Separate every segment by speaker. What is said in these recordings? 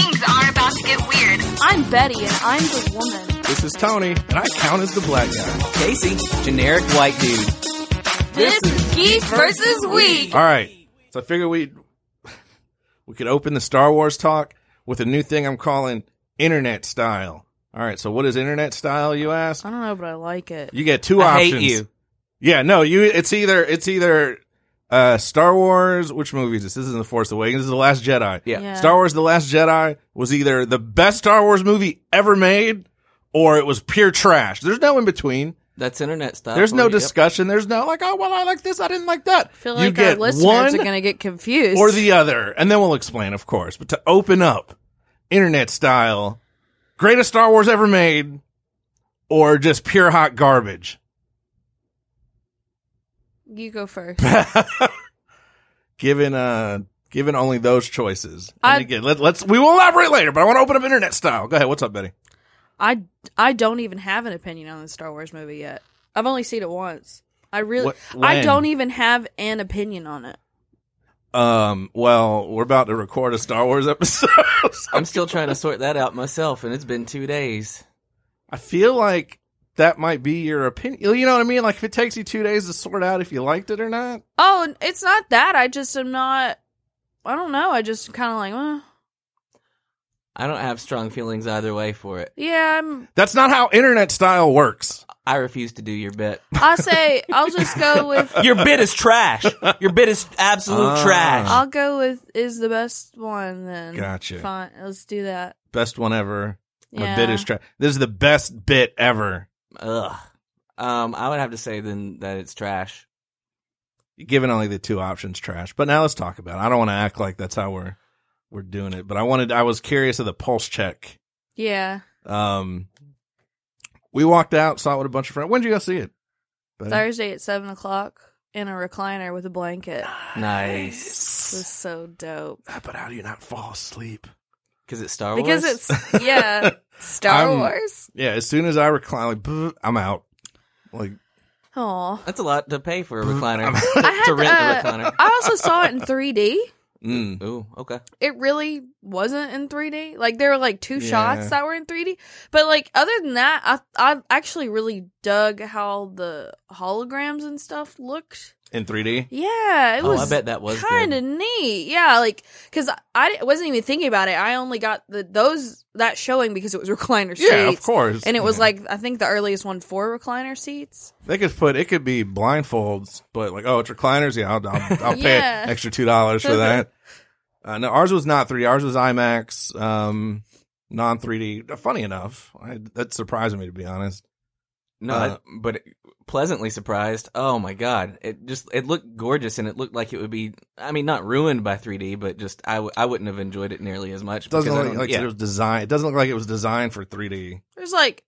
Speaker 1: Not to Get Weird.
Speaker 2: I'm Betty, and I'm the woman.
Speaker 3: This is Tony, and I count as the black guy.
Speaker 4: Casey, generic white dude.
Speaker 2: This is Geek versus Week.
Speaker 3: All right, so I figure we we could open the Star Wars talk with a new thing I'm calling internet style. All right, so what is internet style? You ask.
Speaker 2: I don't know, but I like it.
Speaker 3: You get two
Speaker 4: I
Speaker 3: options.
Speaker 4: hate you.
Speaker 3: Yeah, no, you. It's either it's either uh Star Wars. Which movie is this? This isn't the Force Awakens. This is the Last Jedi.
Speaker 4: Yeah.
Speaker 2: Yeah.
Speaker 3: Star Wars: The Last Jedi was either the best Star Wars movie ever made, or it was pure trash. There's no in between.
Speaker 4: That's internet stuff.
Speaker 3: There's no
Speaker 4: Uh, oh, Yep.
Speaker 3: discussion. There's no like, oh well, I like this. I didn't like that.
Speaker 2: I feel
Speaker 3: you
Speaker 2: like our
Speaker 3: get
Speaker 2: listeners
Speaker 3: one
Speaker 2: are going to get confused.
Speaker 3: or the other, and then we'll explain, of course. But to open up, internet style, greatest Star Wars ever made, or just pure hot garbage.
Speaker 2: you go first.
Speaker 3: given uh given only those choices.
Speaker 2: I-
Speaker 3: And again, let, let's we will elaborate later, but I want to open up internet style. Go ahead. What's up, Betty?
Speaker 2: I I don't even have an opinion on the Star Wars movie yet. I've only seen it once. I really
Speaker 3: What-
Speaker 2: I
Speaker 3: when?
Speaker 2: don't even have an opinion on it.
Speaker 3: Um. Well, we're about to record a Star Wars episode.
Speaker 4: I'm still trying to sort that out myself, and it's been two days.
Speaker 3: I feel like that might be your opinion. You know what I mean? Like if it takes you two days to sort out if you liked it or not.
Speaker 2: Oh, and it's not that. I just am not. I don't know. I just kind of like. Uh,
Speaker 4: I don't have strong feelings either way for it.
Speaker 2: yeah, I'm,
Speaker 3: That's not how internet style works.
Speaker 4: I refuse to do your bit.
Speaker 2: I'll say I'll just go with
Speaker 4: Your bit is trash. Your bit is absolute
Speaker 3: Ah.
Speaker 4: trash.
Speaker 2: I'll go with is the best one then.
Speaker 3: Gotcha.
Speaker 2: Fine, let's do that.
Speaker 3: Best one ever.
Speaker 2: Yeah.
Speaker 3: My bit is trash. This is the best bit ever.
Speaker 4: Ugh. Um, I would have to say then that it's trash.
Speaker 3: Given only the two options, trash. But now let's talk about. It. I don't want to act like that's how we're we're doing it. But I wanted. I was curious of the pulse check.
Speaker 2: Yeah,
Speaker 3: Um, we walked out, saw it with a bunch of friends. When did you go see it? Betty?
Speaker 2: Thursday at seven o'clock in a recliner with a blanket.
Speaker 4: Nice.
Speaker 2: It was so dope
Speaker 3: Ah, But how do you not fall asleep?
Speaker 4: Because it's Star Wars.
Speaker 2: because it's yeah Star
Speaker 3: I'm-
Speaker 2: Wars.
Speaker 3: Yeah, as soon as I recline, like "Bzz," I'm out. Like
Speaker 2: Oh,
Speaker 4: That's a lot to pay for a recliner.
Speaker 3: I'm-
Speaker 4: to,
Speaker 2: I had
Speaker 4: to rent
Speaker 2: uh,
Speaker 4: a recliner.
Speaker 2: I also saw it in three D.
Speaker 3: mm.
Speaker 4: Ooh, okay.
Speaker 2: It really wasn't in three D. Like there were like two
Speaker 3: Yeah.
Speaker 2: shots that were in three D, but like other than that, I I actually really dug how the holograms and stuff looked.
Speaker 3: in 3D.
Speaker 2: Yeah, it
Speaker 4: oh,
Speaker 2: was.
Speaker 4: I bet that was
Speaker 2: kind
Speaker 4: good.
Speaker 2: of neat. Yeah, like because I di- wasn't even thinking about it. I only got the those that showing because it was recliner seats.
Speaker 3: Yeah, of course.
Speaker 2: And it was
Speaker 3: Yeah.
Speaker 2: like I think the earliest one for recliner seats.
Speaker 3: they could put it could be blindfolds, but like oh, it's recliners. Yeah, I'll I'll, I'll pay
Speaker 2: Yeah.
Speaker 3: an extra two dollars for that. uh, no, ours was not 3D. Ours was IMAX, um, non 3D. Funny enough, I, that surprised me to be honest.
Speaker 4: No,
Speaker 3: Uh,
Speaker 4: that- but pleasantly surprised. Oh my god! It just it looked gorgeous, and it looked like it would be. I mean, not ruined by 3D, but just I, w- I wouldn't have enjoyed it nearly as much.
Speaker 3: It doesn't
Speaker 4: because I
Speaker 3: look
Speaker 4: don't-
Speaker 3: like
Speaker 4: yeah.
Speaker 3: it was designed. It doesn't look like it was designed for 3D.
Speaker 2: There's like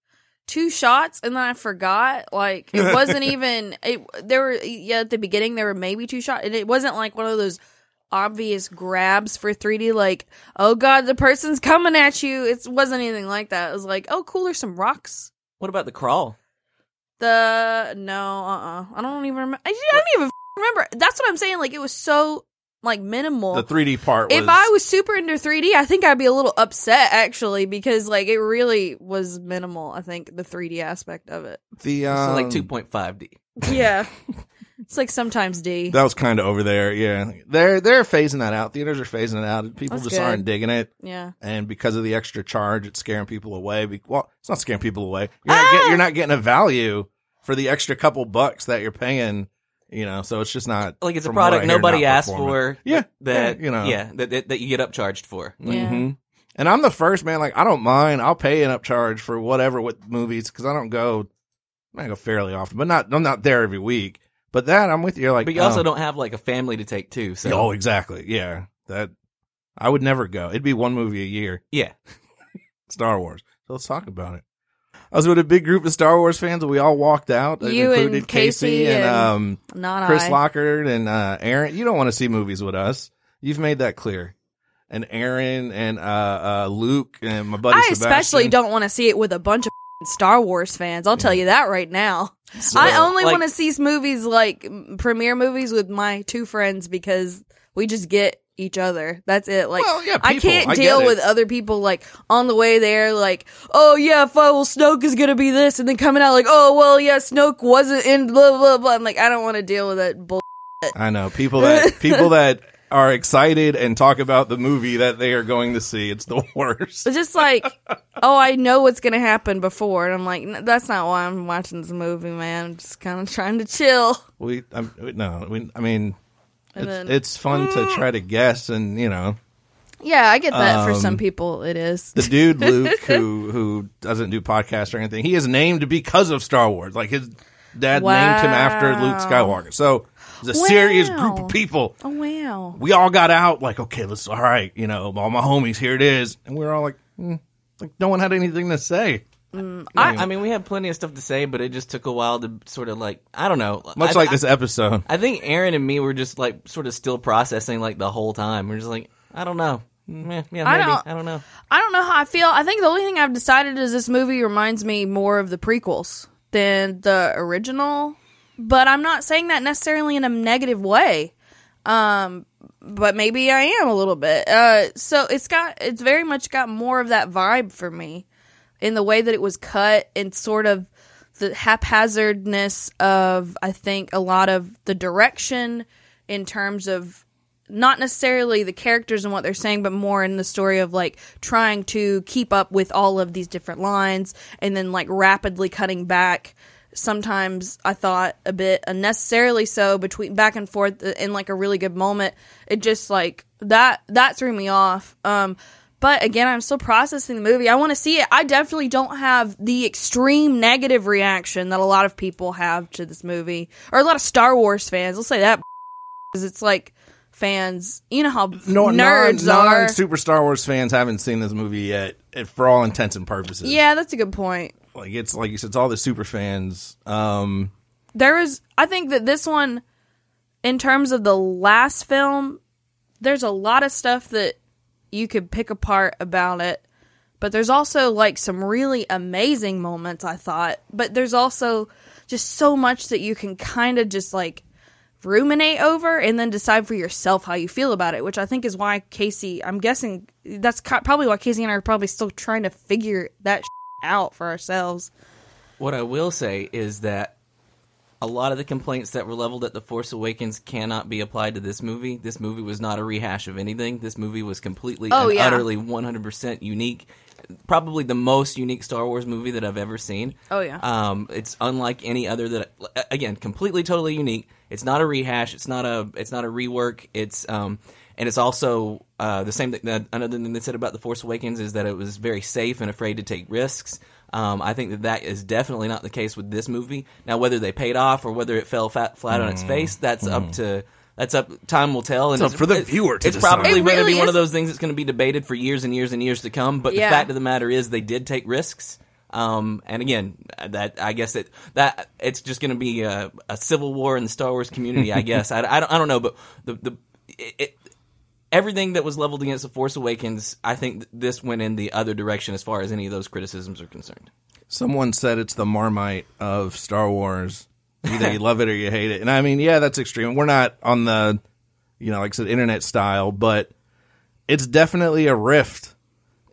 Speaker 2: two shots, and then I forgot. Like it wasn't even it. There were yeah at the beginning there were maybe two shots, and it wasn't like one of those obvious grabs for 3D. Like oh god, the person's coming at you. It wasn't anything like that. It was like oh cool, there's some rocks.
Speaker 4: What about the crawl?
Speaker 2: The no, uh, uh I don't even remember. I, I don't even f- remember. That's what I'm saying. Like it was so like minimal.
Speaker 3: The 3D part.
Speaker 2: if I was super into 3D, I think I'd be a little upset actually because like it really was minimal. I think the 3D aspect of it.
Speaker 3: the
Speaker 4: This is
Speaker 3: um,
Speaker 4: like 2.5D.
Speaker 2: Yeah, it's like sometimes D.
Speaker 3: That was kind of over there. Yeah, they're they're phasing that out. Theaters are phasing it out. People
Speaker 2: That's
Speaker 3: just
Speaker 2: good.
Speaker 3: aren't digging it,
Speaker 2: yeah,
Speaker 3: and because of the extra charge, it's scaring people away. Be- well, it's not scaring people away. You're not, get, you're not getting a value for the extra couple bucks that you're paying. You know, so it's just not
Speaker 4: Like it's a
Speaker 3: from what I
Speaker 4: product
Speaker 3: hear,
Speaker 4: nobody
Speaker 3: not
Speaker 4: asked
Speaker 3: performing.
Speaker 4: for.
Speaker 3: Yeah,
Speaker 4: that
Speaker 3: yeah, you know.
Speaker 4: yeah, that, that that you get upcharged for.
Speaker 2: Yeah.
Speaker 3: Mhm. And I'm the first man. Like I don't mind. I'll pay an upcharge for whatever with movies because I don't go. I go fairly often, but not. I'm not there every week. But that I'm with you. Like,
Speaker 4: But you
Speaker 3: um,
Speaker 4: also don't have like a family to take too. So
Speaker 3: Oh, exactly. Yeah. That I would never go. It'd be one movie a year.
Speaker 4: Yeah.
Speaker 3: Star Wars. So let's talk about it. I was with a big group of Star Wars fans and we all walked out. It
Speaker 2: You and
Speaker 3: included Casey,
Speaker 2: Casey
Speaker 3: and,
Speaker 2: and-
Speaker 3: um,
Speaker 2: not
Speaker 3: Chris
Speaker 2: I.
Speaker 3: Lockhart and uh, Aaron. You don't want to see movies with us. You've made that clear. And Aaron and uh, uh, Luke and my buddy
Speaker 2: I
Speaker 3: Sebastian.
Speaker 2: especially don't want to see it with a bunch of Star Wars fans. I'll tell you that right now. I only
Speaker 4: like-
Speaker 2: want to see movies like m- premiere movies with my two friends because we just get each other. That's it. Like
Speaker 3: Well, yeah,
Speaker 2: I
Speaker 3: people.
Speaker 2: can't
Speaker 3: I get
Speaker 2: deal
Speaker 3: it.
Speaker 2: with other people like on the way there, like, oh yeah, Foul Snoke is gonna be this, and then coming out like, oh well, yeah, Snoke wasn't in blah blah blah. I'm like, I don't want to deal with that bull.
Speaker 3: I know people that people that are excited and talk about the movie that they are going to see. It's the worst.
Speaker 2: It's just like, oh, I know what's gonna happen before, and I'm like, "N- that's not why I'm watching this movie, man. I'm just kind of trying to chill.
Speaker 3: We I'm, no, we, I mean, it's,
Speaker 2: And then- Mm.
Speaker 3: it's fun to try to guess, and you know,
Speaker 2: Yeah, I get that. for
Speaker 3: Um,
Speaker 2: some people, it is.
Speaker 3: the dude Luke who who doesn't do podcasts or anything, he is named because of Star Wars. Like his dad named him after Luke
Speaker 2: Wow.
Speaker 3: Skywalker. So it's a serious group
Speaker 2: Wow.
Speaker 3: of people.
Speaker 2: Oh wow.
Speaker 3: We all got out like, okay, let's all right, you know, all my homies, here it is, and we were all like, hmm, like no one had anything to say.
Speaker 4: I, I mean, we had plenty of stuff to say, but it just took a while to sort of like I don't know.
Speaker 3: Much
Speaker 4: I-
Speaker 3: like
Speaker 4: I-
Speaker 3: this episode.
Speaker 4: I think Aaron and me were just like sort of still processing like the whole time. We're just like, I don't know. Meh, yeah, maybe. I don't,
Speaker 2: don't-
Speaker 4: know.
Speaker 2: I don't know how I feel. I think the only thing I've decided is this movie reminds me more of the prequels than the original. But I'm not saying that necessarily in a negative way. Um, but maybe I am a little bit. Uh, so it's got it's very much got more of that vibe for me in the way that it was cut and sort of the haphazardness of I think a lot of the direction in terms of not necessarily the characters and what they're saying, but more in the story of like trying to keep up with all of these different lines and then like rapidly cutting back. Sometimes I thought a bit unnecessarily so between back and forth in like a really good moment. It just like that that threw me off. Um, but again, I'm still processing the movie. I want to see it. I definitely don't have the extreme negative reaction that a lot of people have to this movie, or a lot of Star Wars fans. Let's say that because it's like fans. You know how nerds are.
Speaker 3: super Star Wars fans haven't seen this movie yet, eh, for all intents and purposes.
Speaker 2: yeah, that's a good point.
Speaker 3: like it's like you said, it's all the super fans. Um,
Speaker 2: There is. I think that this one, in terms of the last film, there's a lot of stuff that you could pick apart about it. But there's also like some really amazing moments, I thought. But there's also just so much that you can kind of just like ruminate over and then decide for yourself how you feel about it, which I think is why Casey, I'm guessing that's co- probably why Casey and I are probably still trying to figure that out for ourselves.
Speaker 4: What I will say is that a lot of the complaints that were leveled at The Force Awakens cannot be applied to this movie. This movie was not a rehash of anything. This movie was completely
Speaker 2: Oh,
Speaker 4: and
Speaker 2: yeah.
Speaker 4: utterly 100% unique. Probably the most unique Star Wars movie that I've ever seen.
Speaker 2: Oh, yeah.
Speaker 4: Um, it's unlike any other that again, completely totally unique. It's not a rehash, it's not a it's not a rework. It's um and it's also uh, the same thing that another thing they said about The Force Awakens is that it was very safe and afraid to take risks. Um, I think that that is definitely not the case with this movie. Now, whether they paid off or whether it fell fat, flat on its face, that's up to that's up. Time will tell. And
Speaker 3: Mm-hmm. It's up for the viewer to
Speaker 4: it's
Speaker 3: decide.
Speaker 4: probably
Speaker 2: It
Speaker 4: going to be
Speaker 2: really
Speaker 4: one of
Speaker 2: is.
Speaker 4: those things that's going to be debated for years and years and years to come. But
Speaker 2: Yeah.
Speaker 4: the fact of the matter is, they did take risks. Um, and again, that I guess it that it's just going to be a, a civil war in the Star Wars community. I guess I, I don't I don't know, but the the it, it, everything that was leveled against the Force Awakens, I think th- this went in the other direction as far as any of those criticisms are concerned.
Speaker 3: someone said it's the Marmite of Star Wars. Either you love it or you hate it, and I mean, yeah, that's extreme. We're not on the, you know, like I said, internet style, but it's definitely a rift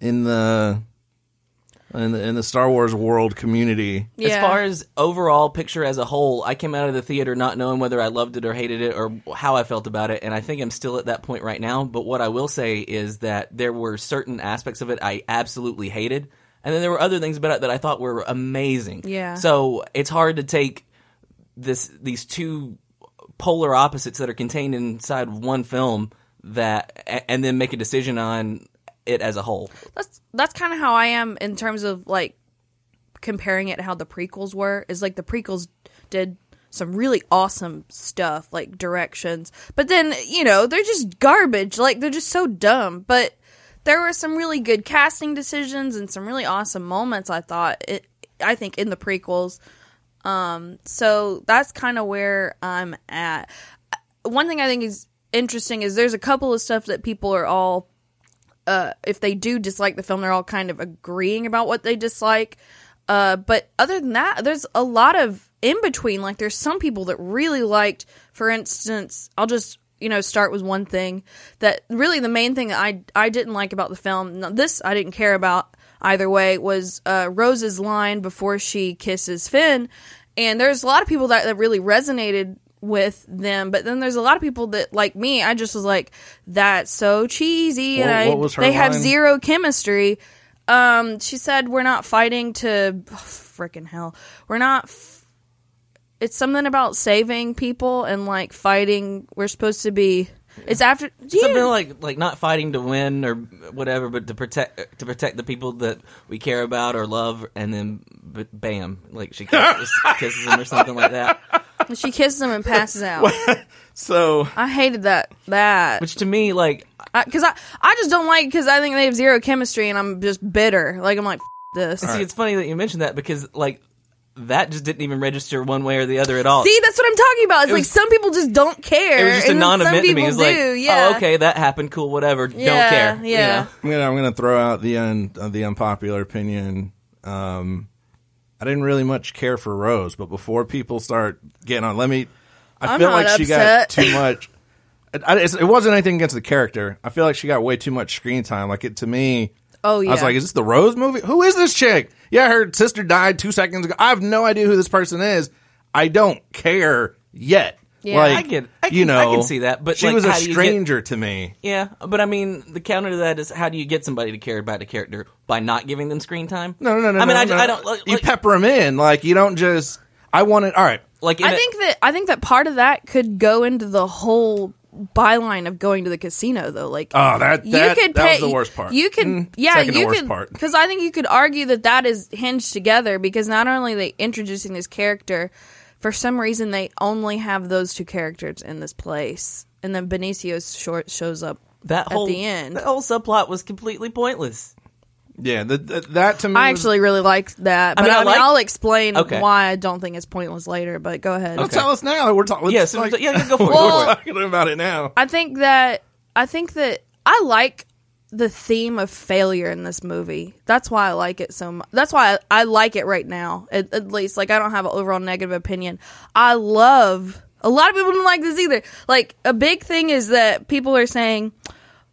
Speaker 3: in the in the, in the Star Wars world community.
Speaker 2: Yeah.
Speaker 4: As far as overall picture as a whole, I came out of the theater not knowing whether I loved it or hated it or how I felt about it, and I think I'm still at that point right now. But what I will say is that there were certain aspects of it I absolutely hated, and then there were other things about it that I thought were amazing.
Speaker 2: Yeah.
Speaker 4: So it's hard to take this these two polar opposites that are contained inside one film that a- and then make a decision on it as a whole.
Speaker 2: that's that's kind of how I am in terms of like comparing it to how the prequels were is like the prequels did some really awesome stuff like directions but then you know they're just garbage like they're just so dumb but there were some really good casting decisions and some really awesome moments i thought it i think in the prequels um so that's kind of where i'm at Uh, one thing i think is interesting is there's a couple of stuff that people are all if they do dislike the film, they're all kind of agreeing about what they dislike. Uh, but other than that, there's a lot of in between. Like, there's some people that really liked, for instance, I'll just you know start was one thing that really the main thing that I I didn't like about the film. no, This I didn't care about either way was uh, Rose's line before she kisses Finn, and there's a lot of people that, that really resonated with them but then there's a lot of people that like me i just was like that's so cheesy and
Speaker 3: What-
Speaker 2: I,
Speaker 3: what was her
Speaker 2: they have
Speaker 3: line?
Speaker 2: zero chemistry um she said we're not fighting to oh, freaking hell we're not f- it's something about saving people and like fighting we're supposed to be it's after
Speaker 4: Something
Speaker 2: Yeah.
Speaker 4: like like not fighting to win or whatever, but to protect to protect the people that we care about or love, and then b- bam, like she kisses, kisses him or something like that.
Speaker 2: she kisses him and passes out
Speaker 3: So
Speaker 2: i hated that that
Speaker 4: Which to me, like
Speaker 2: because I, I just don't like because i think they have zero chemistry and i'm just bitter like i'm like "F- this
Speaker 4: See, it's funny that you mentioned that because like that just didn't even register one way or the other at all.
Speaker 2: See, that's what I'm talking about. It's like
Speaker 4: was-
Speaker 2: some people just don't care.
Speaker 4: it was just a
Speaker 2: and then some
Speaker 4: non-event to me. It
Speaker 2: people
Speaker 4: was like,
Speaker 2: do. yeah.
Speaker 4: oh, okay, that happened. Cool, whatever.
Speaker 2: Yeah,
Speaker 4: Don't care. you
Speaker 2: yeah.
Speaker 4: know?
Speaker 3: I'm gonna I'm gonna throw out the un, uh, the unpopular opinion. Um, I didn't really much care for Rose, but before people start getting on, let me. I
Speaker 2: I'm
Speaker 3: feel
Speaker 2: not
Speaker 3: like she got
Speaker 2: upset.
Speaker 3: too much. It, I, it's- it wasn't anything against the character. I feel like she got way too much screen time. Like it to me.
Speaker 2: Oh,
Speaker 3: I was
Speaker 2: yeah.
Speaker 3: like, is this the Rose movie? Who is this chick? Yeah, her sister died two seconds ago. I have no idea who this person is. I don't care yet.
Speaker 2: Yeah.
Speaker 3: like,
Speaker 4: I get- I
Speaker 3: you
Speaker 4: can- I
Speaker 3: know,
Speaker 4: can see that, but,
Speaker 3: she
Speaker 4: like,
Speaker 3: was a
Speaker 4: how do you get-
Speaker 3: stranger to me.
Speaker 4: Yeah, but I mean, the counter to that is how do you get somebody to care about a character by not giving them screen time?
Speaker 3: No, no, no, no.
Speaker 4: I mean,
Speaker 3: no,
Speaker 4: I,
Speaker 3: no.
Speaker 4: I don't like,
Speaker 3: you
Speaker 4: like,
Speaker 3: pepper them in, like you don't just. I want it. All right,
Speaker 4: like in
Speaker 2: I
Speaker 4: a-
Speaker 2: think that I think that part of that could go into the whole byline of going to the casino, though. Like,
Speaker 3: Oh, that- that- that was the worst part.
Speaker 2: You could,
Speaker 3: Mm,
Speaker 2: yeah,
Speaker 3: second to
Speaker 2: you
Speaker 3: worst
Speaker 2: could,
Speaker 3: part.
Speaker 2: because I think you could argue that that is hinged together because not only are they introducing this character, for some reason they only have those two characters in this place, and then Benicio short shows up
Speaker 4: that whole
Speaker 2: at the end.
Speaker 4: that whole subplot was completely pointless.
Speaker 3: yeah, the, the, that to me.
Speaker 2: I
Speaker 3: was-
Speaker 2: actually really liked that, but I
Speaker 4: mean,
Speaker 2: mean,
Speaker 4: I
Speaker 2: I
Speaker 4: like-
Speaker 2: will explain
Speaker 4: Okay.
Speaker 2: why I don't think it's pointless later. But go ahead.
Speaker 3: Well, tell us now. We're talking.
Speaker 4: Yeah, so, yeah, yeah, go for it. Go
Speaker 2: Well,
Speaker 4: for it.
Speaker 3: talking about it now.
Speaker 2: I think that I think that I like the theme of failure in this movie. That's why I like it so much. That's why I, I like it right now. At, at least, like I don't have an overall negative opinion. I love. A lot of people don't like this either. Like a big thing is that people are saying,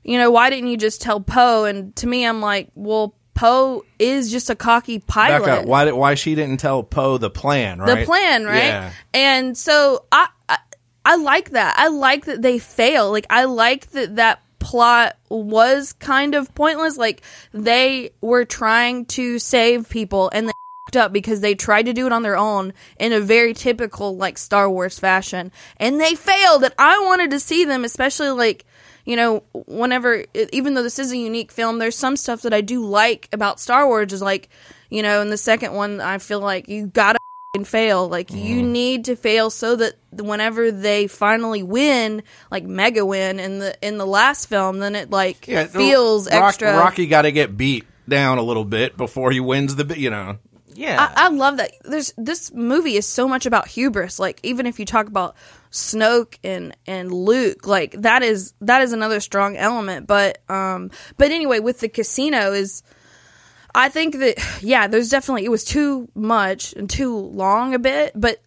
Speaker 2: you know, why didn't you just tell Poe? And to me, I'm like, well, Poe is just a cocky pilot.
Speaker 3: Back up. Why did why she didn't tell Poe the plan? Right.
Speaker 2: the plan, right?
Speaker 3: Yeah.
Speaker 2: And so I, I I like that. I like that they fail. Like I like that that plot was kind of pointless. Like they were trying to save people and they fucked up because they tried to do it on their own in a very typical like Star Wars fashion and they failed and I wanted to see them especially like you know whenever e, even though this is a unique film there's some stuff that I do like about Star Wars is like you know in the second one I feel like you got to and fail. Like you
Speaker 3: Mm-hmm.
Speaker 2: need to fail so that whenever they finally win, like mega win in the in the last film, then it like
Speaker 3: Yeah,
Speaker 2: feels
Speaker 3: Rock-
Speaker 2: extra.
Speaker 3: Rocky got to get beat down a little bit before he wins the. bi- You know.
Speaker 4: Yeah,
Speaker 2: I, I love that. There's this movie is so much about hubris. Like even if you talk about Snoke and and Luke, like that is that is another strong element. But um, but anyway, with the casino is, I think that yeah, there's definitely it was too much and too long a bit, but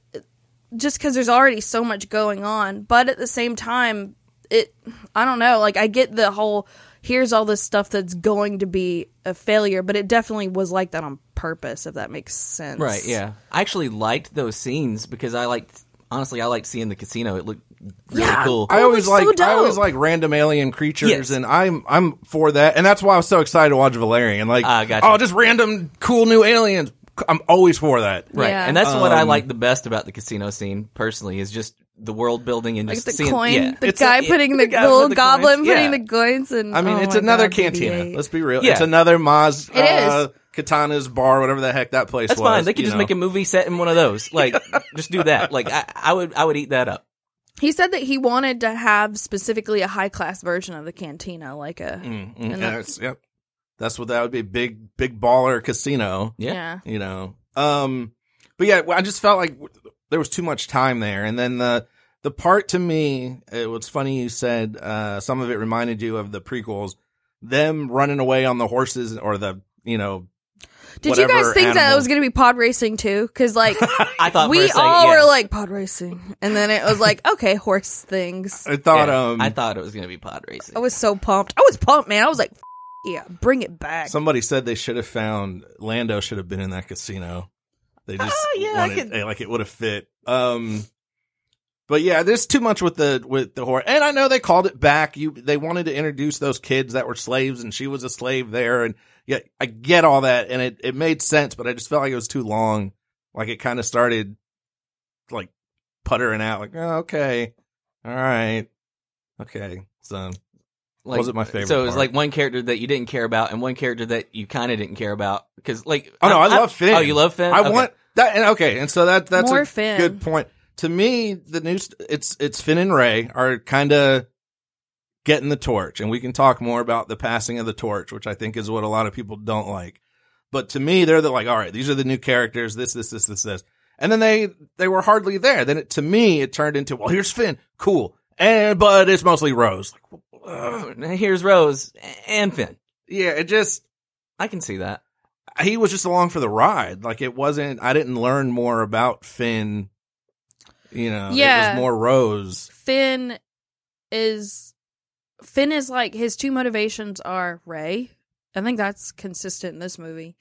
Speaker 2: just because there's already so much going on. But at the same time, it I don't know. Like I get the whole here's all this stuff that's going to be a failure, but it definitely was like that on purpose. If that makes sense,
Speaker 4: Right. Yeah. I actually liked those scenes because I liked. Honestly, I liked seeing the casino. It looked really
Speaker 2: Yeah.
Speaker 4: cool.
Speaker 3: I
Speaker 2: Oh,
Speaker 3: always
Speaker 2: it's so
Speaker 3: like I
Speaker 2: dope.
Speaker 3: always like random alien creatures,
Speaker 4: Yes.
Speaker 3: and I'm I'm for that, and that's why I was so excited to watch Valerian. Like,
Speaker 4: Ah, gotcha.
Speaker 3: oh, just random cool new aliens. I'm always for that.
Speaker 4: right.
Speaker 2: Yeah. Um,
Speaker 4: And that's what I like the best about the casino scene. Personally, is just the world building and
Speaker 2: Like
Speaker 4: just
Speaker 2: the
Speaker 4: seeing,
Speaker 2: coin,
Speaker 4: Yeah.
Speaker 2: the
Speaker 3: It's
Speaker 2: guy
Speaker 3: like-
Speaker 2: putting
Speaker 4: the
Speaker 2: the,
Speaker 4: guy with
Speaker 2: little
Speaker 4: the
Speaker 2: goblin
Speaker 4: coins,
Speaker 2: putting
Speaker 4: yeah.
Speaker 2: the coins, and
Speaker 3: I mean,
Speaker 2: oh
Speaker 3: it's
Speaker 2: my
Speaker 3: another
Speaker 2: God,
Speaker 3: cantina.
Speaker 2: BB-8.
Speaker 3: Let's be real.
Speaker 4: Yeah.
Speaker 3: It's another Maz
Speaker 2: It is.
Speaker 3: uh, Katana's bar, whatever the heck that place
Speaker 4: That's
Speaker 3: was.
Speaker 4: fine. They could
Speaker 3: you
Speaker 4: just
Speaker 3: know.
Speaker 4: make a movie set in one of those. Like, just do that. Like, I, I would, I would eat that up.
Speaker 2: He said that he wanted to have specifically a high class version of the cantina, like a
Speaker 3: Mm, mm,
Speaker 2: And
Speaker 3: yeah,
Speaker 2: that's-
Speaker 3: it's- yep. That's what that would be. Big big baller casino.
Speaker 4: Yeah.
Speaker 2: yeah.
Speaker 3: You know. Um. But yeah, I just felt like there was too much time there, and then the the part to me, it was funny you said uh, some of it reminded you of the prequels, them running away on the horses or the you know
Speaker 2: Did you guys
Speaker 3: whatever
Speaker 2: think that it
Speaker 3: animal-
Speaker 2: was going to be pod racing too? Because like
Speaker 4: I thought for a
Speaker 2: we
Speaker 4: second,
Speaker 2: all
Speaker 4: yeah.
Speaker 2: were like pod racing, and then it was like okay, horse things.
Speaker 3: I thought
Speaker 4: Yeah,
Speaker 3: um
Speaker 4: I thought it was gonna be pod racing.
Speaker 2: I was so pumped. I was pumped, man. I was like, "F- yeah, bring it back.
Speaker 3: somebody said they should have found Lando should have been in that casino. They just
Speaker 4: Oh, yeah, I
Speaker 3: wanted,
Speaker 4: could-
Speaker 3: eh, like it would have fit. Um but yeah, there's too much with the with the horror. And I know they called it back. You they wanted to introduce those kids that were slaves and she was a slave there and yeah, I get all that and it it made sense, but I just felt like it was too long. Like it kind of started like puttering out like, "Oh, okay. All right. Okay." So
Speaker 4: like,
Speaker 3: was it my favorite
Speaker 4: So it was
Speaker 3: part?
Speaker 4: like one character that you didn't care about and one character that you kind of didn't care about because like
Speaker 3: Oh no, I, love Finn.
Speaker 4: Oh, you love Finn.
Speaker 3: I
Speaker 4: Okay.
Speaker 3: want that. And okay, and so that that's
Speaker 2: More
Speaker 3: a
Speaker 2: Finn.
Speaker 3: good point. To me, the new st- it's it's Finn and Ray are kind of getting the torch, and we can talk more about the passing of the torch, which I think is what a lot of people don't like. But to me, they're the like, all right, these are the new characters. This, this, this, this, this, and then they they were hardly there. Then it, to me, it turned into well, here's Finn, cool, and but it's mostly Rose. Like, ugh.
Speaker 4: Here's Rose and Finn.
Speaker 3: yeah, it just
Speaker 4: I can see that.
Speaker 3: he was just along for the ride. Like it wasn't. I didn't learn more about Finn. You know, it
Speaker 2: Yeah.
Speaker 3: was more Rose.
Speaker 2: Finn is Finn is like his two motivations are Ray. I think that's consistent in this movie.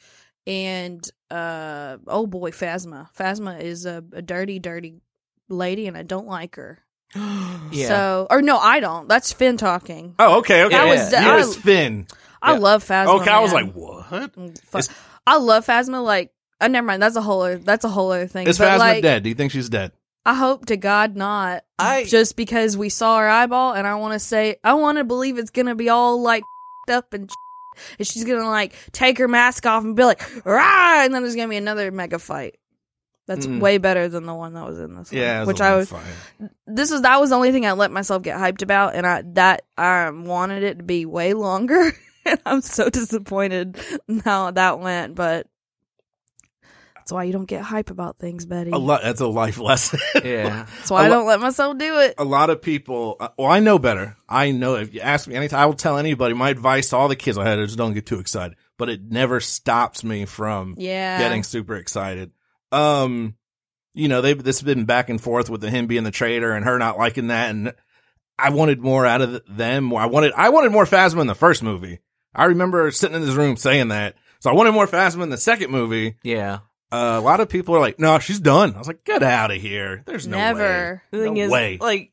Speaker 2: And uh oh boy, Phasma. Phasma is a, a dirty, dirty lady and I don't like her.
Speaker 4: Yeah.
Speaker 2: So or no, I don't. That's Finn talking.
Speaker 3: Oh, okay, okay.
Speaker 4: That
Speaker 3: Yeah,
Speaker 4: was-
Speaker 3: yeah.
Speaker 2: I-
Speaker 3: it was Finn.
Speaker 2: I
Speaker 4: Yeah.
Speaker 2: love Phasma.
Speaker 3: okay, I was
Speaker 2: man.
Speaker 3: like, what?
Speaker 2: Fu-
Speaker 3: is-
Speaker 2: I love Phasma like uh, never mind. That's a whole. Other, that's a whole other thing.
Speaker 3: Is
Speaker 2: But,
Speaker 3: Phasma
Speaker 2: like,
Speaker 3: dead? Do you think she's dead?
Speaker 2: I hope to God not.
Speaker 4: I-
Speaker 2: just because we saw her eyeball, and I want to say, I want to believe it's gonna be all like up and. And she's gonna like take her mask off and be like, rah, and then there's gonna be another mega fight. That's
Speaker 4: Mm.
Speaker 2: way better than the one that was in this. one,
Speaker 3: Yeah, it
Speaker 2: which
Speaker 3: a
Speaker 2: I
Speaker 3: long
Speaker 2: was.
Speaker 3: fight.
Speaker 2: This was that was the only thing I let myself get hyped about, and I that I wanted it to be way longer, and I'm so disappointed in how that went. But that's why you don't get hype about things, Betty.
Speaker 3: A lot. That's a life lesson.
Speaker 4: yeah.
Speaker 2: That's why I
Speaker 3: a
Speaker 2: I
Speaker 3: lo-
Speaker 2: don't let myself do it.
Speaker 3: a lot of people. uh, Well, I know better. I know. If you ask me anything, I will tell anybody. My advice to all the kids I had is don't get too excited. But it never stops me from
Speaker 2: Yeah.
Speaker 3: getting super excited. Um, you know, they've this has been back and forth with the him being the traitor and her not liking that, and I wanted more out of th- them. I wanted I wanted more Phasma in the first movie. I remember sitting in this room saying that, so I wanted more Phasma in the second movie.
Speaker 4: Yeah.
Speaker 3: Uh, a lot of people are like, "No, she's done." I was like, "Get out of here!" There's no way.
Speaker 2: Never.
Speaker 4: The thing
Speaker 3: No
Speaker 4: is,
Speaker 3: way.
Speaker 4: like,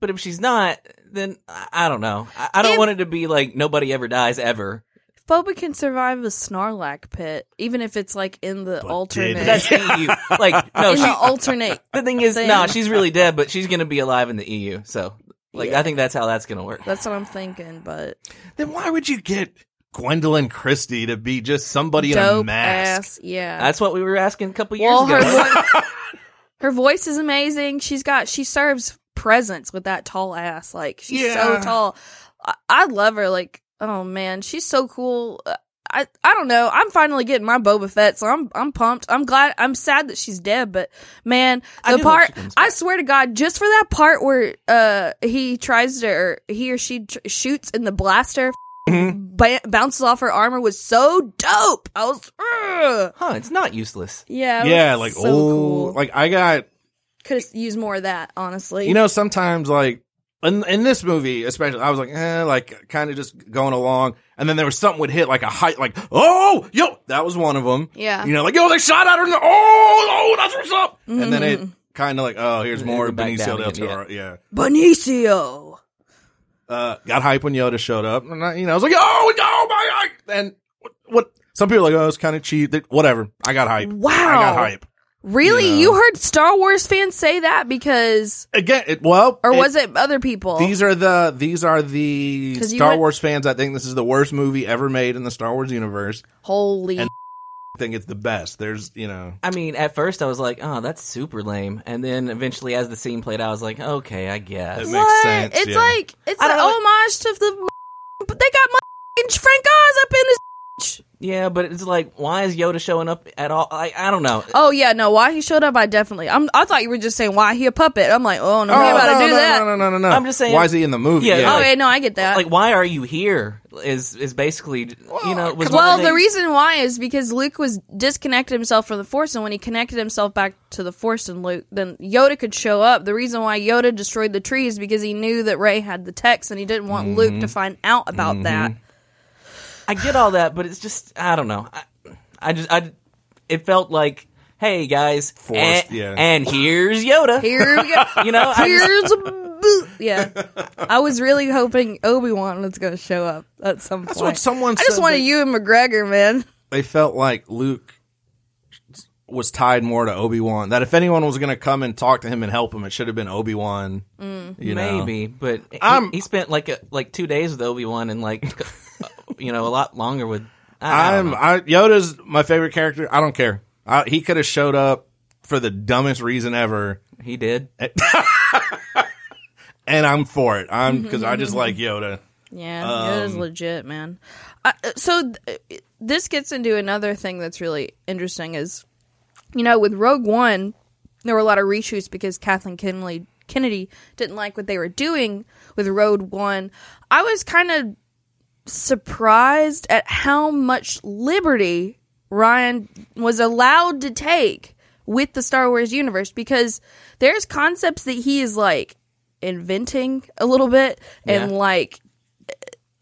Speaker 4: but if she's not, then I I don't know. I, I don't
Speaker 2: If-
Speaker 4: want it to be like nobody ever dies ever.
Speaker 2: Phoba can survive a Snarlack pit, even if it's like in the
Speaker 3: did
Speaker 2: alternate.
Speaker 3: he?
Speaker 4: But that's EU. Like, no,
Speaker 2: in
Speaker 4: she,
Speaker 2: the alternate.
Speaker 4: the thing is, no,
Speaker 2: thing.
Speaker 4: she's really dead, but she's gonna be alive in the EU. So, like, I think that's how that's gonna work.
Speaker 2: That's what I'm thinking, but
Speaker 3: Then why would you get Gwendolyn Christie to be just somebody in a
Speaker 2: dope
Speaker 3: mask?
Speaker 2: ass. Yeah.
Speaker 4: That's what we were asking a couple years
Speaker 2: well, her
Speaker 4: ago.
Speaker 2: voice, her voice is amazing. She's got she serves presence with that tall ass. Like she's
Speaker 3: Yeah.
Speaker 2: so tall. I, I love her. Like oh man, she's so cool. Uh, I I don't know. I'm finally getting my Boba Fett, so I'm I'm pumped. I'm glad. I'm sad that she's dead, but man,
Speaker 4: I
Speaker 2: the
Speaker 4: do hope
Speaker 2: part
Speaker 4: she comes back.
Speaker 2: I swear to God, just for that part where uh he tries to or he or she tr- shoots and the blaster. ba- bounces off her armor was so dope. I was, ugh.
Speaker 4: huh? It's not useless.
Speaker 2: Yeah. it
Speaker 3: Yeah,
Speaker 2: was
Speaker 3: like
Speaker 2: so
Speaker 3: oh, like I got
Speaker 2: could have used more of that, honestly.
Speaker 3: You know, sometimes like in in this movie, especially, I was like, eh, like kind of just going along, and then there was something would hit like a height, like oh, yo, that was one of them.
Speaker 2: Yeah.
Speaker 3: You know, like yo, they shot at her. In the, oh, oh, that's what's up. And then it
Speaker 2: Mm-hmm.
Speaker 3: kind of like, oh, here's
Speaker 4: And
Speaker 3: more
Speaker 4: then back
Speaker 3: Benicio
Speaker 4: down
Speaker 3: del
Speaker 4: again,
Speaker 3: Toro. Yeah.
Speaker 2: Benicio.
Speaker 3: Uh, got hype when Yoda showed up, and I, you know, I was like, oh, oh my god, and what. what some people are like, oh, it's kind of cheap. They- Whatever. I got hype.
Speaker 2: Wow.
Speaker 3: I got hype.
Speaker 2: Really?
Speaker 3: You know.
Speaker 2: You heard Star Wars fans say that because
Speaker 3: Again, it, well.
Speaker 2: or
Speaker 3: it-
Speaker 2: was it other people?
Speaker 3: These are the these are the
Speaker 2: 'Cause you
Speaker 3: Star
Speaker 2: went-
Speaker 3: Wars fans. I think this is the worst movie ever made in the Star Wars universe.
Speaker 2: Holy
Speaker 3: and- I think it's the best. There's you know
Speaker 4: I mean, at first I was like, "Oh, that's super lame," and then eventually, as the scene played out, I was like, "Okay, I guess."
Speaker 3: It
Speaker 2: what?
Speaker 3: makes sense,
Speaker 2: it's
Speaker 3: yeah.
Speaker 2: like it's
Speaker 4: I
Speaker 2: an
Speaker 4: don't know.
Speaker 2: homage to the but they got my Frank Oz up in his
Speaker 4: Yeah, but it's like, why is Yoda showing up at all? Like, I don't know.
Speaker 2: Oh yeah, no. Why he showed up? I definitely. I'm, I thought you were just saying why he a puppet. I'm like, oh no, we
Speaker 3: Oh,
Speaker 2: about
Speaker 3: no,
Speaker 2: to do
Speaker 3: no,
Speaker 2: that.
Speaker 3: No, no, no, no, no.
Speaker 4: I'm just saying-
Speaker 3: Why is he in the movie?
Speaker 4: Yeah,
Speaker 2: Oh
Speaker 4: like-
Speaker 2: yeah, no, I get that.
Speaker 4: Like, why are you here? Is is basically, you know, was one
Speaker 2: well,
Speaker 4: of
Speaker 2: the
Speaker 4: things-
Speaker 2: reason why is because Luke was disconnected himself from the Force, and when he connected himself back to the Force and Luke, then Yoda could show up. The reason why Yoda destroyed the tree is because he knew that Ray had the text, and he didn't want
Speaker 3: Mm-hmm.
Speaker 2: Luke to find out about that.
Speaker 4: I get all that, but it's just I don't know. I, I just I it felt like, hey guys,
Speaker 3: Forced,
Speaker 4: and,
Speaker 3: yeah.
Speaker 4: and here's Yoda.
Speaker 2: Here we go.
Speaker 4: you know, I just-
Speaker 2: Here's a boot. Yeah, I was really hoping Obi Wan was going to show up at some point.
Speaker 3: what someone
Speaker 2: Oh, I just
Speaker 3: said
Speaker 2: wanted
Speaker 3: that-
Speaker 2: you and McGregor, man.
Speaker 3: they felt like Luke was tied more to Obi Wan. That if anyone was going to come and talk to him and help him, it should have been Obi Wan.
Speaker 2: Mm.
Speaker 3: You know,
Speaker 4: maybe, but he-
Speaker 3: I'm-
Speaker 4: he, spent like a, like two days with Obi Wan and like, you know, a lot longer with. I, I don't
Speaker 3: I'm
Speaker 4: know.
Speaker 3: I, Yoda's my favorite character. I don't care. I, he could have showed up for the dumbest reason ever,
Speaker 4: He did.
Speaker 3: and I'm for it. I'm because I just like Yoda.
Speaker 2: Yeah, it
Speaker 3: Um,
Speaker 2: is legit, man. I, uh, so th- this gets into another thing that's really interesting is, you know, with Rogue One, there were a lot of reshoots because Kathleen Kennedy Kennedy didn't like what they were doing with Rogue One. I was kind of surprised at how much liberty Ryan was allowed to take with the Star Wars universe because there's concepts that he is like inventing a little bit and
Speaker 4: Yeah.
Speaker 2: like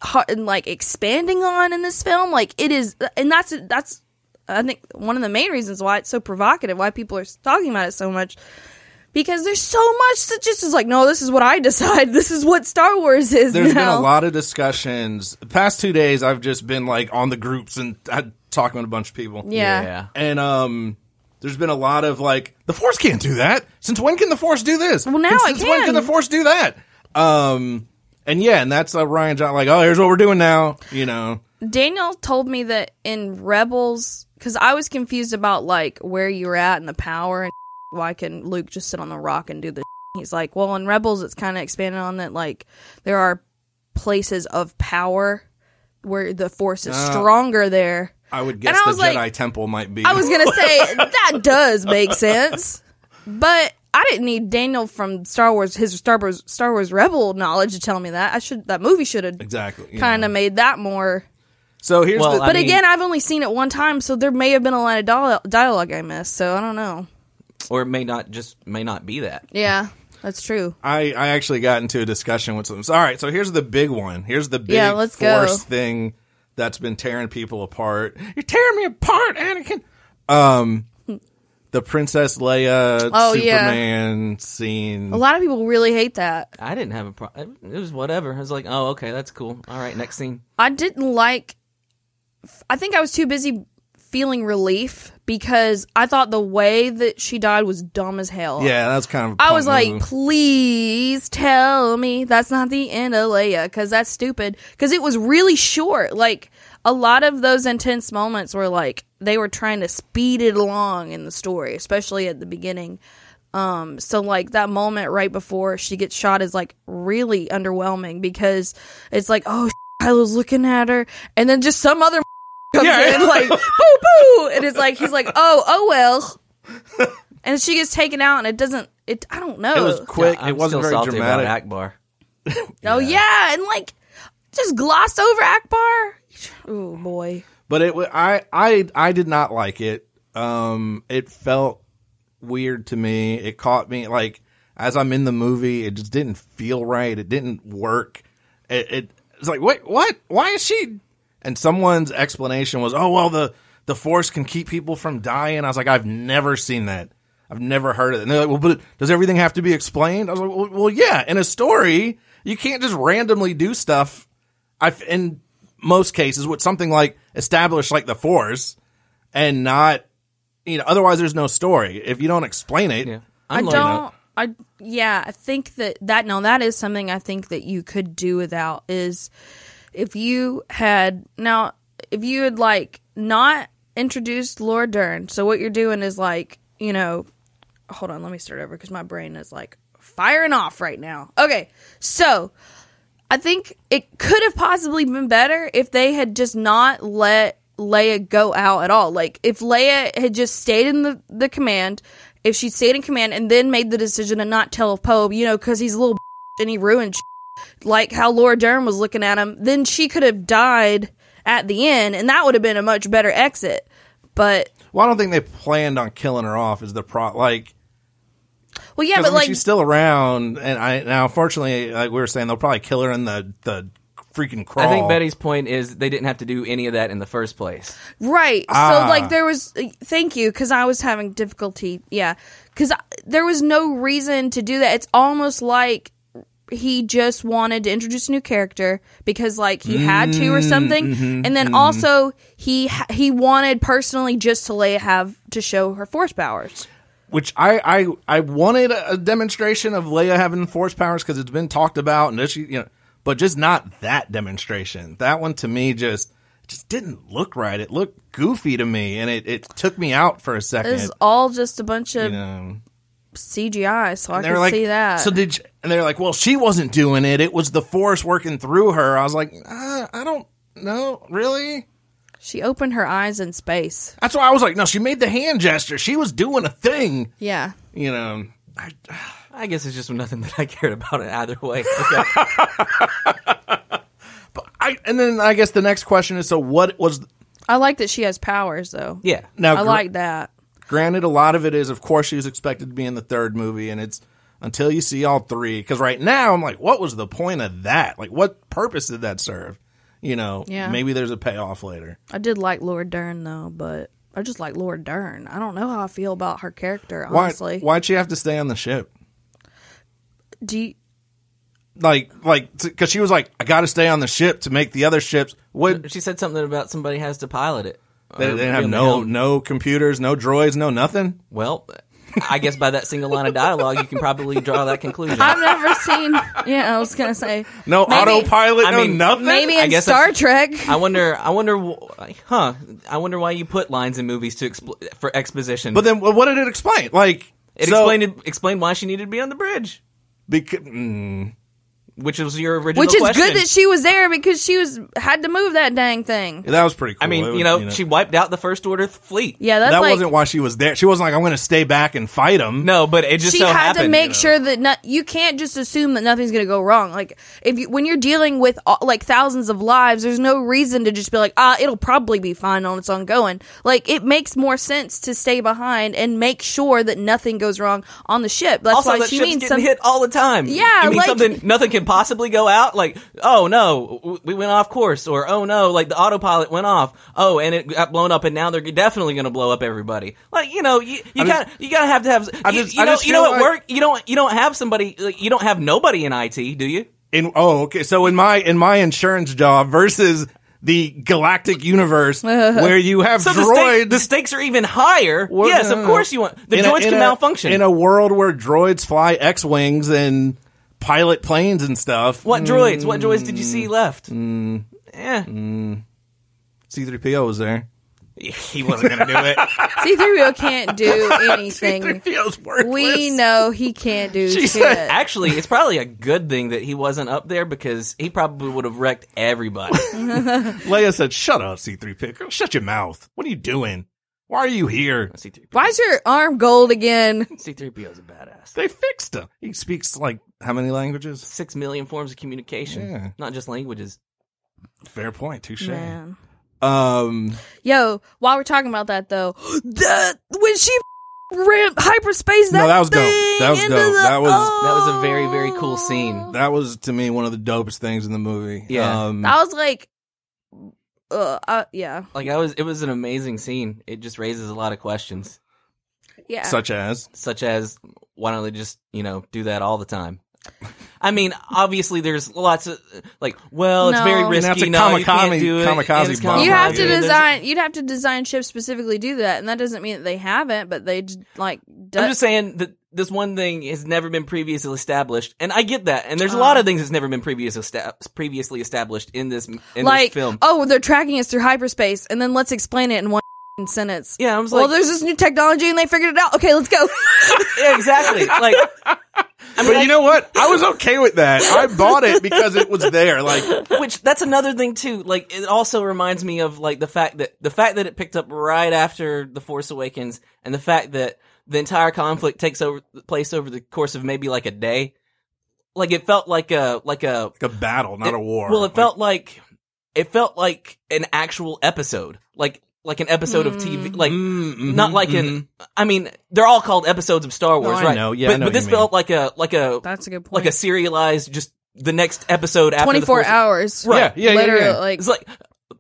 Speaker 2: ho- and like expanding on in this film like it is and that's that's i think one of the main reasons why it's so provocative why people are talking about it so much because there's so much that just is like no this is what i decide this is what star wars is
Speaker 3: There's
Speaker 2: now.
Speaker 3: been a lot of discussions. The past two days, I've just been like on the groups and uh, talking with a bunch of people.
Speaker 2: yeah
Speaker 3: and um there's been a lot of like the force can't do that since when can the force do this well
Speaker 2: now it
Speaker 3: and since when
Speaker 2: can.
Speaker 3: can the force do that um and yeah and that's uh, ryan john like oh here's what we're doing now you know
Speaker 2: Daniel told me that in Rebels, because I was confused about like where you were at and the power and why can Luke just sit on the rock and do the. He's like, well, in Rebels, it's kind of expanded on that. Like there are places of power where the Force is
Speaker 3: Ah.
Speaker 2: stronger there.
Speaker 3: i would guess
Speaker 2: I
Speaker 3: the
Speaker 2: was like-
Speaker 3: jedi temple might be
Speaker 2: I was gonna say that does make sense, but I didn't need Daniel from Star Wars, his Star Wars, Star Wars Rebel knowledge to tell me that. I should that movie should have
Speaker 3: exactly you
Speaker 2: kind
Speaker 3: know.
Speaker 2: of made that more
Speaker 3: so here's
Speaker 4: Well,
Speaker 3: the
Speaker 4: I-
Speaker 2: but
Speaker 4: mean-
Speaker 2: again, I've only seen it one time, so there may have been a line of dial- dialogue I missed. So I don't know.
Speaker 4: or it may not just may not be that.
Speaker 2: Yeah, that's true.
Speaker 3: I, I actually got into a discussion with some. So, all right, so here's the big one. Here's the big
Speaker 2: Yeah, let's go.
Speaker 3: force thing that's been tearing people apart. You're tearing me apart, Anakin. Um, the Princess Leia
Speaker 2: Oh, yeah.
Speaker 3: Superman scene.
Speaker 2: A lot of people really hate that.
Speaker 4: I didn't have a problem. It was whatever. I was like, oh, okay, that's cool. All right, next scene.
Speaker 2: I didn't like. I think I was too busy feeling relief because I thought the way that she died was dumb as hell.
Speaker 3: Yeah, that's kind of. a
Speaker 2: I
Speaker 3: punk
Speaker 2: was like,
Speaker 3: move.
Speaker 2: please tell me that's not the end of Leia, because that's stupid. Because it was really short. Like, a lot of those intense moments were like, they were trying to speed it along in the story, especially at the beginning. Um, so, like, that moment right before she gets shot is like really underwhelming because it's like, oh, I was looking at her, and then just some other comes
Speaker 3: Yeah.
Speaker 2: in, like, boo boo. And it's like, he's like, oh, oh, well and she gets taken out, and it doesn't. It I don't know.
Speaker 3: it was quick.
Speaker 4: I'm
Speaker 3: it wasn't
Speaker 4: still
Speaker 3: very
Speaker 4: salty
Speaker 3: dramatic.
Speaker 4: About Akbar.
Speaker 2: oh yeah, and like just glossed over Akbar. Oh boy,
Speaker 3: but it wa- I I I did not like it. Um, it felt weird to me. It caught me like as I'm in the movie. It just didn't feel right. It didn't work. It, it it's like wait what? Why is she? And someone's explanation was, oh well the the force can keep people from dying. I was like, I've never seen that. I've never heard of it. And they're like, well, but does everything have to be explained? I was like, well, well yeah. In a story, you can't just randomly do stuff I in most cases with something like established like the force and not you know otherwise there's no story if you don't explain it
Speaker 4: Yeah,
Speaker 2: I
Speaker 4: I'm loading up.
Speaker 2: don't. I yeah, I think that that no, that is something I think that you could do without is if you had now if you had like not introduced Lord Dern. So what you're doing is like you know, hold on, let me start over because my brain is like firing off right now. Okay, so I think it could have possibly been better if they had just not let Leia go out at all. Like if Leia had just stayed in the, the command, if she stayed in command and then made the decision to not tell Poe, you know, because he's a little and he ruined shit, like how Laura Dern was looking at him, then she could have died at the end, and that would have been a much better exit. But
Speaker 3: Well, I don't think they planned on killing her off. Is the pro like?
Speaker 2: well, yeah,
Speaker 3: 'cause,
Speaker 2: but
Speaker 3: I mean,
Speaker 2: like
Speaker 3: she's still around, and I now unfortunately, like we were saying, they'll probably kill her in the the freaking crawl.
Speaker 4: I think Betty's point is they didn't have to do any of that in the first place.
Speaker 2: Right.
Speaker 3: Ah.
Speaker 2: So like there was thank you cuz I was having difficulty. Yeah. Cuz there was no reason to do that. It's almost like he just wanted to introduce a new character because like he had to
Speaker 3: Mm,
Speaker 2: or something.
Speaker 3: mm-hmm,
Speaker 2: and then also he ha- he wanted personally just to lay have to show her force powers.
Speaker 3: which I I I wanted a a demonstration of Leia having force powers because it's been talked about, and that she you know, but just not that demonstration. That one to me just just didn't look right. It looked goofy to me, and it it took me out for a second.
Speaker 2: This is all just a bunch of
Speaker 3: you know.
Speaker 2: CGI so I
Speaker 3: And they were
Speaker 2: can
Speaker 3: like,
Speaker 2: see that.
Speaker 3: So did you, and they're like, well, she wasn't doing it. It was the force working through her. I was like, uh, I don't know, really.
Speaker 2: she opened her eyes in space.
Speaker 3: That's why I was like, no, she made the hand gesture. She was doing a thing,
Speaker 2: Yeah.
Speaker 3: you know. I,
Speaker 4: I guess it's just nothing that I cared about it either way. Okay.
Speaker 3: I and then I guess the next question is, so what was
Speaker 2: I like that she has powers though.
Speaker 4: yeah.
Speaker 3: now?
Speaker 2: I
Speaker 3: gr-
Speaker 2: like that.
Speaker 3: Granted, a lot of it is, of course, she was expected to be in the third movie, and it's until you see all three. Because right now, I'm like, what was the point of that? Like, what purpose did that serve? You know,
Speaker 2: Yeah.
Speaker 3: maybe there's a payoff later.
Speaker 2: I did like Laura Dern though, but I just like Laura Dern. I don't know how I feel about her character, honestly.
Speaker 3: Why, why'd she have to stay on the ship?
Speaker 2: Do you,
Speaker 3: like like because she was like i gotta stay on the ship to make the other ships what
Speaker 4: She said something about somebody has to pilot it.
Speaker 3: they,
Speaker 4: Or
Speaker 3: they didn't have
Speaker 4: be on the
Speaker 3: no
Speaker 4: helm.
Speaker 3: no computers no droids no nothing
Speaker 4: Well, I guess by that single line of dialogue, you can probably draw that conclusion.
Speaker 2: I've never seen. Yeah, I was gonna say
Speaker 3: no
Speaker 2: Maybe-
Speaker 3: autopilot
Speaker 4: I
Speaker 3: no
Speaker 4: mean,
Speaker 3: nothing
Speaker 2: maybe
Speaker 4: I
Speaker 2: in
Speaker 4: guess
Speaker 2: Star
Speaker 4: that's-
Speaker 2: Trek.
Speaker 4: I wonder. I wonder. wh- Huh. I wonder why you put lines in movies to expl- for exposition.
Speaker 3: but then well, what did it explain like
Speaker 4: it
Speaker 3: so-
Speaker 4: explained explained why she needed to be on the bridge,
Speaker 3: beca- mm,
Speaker 4: which was your original.
Speaker 2: Which is
Speaker 4: question.
Speaker 2: good that she was there because she was had to move that dang thing.
Speaker 3: that was pretty cool
Speaker 4: I mean,
Speaker 3: It was,
Speaker 4: you know, she wiped out the first order th- fleet.
Speaker 2: Yeah, that's
Speaker 3: that
Speaker 2: like
Speaker 3: wasn't why she was there she wasn't like i'm gonna stay back and fight them
Speaker 4: No, but it just
Speaker 2: she
Speaker 4: so
Speaker 2: had
Speaker 4: happened.
Speaker 2: to make sure that no, you can't just assume that nothing's going to go wrong. Like if you, when you're dealing with all, like thousands of lives, there's no reason to just be like, ah, it'll probably be fine on its own going. Like it makes more sense to stay behind and make sure that nothing goes wrong on the ship. That's
Speaker 4: also,
Speaker 2: why
Speaker 4: that
Speaker 2: she
Speaker 4: ship's
Speaker 2: means
Speaker 4: getting
Speaker 2: some.
Speaker 4: hit all the time.
Speaker 2: Yeah,
Speaker 4: you mean
Speaker 2: like-
Speaker 4: something nothing can possibly go out. Like, oh no, w- we went off course, or oh no, like the autopilot went off. Oh, and it got blown up, and now they're definitely going to blow up everybody. Like, you know, you, you
Speaker 3: just-
Speaker 4: got you got to have to have. You,
Speaker 3: just-
Speaker 4: you
Speaker 3: I
Speaker 4: know,
Speaker 3: just
Speaker 4: you know,
Speaker 3: feel like-
Speaker 4: at work, you don't you don't have somebody, like, you don't have nobody in IT, do you?
Speaker 3: in oh okay so in my in my insurance job versus the galactic universe where you have
Speaker 4: Uh-huh. So the,
Speaker 3: droids
Speaker 4: stake, the stakes are even higher.
Speaker 3: Well,
Speaker 4: yes,
Speaker 3: no,
Speaker 4: of
Speaker 3: no,
Speaker 4: course
Speaker 3: no.
Speaker 4: you want the
Speaker 3: In a-
Speaker 4: droids
Speaker 3: in
Speaker 4: can
Speaker 3: a-
Speaker 4: malfunction.
Speaker 3: in a world where droids fly X-wings and pilot planes and stuff.
Speaker 4: what droids? What droids did you
Speaker 3: Mm.
Speaker 4: see left? Eh,
Speaker 3: C-3PO was there.
Speaker 4: he wasn't going to do it.
Speaker 2: C-3PO can't do anything.
Speaker 3: C-3PO's worthless.
Speaker 2: we know he can't do
Speaker 3: She
Speaker 2: shit.
Speaker 3: said-
Speaker 4: Actually, it's probably a good thing that he wasn't up there because he probably would have wrecked everybody.
Speaker 3: Leia said, "Shut up, C-3PO. Girl, Shut your mouth. What are you doing? Why are you here?"
Speaker 4: C3PO.
Speaker 2: Why's your arm gold again?
Speaker 4: C3PO's a badass.
Speaker 3: They fixed him. He speaks like how many languages?
Speaker 4: Six million forms of communication,
Speaker 3: Yeah.
Speaker 4: not just languages.
Speaker 3: Fair point. Touche.
Speaker 2: Man.
Speaker 3: Um,
Speaker 2: Yo, while we're talking about that though, that when she ran hyperspace, that
Speaker 3: No, that was dope.
Speaker 2: thing
Speaker 3: That was
Speaker 2: into
Speaker 3: dope.
Speaker 2: the- Oh.
Speaker 3: That was-
Speaker 4: That was a very, very cool scene.
Speaker 3: that was to me one of the dopest things in the movie.
Speaker 4: Yeah.
Speaker 3: Um,
Speaker 2: That was like, uh, uh yeah,
Speaker 4: Like I was, it was an amazing scene. It just raises a lot of questions,
Speaker 2: yeah.
Speaker 3: such as
Speaker 4: such as why don't they just you know do that all the time? I mean, obviously, there's lots of like, well, it's
Speaker 2: No.
Speaker 4: very
Speaker 2: I mean,
Speaker 4: risky.
Speaker 3: that's a
Speaker 4: no,
Speaker 3: kamikaze-
Speaker 4: you can't do it.
Speaker 3: kamikaze
Speaker 4: It's
Speaker 3: bomb.
Speaker 2: you
Speaker 3: Oh,
Speaker 2: have
Speaker 3: yeah.
Speaker 2: to
Speaker 4: There's-
Speaker 2: design. You'd have to design ships specifically do that, and that doesn't mean that they haven't, but they j- like. do-
Speaker 4: I'm just saying that this one thing has never been previously established, and I get that. And there's a lot
Speaker 2: Uh.
Speaker 4: of things that's never been previously esta- previously established in this in
Speaker 2: like,
Speaker 4: this film.
Speaker 2: oh, they're tracking us through hyperspace, and then let's explain it in one sentence.
Speaker 4: Yeah, I was
Speaker 2: well,
Speaker 4: like-
Speaker 2: there's this new technology, and they figured it out. Okay, let's go.
Speaker 4: Yeah, exactly. Like
Speaker 3: but you know what? I was okay with that. I bought it because it was there. Like,
Speaker 4: Which that's another thing too. Like it also reminds me of like the fact that the fact that it picked up right after The Force Awakens and the fact that the entire conflict takes over place over the course of maybe like a day. Like it felt like a like a
Speaker 3: a battle, not a war.
Speaker 4: well it felt like it felt like an actual episode. Like like an episode of TV like
Speaker 3: Mm, mhm,
Speaker 4: not like an I mean they're all called episodes of Star Wars,
Speaker 3: I
Speaker 4: right?
Speaker 3: know. Yeah,
Speaker 4: but,
Speaker 3: I know
Speaker 4: but
Speaker 3: what
Speaker 4: this
Speaker 3: you mean.
Speaker 4: felt like a like a
Speaker 2: That's a good point.
Speaker 4: like a serialized just the next episode after
Speaker 2: twenty four
Speaker 4: the Force-
Speaker 2: hours.
Speaker 3: Right. Yeah, yeah, yeah,
Speaker 2: Literally,
Speaker 3: yeah.
Speaker 2: like
Speaker 4: It's like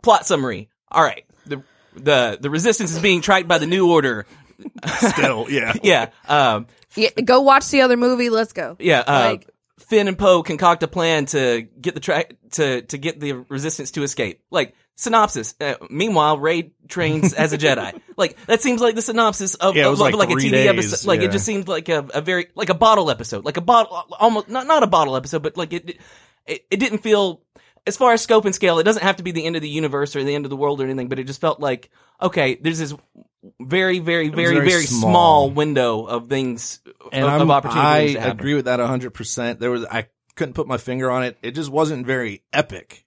Speaker 4: plot summary. All right, the the the resistance is being tracked by the new order.
Speaker 3: still, yeah.
Speaker 4: Yeah, um,
Speaker 2: yeah, go watch the other movie. Let's go.
Speaker 4: yeah. Uh,
Speaker 2: Like-
Speaker 4: Finn and Poe concoct a plan to get the track to to get the resistance to escape. Like synopsis. Uh, meanwhile, Ray trains as a Jedi. Like that seems like the synopsis of,
Speaker 3: Yeah, it
Speaker 4: of-
Speaker 3: was
Speaker 4: of
Speaker 3: like
Speaker 4: a
Speaker 3: three
Speaker 4: TV
Speaker 3: days,
Speaker 4: episode. Like
Speaker 3: yeah.
Speaker 4: it just seemed like a, a very like a bottle episode. Like a bottle almost not not a bottle episode, but like it it, it didn't feel as far as scope and scale, it doesn't have to be the end of the universe or the end of the world or anything, but it just felt like okay, there's this very, very, very,
Speaker 3: very
Speaker 4: very,
Speaker 3: small.
Speaker 4: small. window of things
Speaker 3: and
Speaker 4: of,
Speaker 3: I'm,
Speaker 4: of opportunities. to
Speaker 3: I
Speaker 4: happen.
Speaker 3: agree with that 100. percent There was I couldn't put my finger on it. It just wasn't very epic.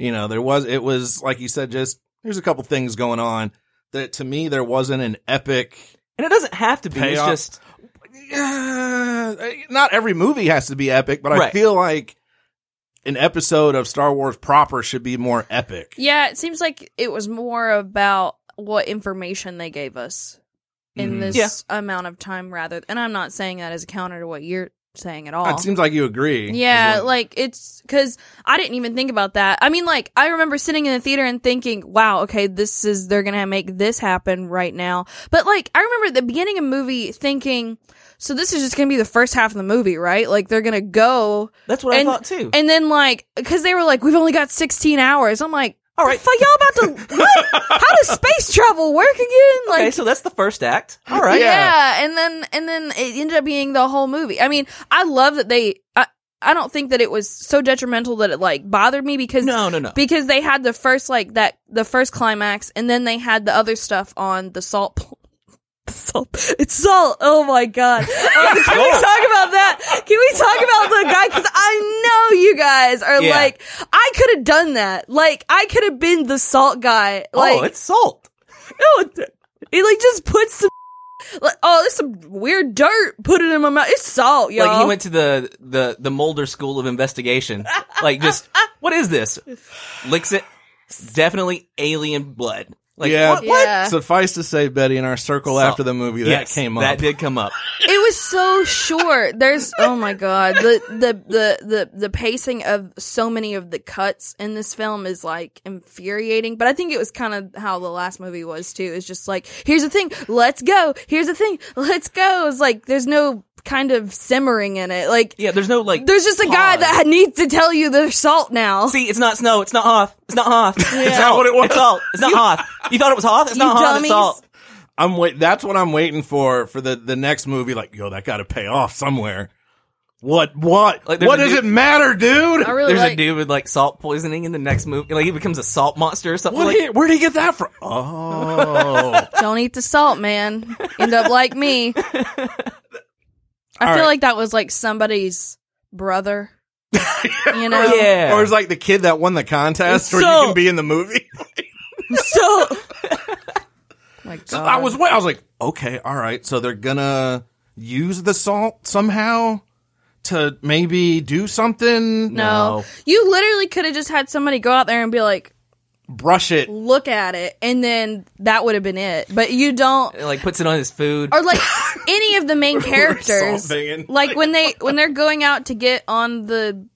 Speaker 3: You know, there was it was like you said, just there's a couple things going on that to me there wasn't an epic.
Speaker 4: and it doesn't have to be. It's
Speaker 3: Payoff.
Speaker 4: just
Speaker 3: Uh, not every movie has to be epic, but I
Speaker 4: Right.
Speaker 3: feel like an episode of Star Wars proper should be more epic.
Speaker 2: Yeah, it seems like it was more about what information they gave us in
Speaker 3: Mhm.
Speaker 2: this
Speaker 4: Yeah.
Speaker 2: amount of time rather and I'm not saying that as a counter to what you're saying at all.
Speaker 3: It seems like you agree.
Speaker 2: yeah, like it's cuz I didn't even think about that. I mean like I remember sitting in the theater and thinking, "Wow, okay, this is they're going to make this happen right now." But like I remember at the beginning of the movie thinking, "So this is just going to be the first half of the movie, right? Like they're going to go
Speaker 4: that's what
Speaker 2: And-
Speaker 4: I thought too.
Speaker 2: and then like, because they were like, we've only got 16 hours. I'm like,
Speaker 4: All
Speaker 2: all
Speaker 4: right.
Speaker 2: right, fuck y'all about to what? How does space travel work again? Like,
Speaker 4: okay, so that's the first act. All right.
Speaker 2: yeah.
Speaker 3: yeah.
Speaker 2: and then and then it ended up being the whole movie. I mean, I love that they. I, I don't think that it was so detrimental that it like bothered me because
Speaker 4: No, no, no.
Speaker 2: because they had the first like that the first climax and then they had the other stuff on the salt. pl- Salt. It's salt. Oh my god! Um, can we talk about that? Can we talk about the guy? Because I know you guys are
Speaker 4: Yeah.
Speaker 2: like, I could have done that. Like, I could have been the salt guy. Like,
Speaker 4: oh, it's salt.
Speaker 2: no, it- he like just puts some like oh, there's some weird dirt put it in my mouth. It's salt, y'all.
Speaker 4: Like he went to the the the Mulder School of Investigation. like just what is this? Licks it. Definitely alien blood. Like
Speaker 3: yeah.
Speaker 4: what?
Speaker 2: what? Yeah.
Speaker 3: Suffice to say, Betty, in our circle
Speaker 4: Salt.
Speaker 3: after the movie, that
Speaker 4: Yes,
Speaker 3: came up.
Speaker 4: That did come up.
Speaker 2: it was so short. There's oh my god, the, the the the the pacing of so many of the cuts in this film is like infuriating. But I think it was kind of how the last movie was too. It's just like here's the thing, let's go. Here's the thing, let's go. It's like there's no kind of simmering in it. Like
Speaker 4: Yeah, there's no like.
Speaker 2: there's just a guy
Speaker 4: pause.
Speaker 2: that needs to tell you there's salt now.
Speaker 4: See, it's not snow. It's not Hoth. It's not Hoth. It's not
Speaker 3: what it was.
Speaker 4: It's salt. It's not Hoth. You thought it was Hoth? It's
Speaker 2: You
Speaker 4: not Hoth.
Speaker 2: dummies.
Speaker 4: It's salt.
Speaker 3: I'm wait. That's what I'm waiting for for the the next movie. Like, yo, that got to pay off somewhere. What? What?
Speaker 4: Like, there's
Speaker 3: what
Speaker 4: a
Speaker 3: does
Speaker 4: new-
Speaker 3: it matter, dude?
Speaker 2: I really
Speaker 4: There's a
Speaker 2: like-
Speaker 4: dude with like salt poisoning in the next movie. Like he becomes a salt monster or something.
Speaker 3: What
Speaker 4: like
Speaker 3: he- where'd he get that from? Oh,
Speaker 2: Don't eat the salt, man. End up like me. I
Speaker 3: All
Speaker 2: feel
Speaker 3: right.
Speaker 2: like that was like somebody's brother. You know?
Speaker 4: Yeah.
Speaker 3: or it's like the kid that won the contest, where
Speaker 2: So-
Speaker 3: you can be in the movie.
Speaker 2: So my
Speaker 3: So
Speaker 2: God.
Speaker 3: I was wait. I was like, okay, all right. So they're gonna use the salt somehow to maybe do something.
Speaker 2: no.
Speaker 4: No.
Speaker 2: You literally could have just had somebody go out there and be like,
Speaker 3: Brush it.
Speaker 2: look at it, and then that would have been it. But you don't
Speaker 4: like puts it on his food.
Speaker 2: or like any of the main characters
Speaker 3: salting.
Speaker 2: like when they when they're going out to get on the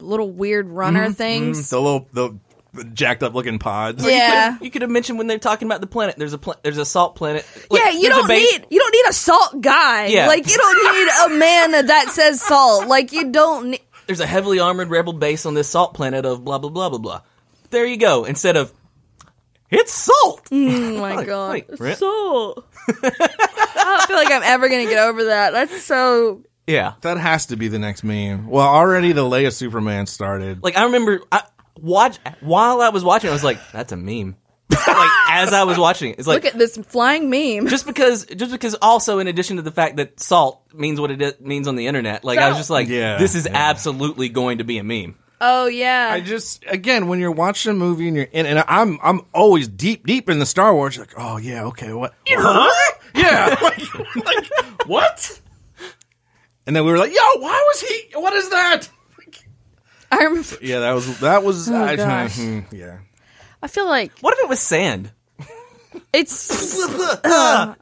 Speaker 2: little weird runner
Speaker 3: Mm-hmm.
Speaker 2: things
Speaker 3: The little the, the jacked up looking pods.
Speaker 2: yeah
Speaker 4: You could have mentioned when they're talking about the planet. There's a pla- there's a salt planet.
Speaker 2: yeah,
Speaker 4: Like,
Speaker 2: you
Speaker 4: there's a
Speaker 2: don't
Speaker 4: base-
Speaker 2: need you don't need a salt guy.
Speaker 4: Yeah.
Speaker 2: Like you don't need a man that, that says salt. Like you don't need
Speaker 4: There's a heavily armored rebel base on this salt planet of blah blah blah blah blah. There you go. Instead of it's salt.
Speaker 2: Oh my god.
Speaker 4: like, Brent?
Speaker 2: salt. I don't feel like I'm ever gonna get over that. That's so
Speaker 4: Yeah.
Speaker 3: That has to be the next meme. Well, already the Leia Superman started.
Speaker 4: Like I remember I watch while I was watching, I was like, "That's a meme." like as I was watching it. It's like
Speaker 2: Look at this flying meme.
Speaker 4: just because just because also in addition to the fact that salt means what it i- means on the internet like i was
Speaker 2: Salt.
Speaker 4: just like
Speaker 3: Yeah,
Speaker 4: this is
Speaker 3: yeah.
Speaker 4: absolutely going to be a meme
Speaker 2: oh yeah.
Speaker 3: I just again when you're watching a movie and you're in and I'm I'm always deep deep in the Star Wars like oh yeah okay what what? yeah like, like, what and then we were like yo why was he what is that
Speaker 2: I remember,
Speaker 3: yeah that was that was I,
Speaker 2: Oh, gosh.
Speaker 3: hmm, yeah
Speaker 2: I feel like
Speaker 4: what if it was sand
Speaker 2: it's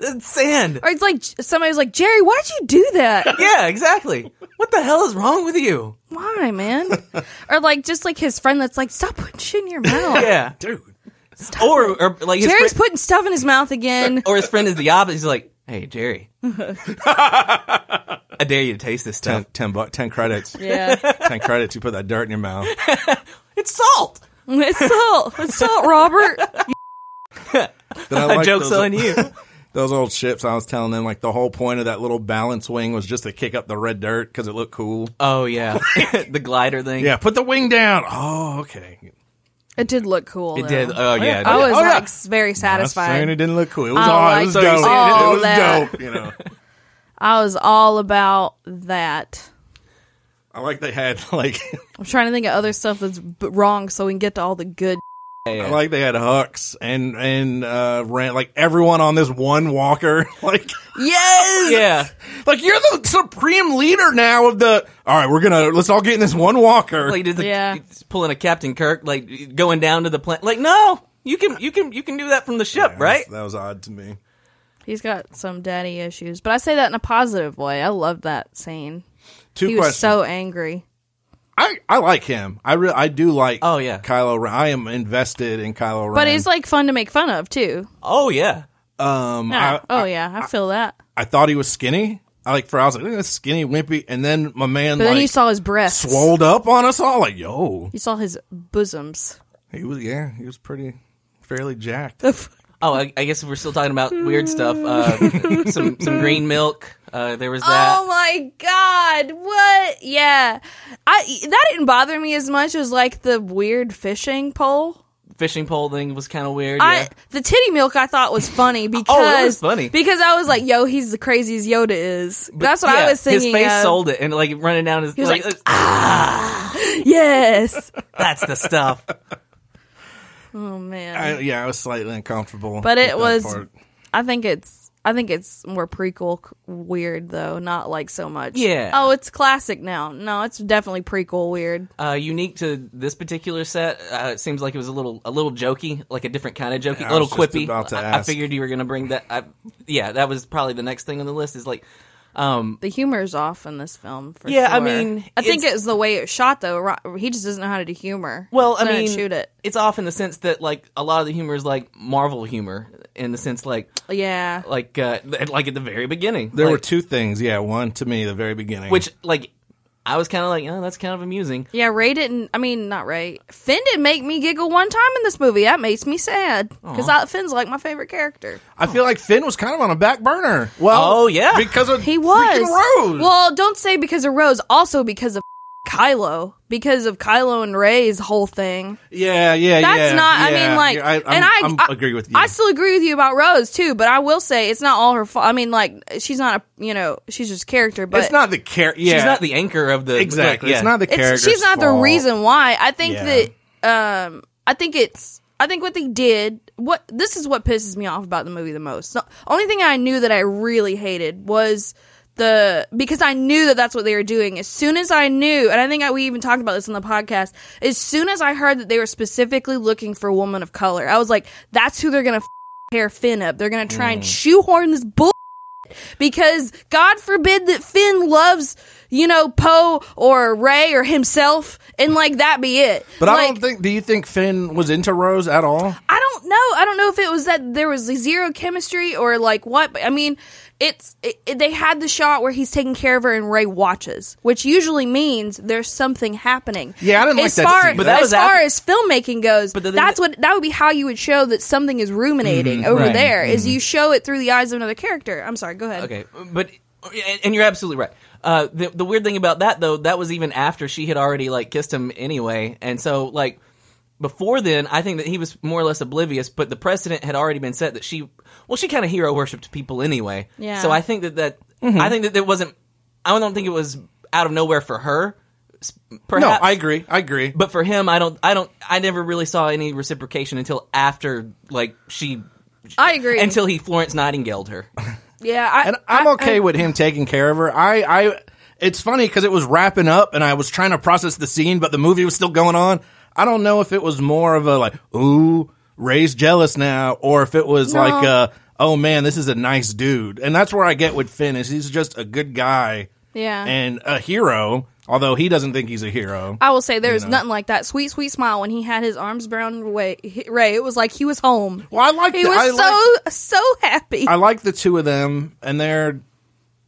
Speaker 4: It's sand
Speaker 2: or it's like somebody was like, Jerry, why'd you do that?
Speaker 4: yeah exactly what the hell is wrong with you
Speaker 2: Why, man? or like just like his friend that's like, stop putting shit in your mouth.
Speaker 4: yeah
Speaker 3: dude
Speaker 4: or, or like his
Speaker 2: Jerry's
Speaker 4: friend,
Speaker 2: putting stuff in his mouth again.
Speaker 4: or his friend is the opposite he's like hey jerry i dare you to taste this
Speaker 3: ten
Speaker 4: stuff
Speaker 3: ten buck ten credits
Speaker 2: yeah.
Speaker 3: ten credits you put that dart in your mouth
Speaker 4: it's salt
Speaker 2: It's salt. It's salt, Robert.
Speaker 3: then I
Speaker 4: my
Speaker 3: like
Speaker 4: joke's
Speaker 3: those-
Speaker 4: on you
Speaker 3: those old ships I was telling them like the whole point of that little balance wing was just to kick up the red dirt because it looked cool
Speaker 4: oh yeah the glider thing
Speaker 3: yeah put the wing down oh okay
Speaker 2: It did look cool.
Speaker 4: it
Speaker 2: though.
Speaker 4: did oh yeah it
Speaker 2: I
Speaker 4: did.
Speaker 2: was
Speaker 3: Oh, yeah.
Speaker 2: like s- very
Speaker 3: I'm saying
Speaker 2: satisfied.
Speaker 3: it didn't look cool. It was
Speaker 2: I
Speaker 3: all
Speaker 2: like
Speaker 3: it was
Speaker 2: those.
Speaker 3: dope.
Speaker 2: All
Speaker 3: it was
Speaker 2: that.
Speaker 3: dope. You know,
Speaker 2: I was all about that.
Speaker 3: I like they had like
Speaker 2: I'm trying to think of other stuff that's b- wrong so we can get to all the good.
Speaker 4: Yeah.
Speaker 3: I like they had Hux and and uh ran like everyone on this one walker. Like
Speaker 2: Yes!
Speaker 4: yeah
Speaker 3: like you're the supreme leader now of the. All right, we're gonna let's all get in this one walker.
Speaker 4: like did the,
Speaker 2: Yeah.
Speaker 4: it's pulling a Captain Kirk, like going down to the planet. Like, no, you can, you can, you can do that from the ship,
Speaker 3: Yeah,
Speaker 4: right?
Speaker 3: That was odd to me.
Speaker 2: He's got some daddy issues, but I say that in a positive way. I love that scene.
Speaker 3: Two
Speaker 2: he was
Speaker 3: questions.
Speaker 2: so angry.
Speaker 3: I I like him. I re- I do like.
Speaker 4: Oh, yeah.
Speaker 3: Kylo Ren. I am invested in Kylo Ren.
Speaker 2: But it's like fun to make fun of too.
Speaker 4: Oh yeah,
Speaker 3: um,
Speaker 2: No.
Speaker 3: I,
Speaker 2: oh yeah, I feel that.
Speaker 3: I thought he was skinny. I like for I was like, look at this skinny, wimpy, and then my man
Speaker 2: But
Speaker 3: like
Speaker 2: then you saw his breasts.
Speaker 3: swolled up on us all. Like yo,
Speaker 2: You saw his bosoms.
Speaker 3: He was yeah, he was pretty fairly jacked.
Speaker 4: Oh, I, I guess if we're still talking about weird stuff, uh, some some green milk. Uh, there was that.
Speaker 2: Oh my god! What? Yeah, I that didn't bother me as much as like the weird fishing pole.
Speaker 4: Fishing pole thing was kind of weird. yeah. Oh,
Speaker 2: I the titty milk I thought was funny because
Speaker 4: funny.
Speaker 2: because I was like, "Yo, he's the craziest Yoda is." That's what I
Speaker 4: Yeah,
Speaker 2: was thinking.
Speaker 4: His face
Speaker 2: of.
Speaker 4: sold it, and like running down his
Speaker 2: was
Speaker 4: like, "Ah,
Speaker 2: like, "Ah." Yes.
Speaker 4: that's the stuff.
Speaker 2: oh man.
Speaker 3: I,
Speaker 2: I,
Speaker 3: yeah, I was slightly uncomfortable.
Speaker 2: But it
Speaker 3: with that
Speaker 2: was-
Speaker 3: part.
Speaker 2: think it's I think it's more prequel c- weird though, not like so much.
Speaker 4: Yeah.
Speaker 2: Oh, it's classic now. No, it's definitely prequel weird.
Speaker 4: Uh, unique to this particular set, uh, it seems like it was a little a little jokey, like a different kind of jokey,
Speaker 3: Yeah,
Speaker 4: a
Speaker 3: I
Speaker 4: little
Speaker 3: was just
Speaker 4: quippy.
Speaker 3: about to
Speaker 4: I- I,
Speaker 3: ask.
Speaker 4: figured you were gonna bring that. I, yeah, that was probably the next thing on the list. Is like, um,
Speaker 2: The humor's off in this film. For
Speaker 4: Yeah, I
Speaker 2: sure.
Speaker 4: mean,
Speaker 2: I think
Speaker 4: it's-
Speaker 2: it's the way it was shot though. Ro- He just doesn't know how to do humor.
Speaker 4: Well, I
Speaker 2: He didn't
Speaker 4: mean,
Speaker 2: shoot it.
Speaker 4: It's off in the sense that like a lot of the humor is like Marvel humor in the sense like
Speaker 2: Yeah.
Speaker 4: like uh, th- like at the very beginning.
Speaker 3: There
Speaker 4: Like,
Speaker 3: were two things. Yeah, one to me the very beginning,
Speaker 4: which like I was kind of like, oh, that's kind of amusing.
Speaker 2: Yeah, Ray didn't. I mean, not Ray. Finn didn't make me giggle one time in this movie. That makes me sad because Finn's like my favorite character.
Speaker 3: I feel like Finn was kind of on a back burner. Well,
Speaker 4: Oh, yeah.
Speaker 3: because of
Speaker 2: He was.
Speaker 3: freaking Rose.
Speaker 2: Well, don't say because of Rose. Also because of Kylo. Because of Kylo and Ray's whole thing.
Speaker 3: yeah, yeah, yeah.
Speaker 2: That's not. I
Speaker 3: yeah.
Speaker 2: mean, like,
Speaker 3: Yeah, I, I'm-
Speaker 2: and I,
Speaker 3: I'm
Speaker 2: I
Speaker 3: agree with you.
Speaker 2: I still agree with you about Rose too. But I will say it's not all her fault. I mean, like, she's not a. You know, she's just character. But
Speaker 3: it's not the character. Yeah,
Speaker 4: She's not the anchor of the
Speaker 3: exactly.
Speaker 4: like, yeah.
Speaker 3: It's not the character.
Speaker 2: it's, she's not the reason why. I think
Speaker 3: Yeah.
Speaker 2: that um I think it's I think what they did what this is what pisses me off about the movie the most. The only thing I knew that I really hated was the because I knew that that's what they were doing. As soon as I knew, and I think I, we even talked about this on the podcast. As soon as I heard that they were specifically looking for a woman of color, I was like, "That's who they're gonna f- hair Finn up. They're gonna try
Speaker 3: Mm.
Speaker 2: and shoehorn this bull." because God forbid that Finn loves, you know, Poe or Ray or himself, and like that be it.
Speaker 3: But I
Speaker 2: like,
Speaker 3: don't think. Do you think Finn was into Rose at all?
Speaker 2: I don't know. I don't know if it was that there was zero chemistry or like what. But I mean, it's it, it- they had the shot where he's taking care of her and Ray watches, which usually means there's something happening.
Speaker 3: Yeah, I didn't like
Speaker 2: as
Speaker 3: that
Speaker 2: far,
Speaker 3: scene. But
Speaker 4: that was
Speaker 2: as far
Speaker 4: after-
Speaker 2: as filmmaking goes,
Speaker 4: But
Speaker 2: but
Speaker 4: the thing
Speaker 2: that's
Speaker 4: that-
Speaker 2: what that would be how you would show that something is ruminating
Speaker 3: Mm-hmm.
Speaker 2: over
Speaker 4: right.
Speaker 2: there. Is you show it through the eyes of another character. I'm sorry. Go ahead.
Speaker 4: Okay, but and- and you're absolutely right. Uh, the the weird thing about that though, that was even after she had already like kissed him anyway, and so like, before then, I think that he was more or less oblivious, but the precedent had already been set that she, well, she kind of hero worshipped people anyway.
Speaker 2: Yeah.
Speaker 4: So I think that that
Speaker 3: Mm-hmm.
Speaker 4: I think that there wasn't. I don't think it was out of nowhere for her. s-
Speaker 3: No,
Speaker 4: Perhaps,
Speaker 3: I agree. I agree.
Speaker 4: But for him, I don't. I don't. I never really saw any reciprocation until after, like she,
Speaker 2: I agree.
Speaker 4: until he Florence Nightingale her.
Speaker 2: yeah, I,
Speaker 3: and I'm
Speaker 2: I-
Speaker 3: okay
Speaker 2: I-
Speaker 3: with him taking care of her. I, I, it's funny because it was wrapping up, and I was trying to process the scene, but the movie was still going on. I don't know if it was more of a like, ooh, Ray's jealous now, or if it was
Speaker 2: No.
Speaker 3: like, uh, oh man, this is a nice dude. And that's where I get with Finn is he's just a good guy,
Speaker 2: Yeah.
Speaker 3: and a hero. Although he doesn't think he's a hero.
Speaker 2: I will say there's nothing like that sweet, sweet smile when he had his arms around Ray. Ray, it was like he was home.
Speaker 3: well, I like
Speaker 2: He
Speaker 3: the-
Speaker 2: was
Speaker 3: I like-
Speaker 2: so so happy.
Speaker 3: I like the two of them, and they're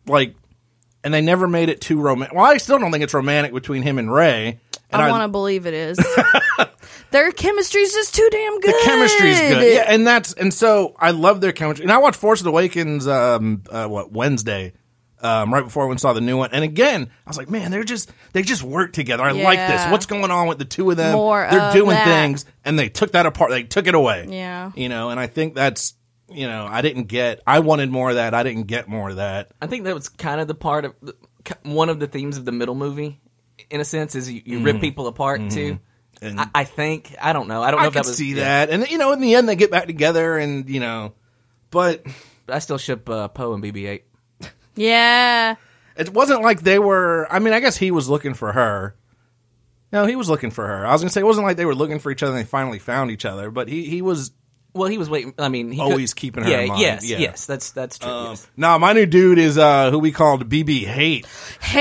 Speaker 3: like, and they never made it too romantic. Well, I still don't think it's romantic between him and Ray. And
Speaker 2: I want to believe it is. Their chemistry's just too damn good.
Speaker 3: the chemistry's good, yeah, and that's and so I love their chemistry. And I watched Force Awakens, um, uh, what Wednesday, um, right before I went and saw the new one. And again, I was like, man, they're just they just work together. I like this.
Speaker 2: Yeah.
Speaker 3: What's going on with the two of them?
Speaker 2: More
Speaker 3: they're
Speaker 2: of
Speaker 3: doing
Speaker 2: that.
Speaker 3: things, and they took that apart. They took it away.
Speaker 2: Yeah.
Speaker 3: you know, and I think that's. You know, I didn't get. I wanted more of that. I didn't get more of that.
Speaker 4: I think that was kind of the part of one of the themes of the middle movie, in a sense, is you, you rip people apart too.
Speaker 3: Mm-hmm. And-
Speaker 4: I, I think I don't know. I don't know
Speaker 3: I
Speaker 4: if that
Speaker 3: could
Speaker 4: was
Speaker 3: see
Speaker 4: yeah.
Speaker 3: that, and you know, in the end, they get back together, and you know, but
Speaker 4: I still ship uh, Poe and BB-8.
Speaker 2: Yeah.
Speaker 3: it wasn't like they were. I mean, I guess he was looking for her. No, he was looking for her. I was gonna say it wasn't like they were looking for each other and they finally found each other, but he he was.
Speaker 4: Well, he was waiting. I mean, he
Speaker 3: Always
Speaker 4: could,
Speaker 3: keeping her
Speaker 4: Yeah,
Speaker 3: in mind,
Speaker 4: yes,
Speaker 3: yeah.
Speaker 4: yes. That's that's true.
Speaker 3: Um,
Speaker 4: yes.
Speaker 3: nah, my new dude is uh, who we called BB Hate.
Speaker 2: Hell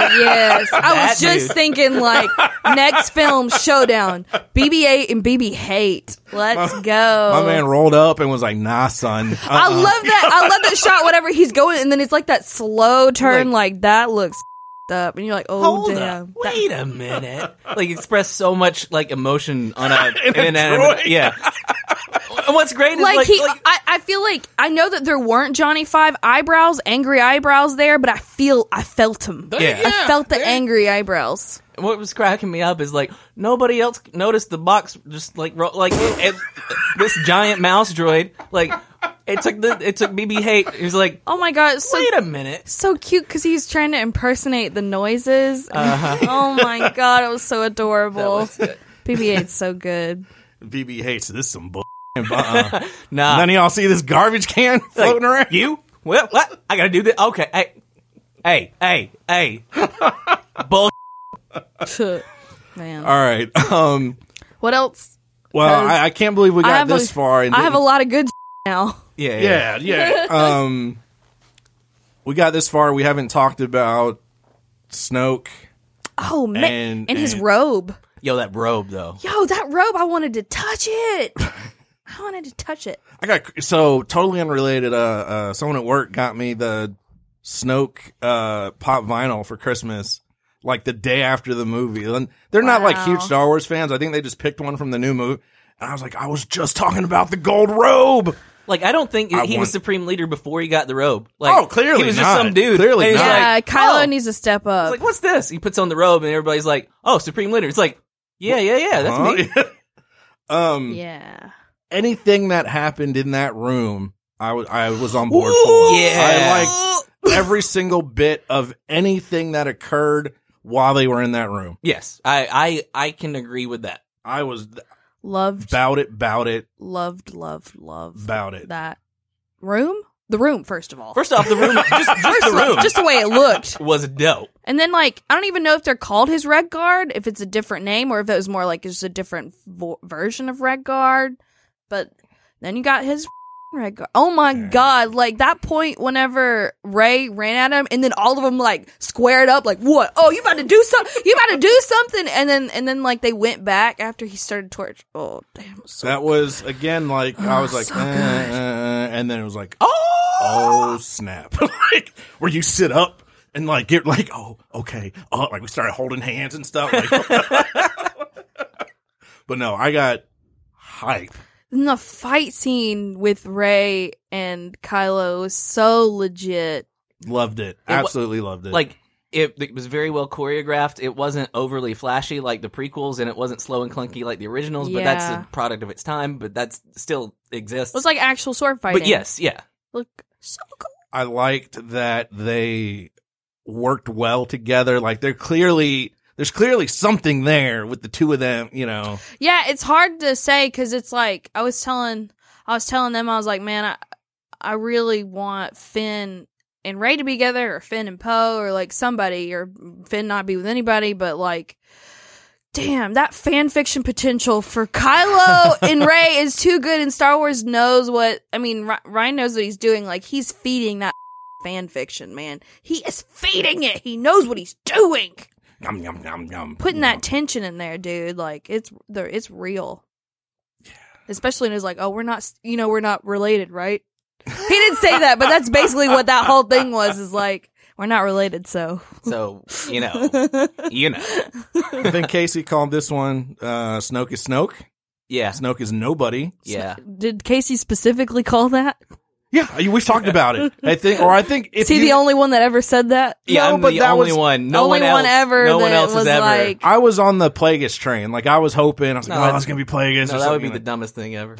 Speaker 2: yes. I was just
Speaker 4: That dude.
Speaker 2: thinking like next film showdown. BB eight and BB hate. Let's go.
Speaker 3: My man rolled up and was like, "Nah, son."
Speaker 2: Oh. I
Speaker 3: Uh-uh.
Speaker 2: love that. I love that shot whenever he's going and then it's like that slow turn
Speaker 3: Like-
Speaker 2: like, that looks up and you're like, "Oh
Speaker 4: Hold
Speaker 2: damn."
Speaker 4: up!
Speaker 2: That-
Speaker 4: Wait a minute! like expressed so much like emotion on a
Speaker 3: In a
Speaker 4: an
Speaker 3: droid.
Speaker 4: inanimate. Yeah. and what's great is
Speaker 2: like,
Speaker 4: like,
Speaker 2: he
Speaker 4: like-
Speaker 2: I, I feel like I know that there weren't Johnny Five eyebrows, angry eyebrows there, but I feel I felt him.
Speaker 4: Yeah.
Speaker 2: I felt the angry eyebrows.
Speaker 4: what was cracking me up is like nobody else noticed the box just like ro- like it, this giant mouse droid like it took the it took BB hate he was like
Speaker 2: Oh my god, it's so
Speaker 4: wait a minute
Speaker 2: so cute because he's trying to impersonate the noises. oh my god, it was so adorable.
Speaker 4: Uh-huh. was good.
Speaker 2: BB-8's so good.
Speaker 3: BB Hate's this some bull. Uh-uh.
Speaker 4: nah
Speaker 3: None of y'all see this garbage can floating around. You
Speaker 4: well what I gotta do this okay hey hey hey hey bull
Speaker 2: Man,
Speaker 3: all right? Um,
Speaker 2: what else?
Speaker 3: well,
Speaker 2: 'Cause
Speaker 3: I, I can't believe we
Speaker 2: I
Speaker 3: got
Speaker 2: have
Speaker 3: this
Speaker 2: a,
Speaker 3: far. And
Speaker 2: I have
Speaker 3: didn't-
Speaker 2: a lot of good now.
Speaker 4: yeah yeah
Speaker 3: Yeah, yeah. um, we got this far. We haven't talked about Snoke.
Speaker 2: Oh man,
Speaker 3: And-
Speaker 2: and, his
Speaker 3: and-
Speaker 2: robe.
Speaker 4: yo that robe though
Speaker 2: Yo, that robe! I wanted to touch it. I wanted to touch it.
Speaker 3: I got so totally unrelated. Uh, uh, someone at work got me the Snoke uh, pop vinyl for Christmas, like the day after the movie. And they're not like
Speaker 2: Wow.
Speaker 3: huge Star Wars fans. I think they just picked one from the new movie. And I was like, I was just talking about the gold robe.
Speaker 4: like I don't think
Speaker 3: I
Speaker 4: he
Speaker 3: want-
Speaker 4: was supreme leader before he got the robe like
Speaker 3: Oh, clearly
Speaker 4: he was
Speaker 3: not.
Speaker 4: just some dude
Speaker 3: Clearly
Speaker 4: And he's
Speaker 3: not.
Speaker 4: like,
Speaker 2: Yeah, Kylo
Speaker 4: oh.
Speaker 2: needs to step up.
Speaker 4: It's like, what's this? He puts on the robe, and everybody's like, oh, Supreme Leader. It's like, yeah, yeah, yeah, that's me.
Speaker 3: Huh?
Speaker 4: Mm.
Speaker 3: um,
Speaker 2: yeah,
Speaker 3: anything that happened in that room, I was I was on board for.
Speaker 4: Yeah.
Speaker 3: I like every single bit of anything that occurred while they were in that room.
Speaker 4: Yes, I, I, I can agree with that.
Speaker 3: I was th-
Speaker 2: loved,
Speaker 3: about it, about it,
Speaker 2: loved, loved, loved
Speaker 3: about it.
Speaker 2: that room. The room, first of all.
Speaker 4: First off, the room, just, just
Speaker 2: First
Speaker 4: the
Speaker 2: of all,
Speaker 4: room,
Speaker 2: just the way it looked.
Speaker 4: was dope.
Speaker 2: And then, like, I don't even know if they're called his Red Guard, if it's a different name, or if it was more like just a different vo- version of Red Guard. But then you got his Red Guard. Oh my God. Like, that point whenever Ray ran at him, and then all of them, like, squared up, like, what? Oh, you about to do something? You about to do something? And then, and then, like, they went back after he started torch. Oh, damn. it was So Oh,
Speaker 3: That was again like I was like,
Speaker 2: so
Speaker 3: eh,
Speaker 2: good.
Speaker 3: eh, eh, and then it was like, oh, snap! like where you sit up and like get like, oh, okay, oh, like we started holding hands and stuff. Like, but no, I got hype.
Speaker 2: And the fight scene with Ray and Kylo was so legit.
Speaker 3: Loved it.
Speaker 4: wa-
Speaker 3: Absolutely loved it.
Speaker 4: Like, it, it was very well choreographed. It wasn't overly flashy like the prequels, and it wasn't slow and clunky like the originals. But that's
Speaker 2: Yeah.
Speaker 4: a product of its time. But that's still exists.
Speaker 2: It was like actual sword fighting.
Speaker 4: but yes, yeah,
Speaker 2: Look so cool.
Speaker 3: I liked that they worked well together. Like they're clearly there's clearly something there with the two of them. You know,
Speaker 2: Yeah, it's hard to say because it's like I was telling, I was telling them I was like, man, I, I really want Finn and Ray to be together, or Finn and Poe, or like somebody, or Finn not be with anybody, but like. Damn, that fan fiction potential for Kylo and Ray is too good, and Star Wars knows what. I mean, Ry- Ryan knows what he's doing. Like he's feeding that fan fiction, man. He is feeding it. He knows what he's doing
Speaker 3: yum yum yum yum.
Speaker 2: putting that tension in there, dude. Like it's there, it's real. Especially when it's like, oh, we're not, you know, we're not related, right? He didn't say that, but that's basically what that whole thing was. Is like, we're not related, so
Speaker 4: so you know, you know,
Speaker 3: I think Casey called this one uh, "Snoke is Snoke."
Speaker 4: yeah,
Speaker 3: Snoke is nobody.
Speaker 4: yeah.
Speaker 2: did Casey specifically call that?
Speaker 3: Yeah, you- we've talked about it. I think, or I think if
Speaker 2: Is he
Speaker 3: you-
Speaker 2: the only one that ever said that?
Speaker 4: Yeah,
Speaker 3: No,
Speaker 4: I'm
Speaker 3: but
Speaker 4: the
Speaker 3: that
Speaker 4: only
Speaker 3: was-
Speaker 4: one. No
Speaker 2: only
Speaker 4: one else.
Speaker 2: ever.
Speaker 4: No one
Speaker 2: that
Speaker 4: else
Speaker 2: was
Speaker 4: has ever.
Speaker 2: like,
Speaker 3: I was on the Plagueis train. Like I was hoping, I was like,
Speaker 4: No,
Speaker 3: "Oh,
Speaker 4: that's-
Speaker 3: it's gonna be Plagueis."
Speaker 4: no,
Speaker 3: or
Speaker 4: that would
Speaker 3: something
Speaker 4: be the
Speaker 3: like-
Speaker 4: dumbest thing ever.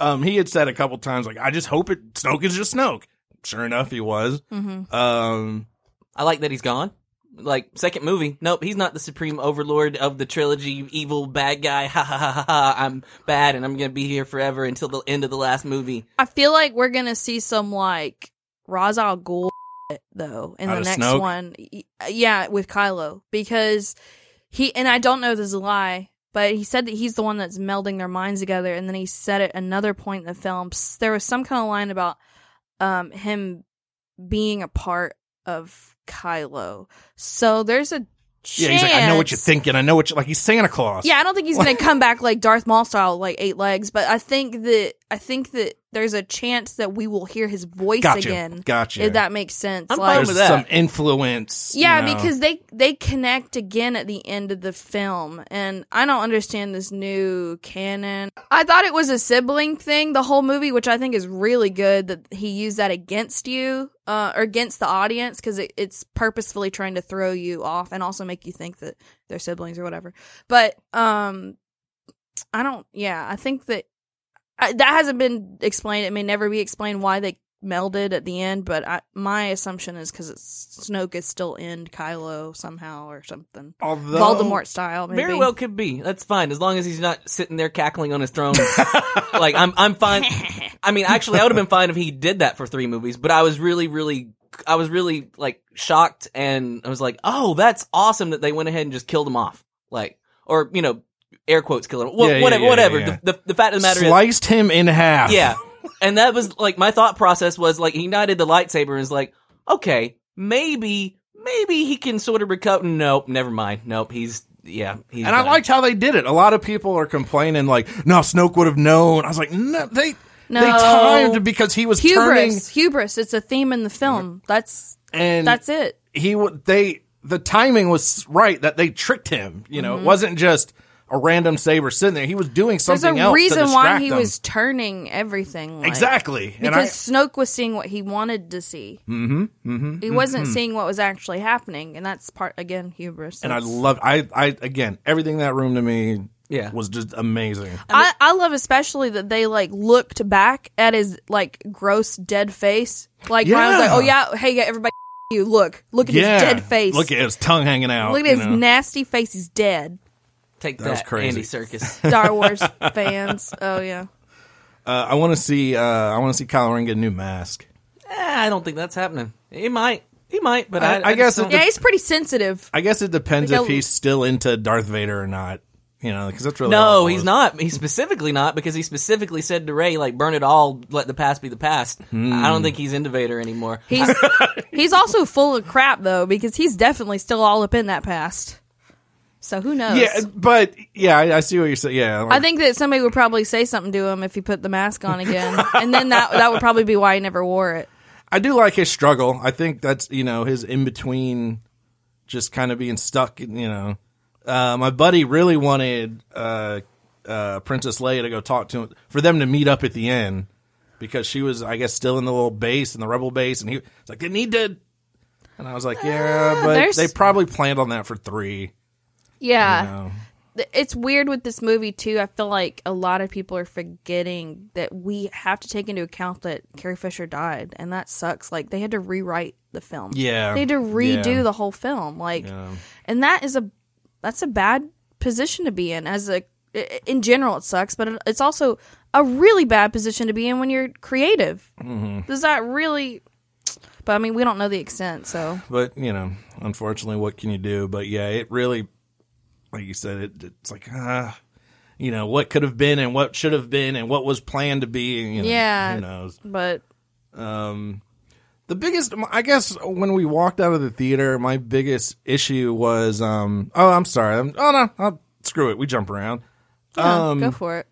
Speaker 3: Um, he had said a couple times, like, "I just hope it Snoke is just Snoke." Sure enough, he was.
Speaker 2: Mhm.
Speaker 3: Um,
Speaker 4: I like that he's gone. Like second movie, nope, he's not the supreme overlord of the trilogy. Evil bad guy, ha ha ha ha. ha. I'm bad, and I'm gonna be here forever until the end of the last movie.
Speaker 2: I feel like we're gonna see some like Ra's al Ghul shit, though in
Speaker 3: Out
Speaker 2: the
Speaker 3: of
Speaker 2: next
Speaker 3: Snoke?
Speaker 2: one. Y- uh, Yeah, with Kylo because he and I don't know if this is a lie, but he said that he's the one that's melding their minds together, and then he said at another point in the film s- there was some kind of line about um him being a part of Kylo. So there's a chance.
Speaker 3: yeah, he's like, "I know what you're thinking. I know what you like." He's Santa Claus.
Speaker 2: Yeah, I don't think he's going to come back like Darth Maul style, like eight legs. But I think that I think that there's a chance that we will hear his voice
Speaker 3: gotcha,
Speaker 2: again.
Speaker 3: gotcha.
Speaker 2: If that makes sense,
Speaker 4: I'm
Speaker 2: like
Speaker 4: fine
Speaker 3: There's
Speaker 4: with that.
Speaker 3: some influence. you
Speaker 2: yeah,
Speaker 3: know.
Speaker 2: because they they connect again at the end of the film, and I don't understand this new canon. I thought it was a sibling thing the whole movie, which I think is really good that he used that against you uh, or against the audience because it, it's purposefully trying to throw you off and also make you think that they're siblings or whatever. But um, I don't. Yeah, I think that I, that hasn't been explained. It may never be explained why they melded at the end, but I, my assumption is because Snoke is still in Kylo somehow or something,
Speaker 3: although
Speaker 2: Voldemort style. Maybe.
Speaker 4: Very well could be. That's fine as long as he's not sitting there cackling on his throne. like I'm, I'm fine. I mean, actually, I would have been fine if he did that for three movies. But I was really, really, I was really like shocked, and I was like, oh, that's awesome that they went ahead and just killed him off. Like, or you know, air quotes killing him. Wha-
Speaker 3: Yeah, yeah,
Speaker 4: whatever,
Speaker 3: yeah,
Speaker 4: whatever.
Speaker 3: yeah, yeah.
Speaker 4: The, the, the fact of the matter is,
Speaker 3: sliced him in half.
Speaker 4: yeah. And that was like my thought process was like he knighted the lightsaber and was like, okay, maybe maybe he can sort of recover. Nope, never mind. Nope, he's yeah. He's
Speaker 3: And I
Speaker 4: done.
Speaker 3: liked how they did it. A lot of people are complaining, like, no, Snoke would have known. I was like, no, they
Speaker 2: No.
Speaker 3: they timed because he was turning,
Speaker 2: hubris, hubris. It's a theme in the film. That's
Speaker 3: and
Speaker 2: that's it.
Speaker 3: he w- they the timing was right that they tricked him. You know, it wasn't just a random saber sitting there. He was doing
Speaker 2: Mm-hmm. There's
Speaker 3: something
Speaker 2: a
Speaker 3: else. to
Speaker 2: reason why
Speaker 3: distract
Speaker 2: he
Speaker 3: them.
Speaker 2: was turning everything. Like,
Speaker 3: exactly. And I,
Speaker 2: Because Snoke was seeing what he wanted to see. Mm-hmm. mm-hmm he wasn't seeing what was actually happening, and that's part again hubris.
Speaker 3: and I
Speaker 2: That's-
Speaker 3: love I I again everything in that room to me
Speaker 4: Yeah.
Speaker 3: was just amazing.
Speaker 2: I, I love especially that they like looked back at his like gross dead face. Like Ryan was like,
Speaker 3: Yeah.
Speaker 2: "Oh yeah, hey everybody, you look, look at
Speaker 3: yeah,
Speaker 2: his dead face.
Speaker 3: Look at his tongue hanging out.
Speaker 2: Look at
Speaker 3: you
Speaker 2: his
Speaker 3: know.
Speaker 2: nasty face. He's dead."
Speaker 4: Take that,
Speaker 3: was crazy.
Speaker 4: Andy Circus.
Speaker 2: Star Wars fans. Oh yeah,
Speaker 3: Uh, I want to see uh, I want to see Kylo Ren get a new mask.
Speaker 4: Eh, I don't think that's happening. He might. He might, but
Speaker 3: I-
Speaker 4: I,
Speaker 3: I guess
Speaker 4: just
Speaker 3: it
Speaker 4: don't-
Speaker 2: yeah. He's pretty sensitive.
Speaker 3: I guess it depends
Speaker 2: Like a-
Speaker 3: if he's still into Darth Vader or not. You know, because that's really all
Speaker 4: no,
Speaker 3: it
Speaker 4: he's
Speaker 3: was.
Speaker 4: not. He's specifically not because he specifically said to Ray, like, burn it all, let the past be the past.
Speaker 3: Hmm.
Speaker 4: I don't think he's into Vader anymore.
Speaker 2: He's he's also full of crap though because he's definitely still all up in that past. So who knows?
Speaker 3: Yeah, but yeah, I, I see what you're saying. Yeah, like,
Speaker 2: I think that somebody would probably say something to him if he put the mask on again, and then that that would probably be why he never wore it.
Speaker 3: I do like his struggle. I think that's you know his in between, just kind of being stuck. in, You know, uh, my buddy really wanted uh, uh, Princess Leia to go talk to him for them to meet up at the end because she was, I guess, still in the little base in the rebel base, and he was like, they need to And I was like, yeah, but
Speaker 2: Ah, there's-
Speaker 3: they probably planned on that for three.
Speaker 2: Yeah.
Speaker 3: You know?
Speaker 2: Th- It's weird with this movie too. I feel like a lot of people are forgetting that we have to take into account that Carrie Fisher died, and that sucks. Like they had to rewrite the film.
Speaker 3: Yeah.
Speaker 2: they had to redo
Speaker 3: Yeah.
Speaker 2: the whole film. Like,
Speaker 3: Yeah.
Speaker 2: and that is a that's a bad position to be in as a i- in general it sucks, but it- it's also a really bad position to be in when you're creative.
Speaker 3: Mm-hmm.
Speaker 2: Does that really? But I mean, we don't know the extent, so
Speaker 3: But, you know, unfortunately, what can you do? But yeah, it really, like you said, it, it's like, ah, you know, what could have been and what should have been and what was planned to be. You know,
Speaker 2: Yeah.
Speaker 3: Who knows?
Speaker 2: but
Speaker 3: The biggest, I guess, when we walked out of the theater, my biggest issue was, um, oh, I'm sorry. I'm, oh, no, I'll, screw it. We jump around.
Speaker 2: yeah,
Speaker 3: Um,
Speaker 2: go for it.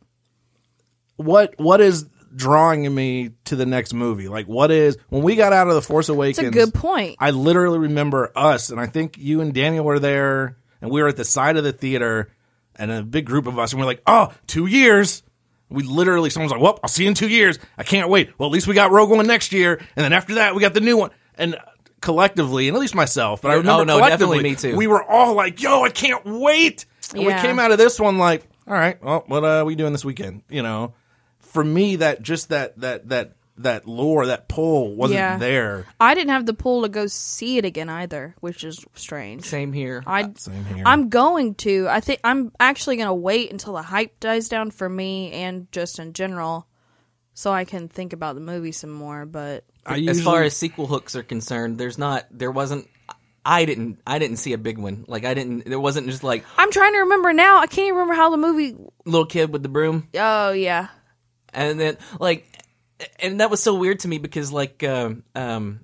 Speaker 3: What, what is drawing me to the next movie? Like, what is, when we got out of The Force
Speaker 2: It's
Speaker 3: Awakens,
Speaker 2: a good point.
Speaker 3: I literally remember us, and I think you and Daniel were there, and we were at the side of the theater, and a big group of us, and we're like, oh, two years. We literally, someone's like, well, I'll see you in two years. I can't wait. Well, at least we got Rogue One next year, and then after that, we got the new one. And collectively, and at least myself, but I
Speaker 4: Yeah,
Speaker 3: remember
Speaker 4: oh, no,
Speaker 3: collectively,
Speaker 4: definitely me too.
Speaker 3: we were all like, yo, I can't wait. And we
Speaker 2: Yeah.
Speaker 3: came out of this one like, all right, well, what uh, we doing this weekend? You know, for me, that just that that that that lore, that pull wasn't
Speaker 2: Yeah.
Speaker 3: there.
Speaker 2: I didn't have the pull to go see it again either, which is strange.
Speaker 4: Same here.
Speaker 2: I
Speaker 3: Same here.
Speaker 2: I'm going to. I think I'm actually going to wait until the hype dies down for me and just in general so I can think about the movie some more, but
Speaker 3: I
Speaker 4: as far
Speaker 3: usually-
Speaker 4: as sequel hooks are concerned, there's not, there wasn't. I didn't, I didn't see a big one. Like I didn't. There wasn't just like
Speaker 2: I'm trying to remember now. I can't even remember how the movie
Speaker 4: little kid with the broom,
Speaker 2: Oh yeah.
Speaker 4: and then like, and that was so weird to me because like, um, um,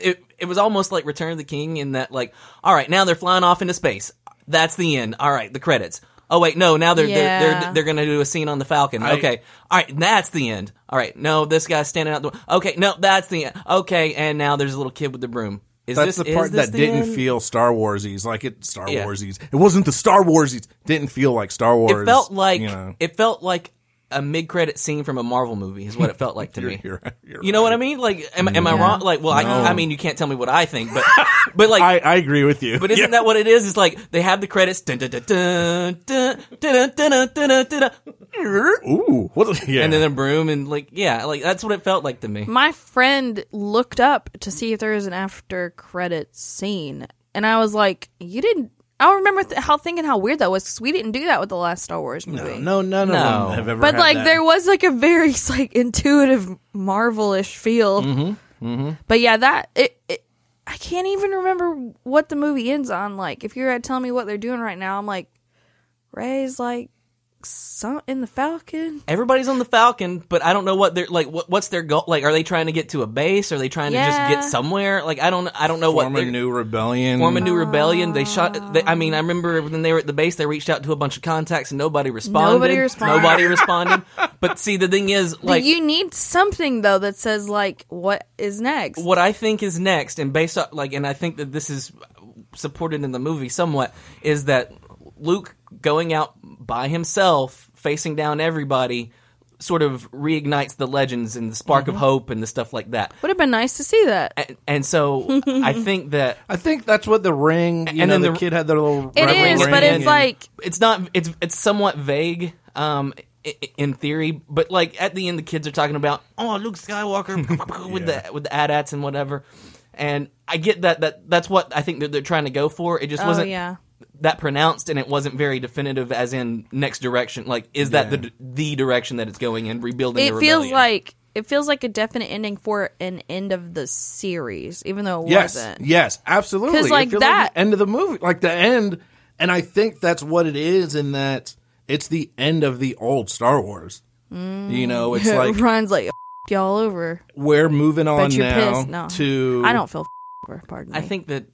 Speaker 4: it it was almost like Return of the King in that like, all right, now they're flying off into space. That's the end. All right, the credits. Oh wait, no. Now they're they're,
Speaker 2: Yeah.
Speaker 4: they're they're gonna do a scene on the Falcon. okay, all right, that's the end. All right, no, this guy's standing out the. Okay, no, that's the end. Okay, and now there's a little kid with the broom. Is
Speaker 3: That's
Speaker 4: this,
Speaker 3: the
Speaker 4: is
Speaker 3: part
Speaker 4: this
Speaker 3: that
Speaker 4: the
Speaker 3: didn't
Speaker 4: end?
Speaker 3: feel Star Warsies. Like it, Star
Speaker 4: Yeah.
Speaker 3: Warsies. It wasn't the Star Warsies. Didn't feel like Star Wars.
Speaker 4: It felt like
Speaker 3: you know,
Speaker 4: it felt like a mid-credit scene from a Marvel movie is what it felt like to me.
Speaker 3: you're- you're
Speaker 4: you know what I mean? Like, am, am I wrong? Like, well, I, I mean, you can't tell me what I think, but but like.
Speaker 3: I, I agree with you.
Speaker 4: but isn't
Speaker 3: Yeah.
Speaker 4: that what it is? It's like they have the credits. Dun, dun, dun, dun, dun, dun, dun, dun, dun, dun, dun,
Speaker 3: ooh? What? Yeah.
Speaker 4: and then a broom and like yeah, like that's what it felt like to me.
Speaker 2: My friend looked up to see if there was an after credit scene and I was like, "You didn't I remember th- how thinking how weird that was cuz we didn't do that with the last Star Wars movie.
Speaker 3: no, none of
Speaker 4: No.
Speaker 3: them have ever.
Speaker 2: but
Speaker 3: had
Speaker 2: like
Speaker 3: that.
Speaker 2: there was like a very like intuitive marvelish feel
Speaker 4: Mm-hmm.
Speaker 2: but yeah that it, it i can't even remember what the movie ends on like if you're uh, telling me what they're doing right now i'm like ray's like some in the falcon
Speaker 4: Everybody's on the Falcon, but I don't know what they're like. What, what's their goal? Like, are they trying to get to a base? Are they trying to
Speaker 2: Yeah.
Speaker 4: just get somewhere? Like, I don't, I don't know
Speaker 3: form
Speaker 4: what.
Speaker 3: a
Speaker 4: they're-
Speaker 3: new rebellion.
Speaker 4: form a new rebellion. They shot. They, I mean, I remember when they were at the base, they reached out to a bunch of contacts and nobody responded.
Speaker 2: Nobody responded.
Speaker 4: Nobody responded. But see, the thing is,
Speaker 2: but
Speaker 4: like,
Speaker 2: you need something though that says like what is next
Speaker 4: what I think is next, and based on like, and I think that this is supported in the movie somewhat, is that Luke going out by himself, facing down everybody. Sort of reignites the legends and the spark
Speaker 2: Mm-hmm.
Speaker 4: of hope and the stuff like that,
Speaker 2: would have been nice to see that
Speaker 4: and, and so I think that
Speaker 3: I think that's what the ring. You know,
Speaker 4: And then
Speaker 3: the,
Speaker 4: the-
Speaker 3: kid had their little.
Speaker 2: It
Speaker 3: rebel
Speaker 2: is,
Speaker 3: ring
Speaker 2: but
Speaker 3: and-
Speaker 2: it's like
Speaker 4: it's not it's it's somewhat vague um i- i- in theory but like at the end the kids are talking about oh luke skywalker with the with the adats and whatever and i get that that that's what i think that they're trying to go for it just
Speaker 2: oh
Speaker 4: wasn't
Speaker 2: yeah
Speaker 4: that pronounced and it wasn't very definitive as in next direction like is that the the direction that it's going in rebuilding
Speaker 2: it
Speaker 4: the
Speaker 2: feels
Speaker 4: rebellion?
Speaker 2: like it feels like a definite ending for an end of the series even though it
Speaker 3: Yes,
Speaker 2: wasn't
Speaker 3: yes, absolutely.
Speaker 2: 'Cause,
Speaker 3: It
Speaker 2: like,
Speaker 3: feels
Speaker 2: that-
Speaker 3: the end of the movie, like the end, and I think that's what it is. In that it's the end of the old Star Wars.
Speaker 2: Mm.
Speaker 3: You know, it's like
Speaker 2: Ryan's like "F- y'all over.
Speaker 3: we're moving on
Speaker 2: Bet you're
Speaker 3: now
Speaker 2: pissed. No,
Speaker 3: to
Speaker 2: I don't feel f- over. Pardon me.
Speaker 4: i think that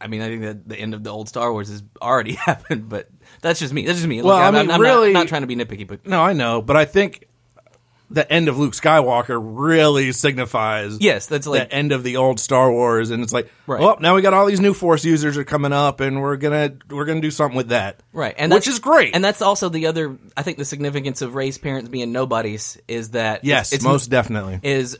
Speaker 4: I mean, I think that the end of the old Star Wars has already happened, but that's just me. That's just me.
Speaker 3: Well,
Speaker 4: Look,
Speaker 3: I
Speaker 4: I'm,
Speaker 3: mean,
Speaker 4: I'm not-
Speaker 3: really-
Speaker 4: not, trying to be nitpicky, but
Speaker 3: No, I know, but I think the end of Luke Skywalker really signifies
Speaker 4: yes, that's like
Speaker 3: the end of the old Star Wars, and it's like,
Speaker 4: Right.
Speaker 3: well, now we got all these new Force users are coming up, and we're gonna we're gonna do something with that,
Speaker 4: Right, and
Speaker 3: which
Speaker 4: that's-
Speaker 3: is great,
Speaker 4: And that's also the other. I think the significance of Ray's parents being nobodies is that
Speaker 3: yes,
Speaker 4: it's, it's
Speaker 3: most definitely.
Speaker 4: is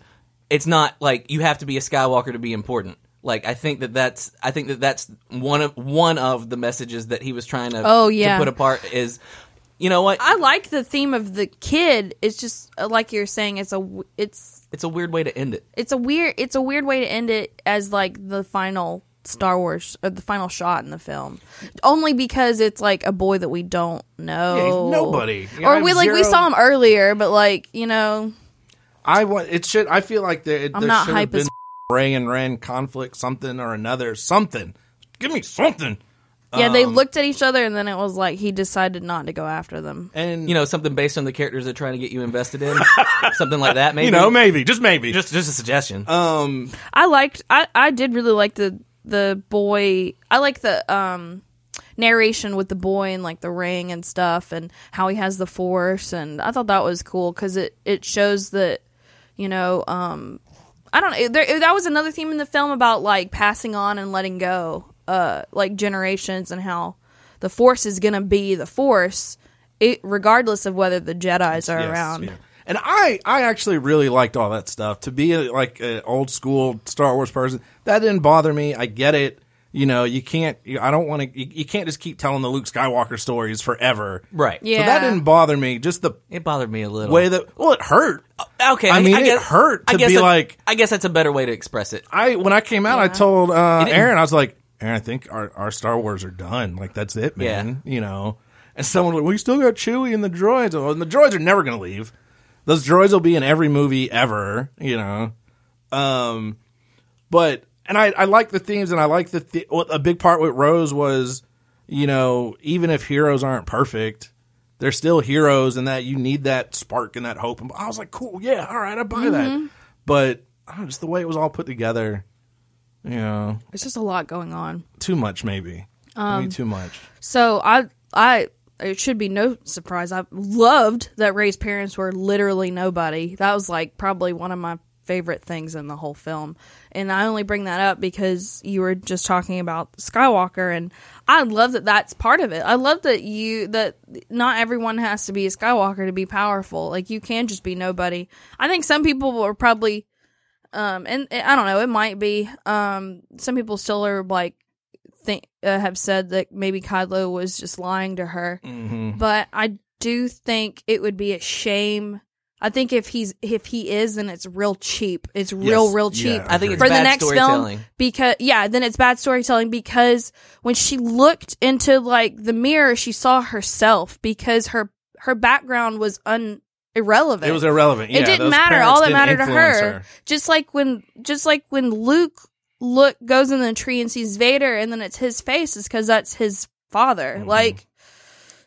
Speaker 4: it's not like you have to be a Skywalker to be important. Like I think that that's I think that that's one of one of the messages that he was trying to
Speaker 2: Oh,
Speaker 4: to
Speaker 2: yeah.
Speaker 4: put apart is you know what
Speaker 2: I like the theme of the kid. It's just uh, like you're saying. It's a w- it's
Speaker 4: it's a weird way to end it.
Speaker 2: it's a weird it's a weird way to end it as like the final Star Wars or the final shot in the film, only because it's like a boy that we don't know.
Speaker 3: Yeah, he's nobody. You know, I
Speaker 2: or
Speaker 3: have
Speaker 2: we like we
Speaker 3: zero-
Speaker 2: saw him earlier, but like you know,
Speaker 3: I want it should. I feel like there,
Speaker 2: I'm
Speaker 3: there
Speaker 2: not
Speaker 3: should
Speaker 2: hype
Speaker 3: have
Speaker 2: as
Speaker 3: been Ray and Ren conflict, something or another, something. Give me something.
Speaker 2: yeah, they
Speaker 3: Um,
Speaker 2: looked at each other and then it was like he decided not to go after them.
Speaker 3: And
Speaker 4: You know, something based on the characters they're trying to get you invested in. something like that maybe.
Speaker 3: you know, maybe just maybe.
Speaker 4: just just a suggestion.
Speaker 3: um,
Speaker 2: I liked I I did really like the the boy. I like the um narration with the boy and like the ring and stuff and how he has the force and I thought that was cool cuz it it shows that you know um I don't know there, that was another theme in the film about like passing on and letting go uh like generations and how the force is going to be the force it, regardless of whether the jedis are
Speaker 3: yes,
Speaker 2: around.
Speaker 3: yeah. And I, I actually really liked all that stuff. To be a, like an old school Star Wars person, that didn't bother me. I get it. You know, you can't. You, I don't want to. You, you can't just keep telling the Luke Skywalker stories forever.
Speaker 4: right.
Speaker 2: Yeah.
Speaker 3: So that didn't bother me. Just the
Speaker 4: It bothered me a little.
Speaker 3: way that well, it hurt.
Speaker 4: okay,
Speaker 3: I mean, it
Speaker 4: guess,
Speaker 3: hurt
Speaker 4: I
Speaker 3: to
Speaker 4: guess
Speaker 3: be
Speaker 4: that-
Speaker 3: like-
Speaker 4: I guess that's a better way to express it.
Speaker 3: I when I came out, I
Speaker 2: Yeah.
Speaker 3: told uh,
Speaker 4: didn't-
Speaker 3: Aaron, I was like, Aaron, I think our, our Star Wars are done. Like that's it, man. You know. And someone was like, we still got Chewie and the droids. Well, the droids are never going to leave. Those droids will be in every movie ever. You know. Um, but and I I like the themes and I like the, the well, a big part with Rose was you know even if heroes aren't perfect. They're still heroes, and that you need that spark and that hope. And I was like, "Cool, yeah, all right, I buy
Speaker 2: Mm-hmm.
Speaker 3: that." But I don't know, just the way it was all put together, you know,
Speaker 2: It's just a lot going on.
Speaker 3: too much maybe.
Speaker 2: Um,
Speaker 3: maybe too much.
Speaker 2: So I I it should be no surprise. I loved that Ray's parents were literally nobody. That was like probably one of my favorite things in the whole film. And I only bring that up because you were just talking about Skywalker and I love that that's part of it. I love that you that not everyone has to be a Skywalker to be powerful. Like you can just be nobody. I think some people are probably um and, and I don't know, it might be um some people still are like think uh, have said that maybe Kylo was just lying to her,
Speaker 3: Mm-hmm.
Speaker 2: but I do think it would be a shame. I think if he's if he is, then it's real cheap. It's real,
Speaker 3: Yes.
Speaker 2: real
Speaker 3: Yeah,
Speaker 2: cheap
Speaker 3: I
Speaker 4: I
Speaker 3: agree.
Speaker 4: think it's
Speaker 2: for
Speaker 4: bad
Speaker 2: the next
Speaker 4: storytelling.
Speaker 2: film because yeah, then it's bad storytelling because when she looked into like the mirror, she saw herself because her her background was un irrelevant.
Speaker 3: It was irrelevant.
Speaker 2: It
Speaker 3: Yeah,
Speaker 2: didn't
Speaker 3: those
Speaker 2: matter.
Speaker 3: parents
Speaker 2: All that
Speaker 3: didn't
Speaker 2: mattered to
Speaker 3: influence
Speaker 2: her, just like when, just like when Luke look goes in the tree and sees Vader, and then it's his face, is because that's his father.
Speaker 3: Mm-hmm.
Speaker 2: Like,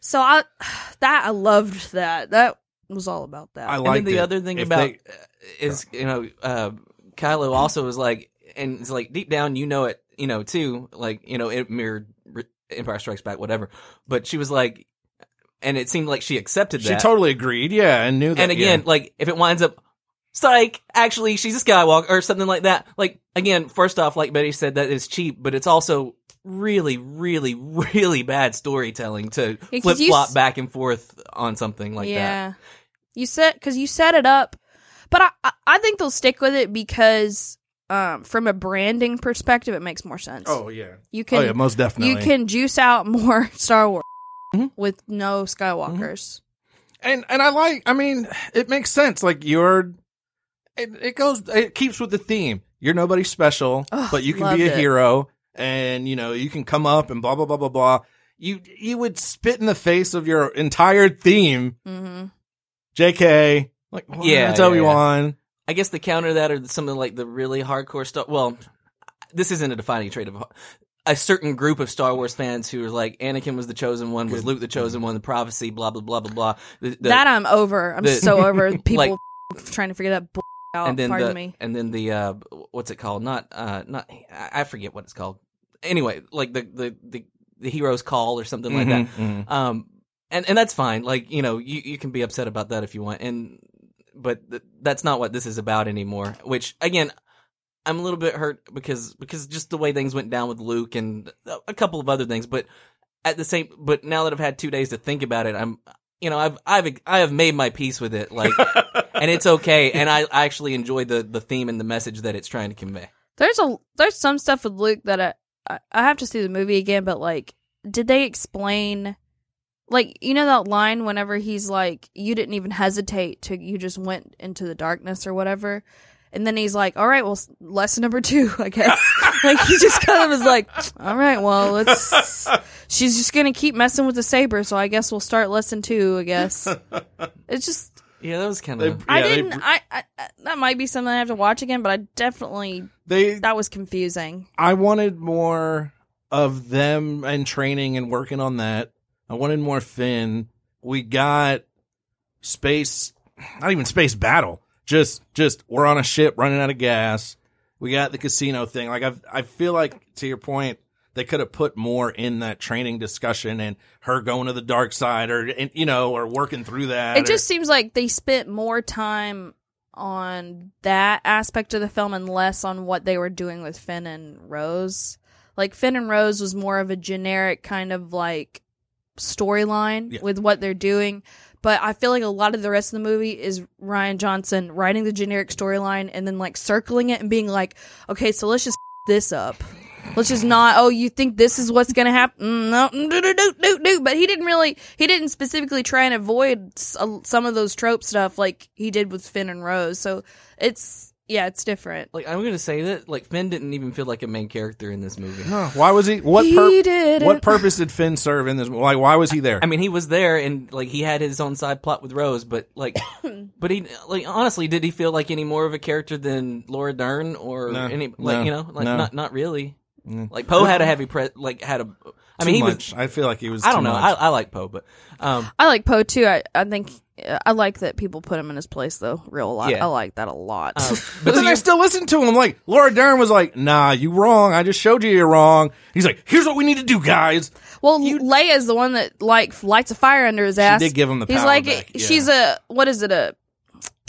Speaker 2: so I that I loved that. That was all about that.
Speaker 3: I
Speaker 4: And
Speaker 3: liked
Speaker 4: then the
Speaker 3: it.
Speaker 4: other thing
Speaker 3: If
Speaker 4: about
Speaker 3: they-
Speaker 4: uh, is you know uh, Kylo also is like, and it's like deep down you know it, you know too, like you know it mirrored Re- Empire Strikes Back, whatever. But she was like, and it seemed like she accepted
Speaker 3: she
Speaker 4: that.
Speaker 3: totally agreed. Yeah, and knew that.
Speaker 4: and again,
Speaker 3: yeah.
Speaker 4: like if it winds up. Psych. Actually, she's a Skywalker or something like that. Like again, first off, like Betty said, that is cheap, but it's also really, really, really bad storytelling to
Speaker 2: 'cause
Speaker 4: flip
Speaker 2: you
Speaker 4: flop
Speaker 2: s-
Speaker 4: back and forth on something like that.
Speaker 2: yeah. You set because you set it up, but I, I I think they'll stick with it because um from a branding perspective, it makes more sense.
Speaker 3: oh yeah,
Speaker 2: you can
Speaker 3: oh yeah, most definitely. Mm-hmm.
Speaker 2: you can juice out more Star Wars with no Skywalkers.
Speaker 3: and and I like. I mean, it makes sense. Like you're, it, it goes. It keeps with the theme. You're nobody special,
Speaker 2: Ugh,
Speaker 3: but you can
Speaker 2: loved
Speaker 3: be a
Speaker 2: it.
Speaker 3: hero, and you know you can come up and blah blah blah blah blah. You you would spit in the face of your entire theme,
Speaker 2: Mm-hmm.
Speaker 3: J.K. Like
Speaker 4: Yeah,
Speaker 3: yeah, it's
Speaker 4: yeah, yeah.
Speaker 3: Obi Wan.
Speaker 4: I guess the counter to that or something like the really hardcore stuff. Well, this isn't a defining trait of a certain group of Star Wars fans who are like Anakin was the chosen one, was Luke the chosen one, the prophecy, blah blah blah blah blah. The, the,
Speaker 2: that uh, I'm over. I'm
Speaker 4: the-
Speaker 2: so over people
Speaker 4: like-
Speaker 2: trying to figure that bull out.
Speaker 4: and then
Speaker 2: Pardon
Speaker 4: the
Speaker 2: me.
Speaker 4: and then the uh, what's it called? Not uh, not I I forget what it's called. Anyway, like the the the, the hero's call or something like that.
Speaker 3: Mhm, mhm.
Speaker 4: um and and that's fine like you know you, you can be upset about that if you want and but th- that's not what this is about anymore which again i'm a little bit hurt because because just the way things went down with luke and a- a couple of other things but at the same but now that i've had two days to think about it i'm you know i've i've i have made my peace with it like and it's okay and i, I actually enjoy the the theme and the message that it's trying to convey
Speaker 2: There's a there's some stuff with Luke that I I, I have to see the movie again, but like, did they explain? Like you know that line whenever he's like, "You didn't even hesitate to, you just went into the darkness or whatever," and then he's like, "All right, well, s- lesson number two, I guess." like he just kind of is like, "All right, well, let's." She's just gonna keep messing with the saber, so I guess we'll start lesson two. I guess it's just
Speaker 4: Yeah, that was kind
Speaker 3: They-
Speaker 4: of.
Speaker 2: I
Speaker 3: yeah, they-
Speaker 2: didn't. I, I I- that might be something I have to watch again, but I definitely
Speaker 3: They
Speaker 2: that was confusing.
Speaker 3: I wanted more of them and training and working on that. I wanted more Finn. We got space, not even space battle. Just, just we're on a ship running out of gas. We got the casino thing. Like I, I feel like to your point, they could have put more in that training discussion and her going to the dark side, or and, you know, or working through that.
Speaker 2: It
Speaker 3: or-
Speaker 2: just seems like they spent more time on that aspect of the film and less on what they were doing with Finn and Rose. Like Finn and Rose was more of a generic kind of like storyline
Speaker 3: Yeah.
Speaker 2: with what they're doing. But I feel like a lot of the rest of the movie is Ryan Johnson writing the generic storyline and then like circling it and being like, okay, so let's just this up. Let's just not. Oh, you think this is what's gonna happen? Mm, No, mm, do do do do do. But he didn't really. He didn't specifically try and avoid s- uh, some of those trope stuff like he did with Finn and Rose. So it's yeah, it's different.
Speaker 4: Like I'm gonna say that like Finn didn't even feel like a main character in this movie.
Speaker 3: why was he? What
Speaker 2: He
Speaker 3: pur-
Speaker 2: did
Speaker 3: What
Speaker 2: it.
Speaker 3: purpose did Finn serve in this? Like, why was he there?
Speaker 4: I mean, he was there and like he had his own side plot with Rose, but like, but he like honestly, did he feel like any more of a character than Laura Dern or
Speaker 3: No,
Speaker 4: any like
Speaker 3: no,
Speaker 4: you know like
Speaker 3: no.
Speaker 4: not not really. Like Poe had a heavy pre like had a. I
Speaker 3: too
Speaker 4: mean, he
Speaker 3: much.
Speaker 4: was.
Speaker 3: I feel like he was.
Speaker 4: I don't
Speaker 3: too
Speaker 4: know.
Speaker 3: much.
Speaker 4: I, I like Poe, but um,
Speaker 2: I like Poe too. I I think uh, I like that people put him in his place though, real a lot.
Speaker 4: Yeah.
Speaker 2: I like that a lot.
Speaker 3: But then I still listen to him. Like Laura Dern was like, "Nah, you wrong. I just showed you you're wrong." He's like, "Here's what we need to do, guys."
Speaker 2: Well, Leia's the one that like lights a fire under his ass.
Speaker 3: did give him the
Speaker 2: He's
Speaker 3: power
Speaker 2: like
Speaker 3: back, yeah.
Speaker 2: she's a what is it a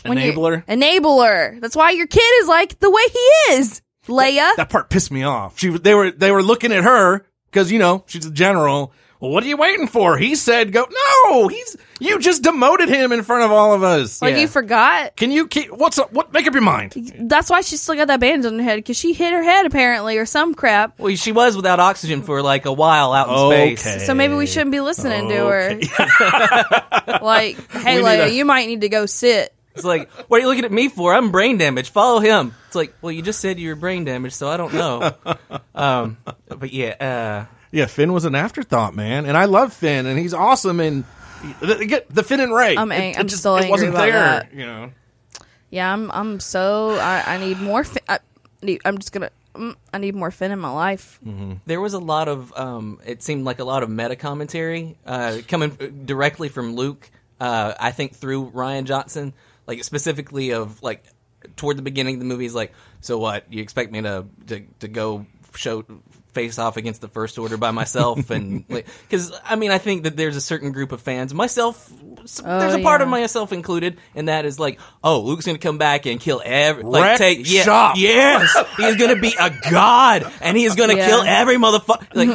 Speaker 2: when you-
Speaker 3: Enabler.
Speaker 2: enabler. That's why your kid is like the way he is, Leia.
Speaker 3: That part pissed me off. She was. They were. They were looking at her because you know she's a general. Well, what are you waiting for? He said, "Go." No, he's. You just demoted him in front of all of us.
Speaker 2: like
Speaker 4: Yeah.
Speaker 2: you forgot.
Speaker 3: Can you keep? What's up? What? Make up your mind.
Speaker 2: That's why she still got that bandage on her head because she hit her head apparently or some crap.
Speaker 4: well, she was without oxygen for like a while out in space.
Speaker 3: Okay.
Speaker 2: So maybe we shouldn't be listening to her. like, hey
Speaker 3: We need
Speaker 2: Leia,
Speaker 3: a-
Speaker 2: you might need to go sit.
Speaker 4: It's like, what are you looking at me for? I'm brain damaged. Follow him. It's like, well, you just said you were brain damaged, so I don't know. um, but yeah, uh,
Speaker 3: Yeah, Finn was an afterthought, man, and I love Finn, and he's awesome. And the, get the Finn and Ray.
Speaker 2: I'm ang- I'm still angry
Speaker 3: wasn't
Speaker 2: about
Speaker 3: there,
Speaker 2: that.
Speaker 3: You know.
Speaker 2: Yeah, I'm. I'm so. I, I need more. Fi- I need, I'm just gonna. mm, I need more Finn in my life.
Speaker 4: there was a lot of, um, it seemed like a lot of meta commentary uh, coming directly from Luke. Uh, I think through Ryan Johnson, like specifically of like toward the beginning of the movie, he's like, so what? You expect me to to, to go show face off against the first order by myself and like because i mean i think that there's a certain group of fans myself s- there's a part of
Speaker 2: yeah.
Speaker 4: myself included and that is like oh luke's gonna come back and kill every like
Speaker 3: Wreck
Speaker 4: take yeah
Speaker 3: shop.
Speaker 4: yes he's gonna be a god and he is gonna
Speaker 2: Yeah.
Speaker 4: kill every motherfucker like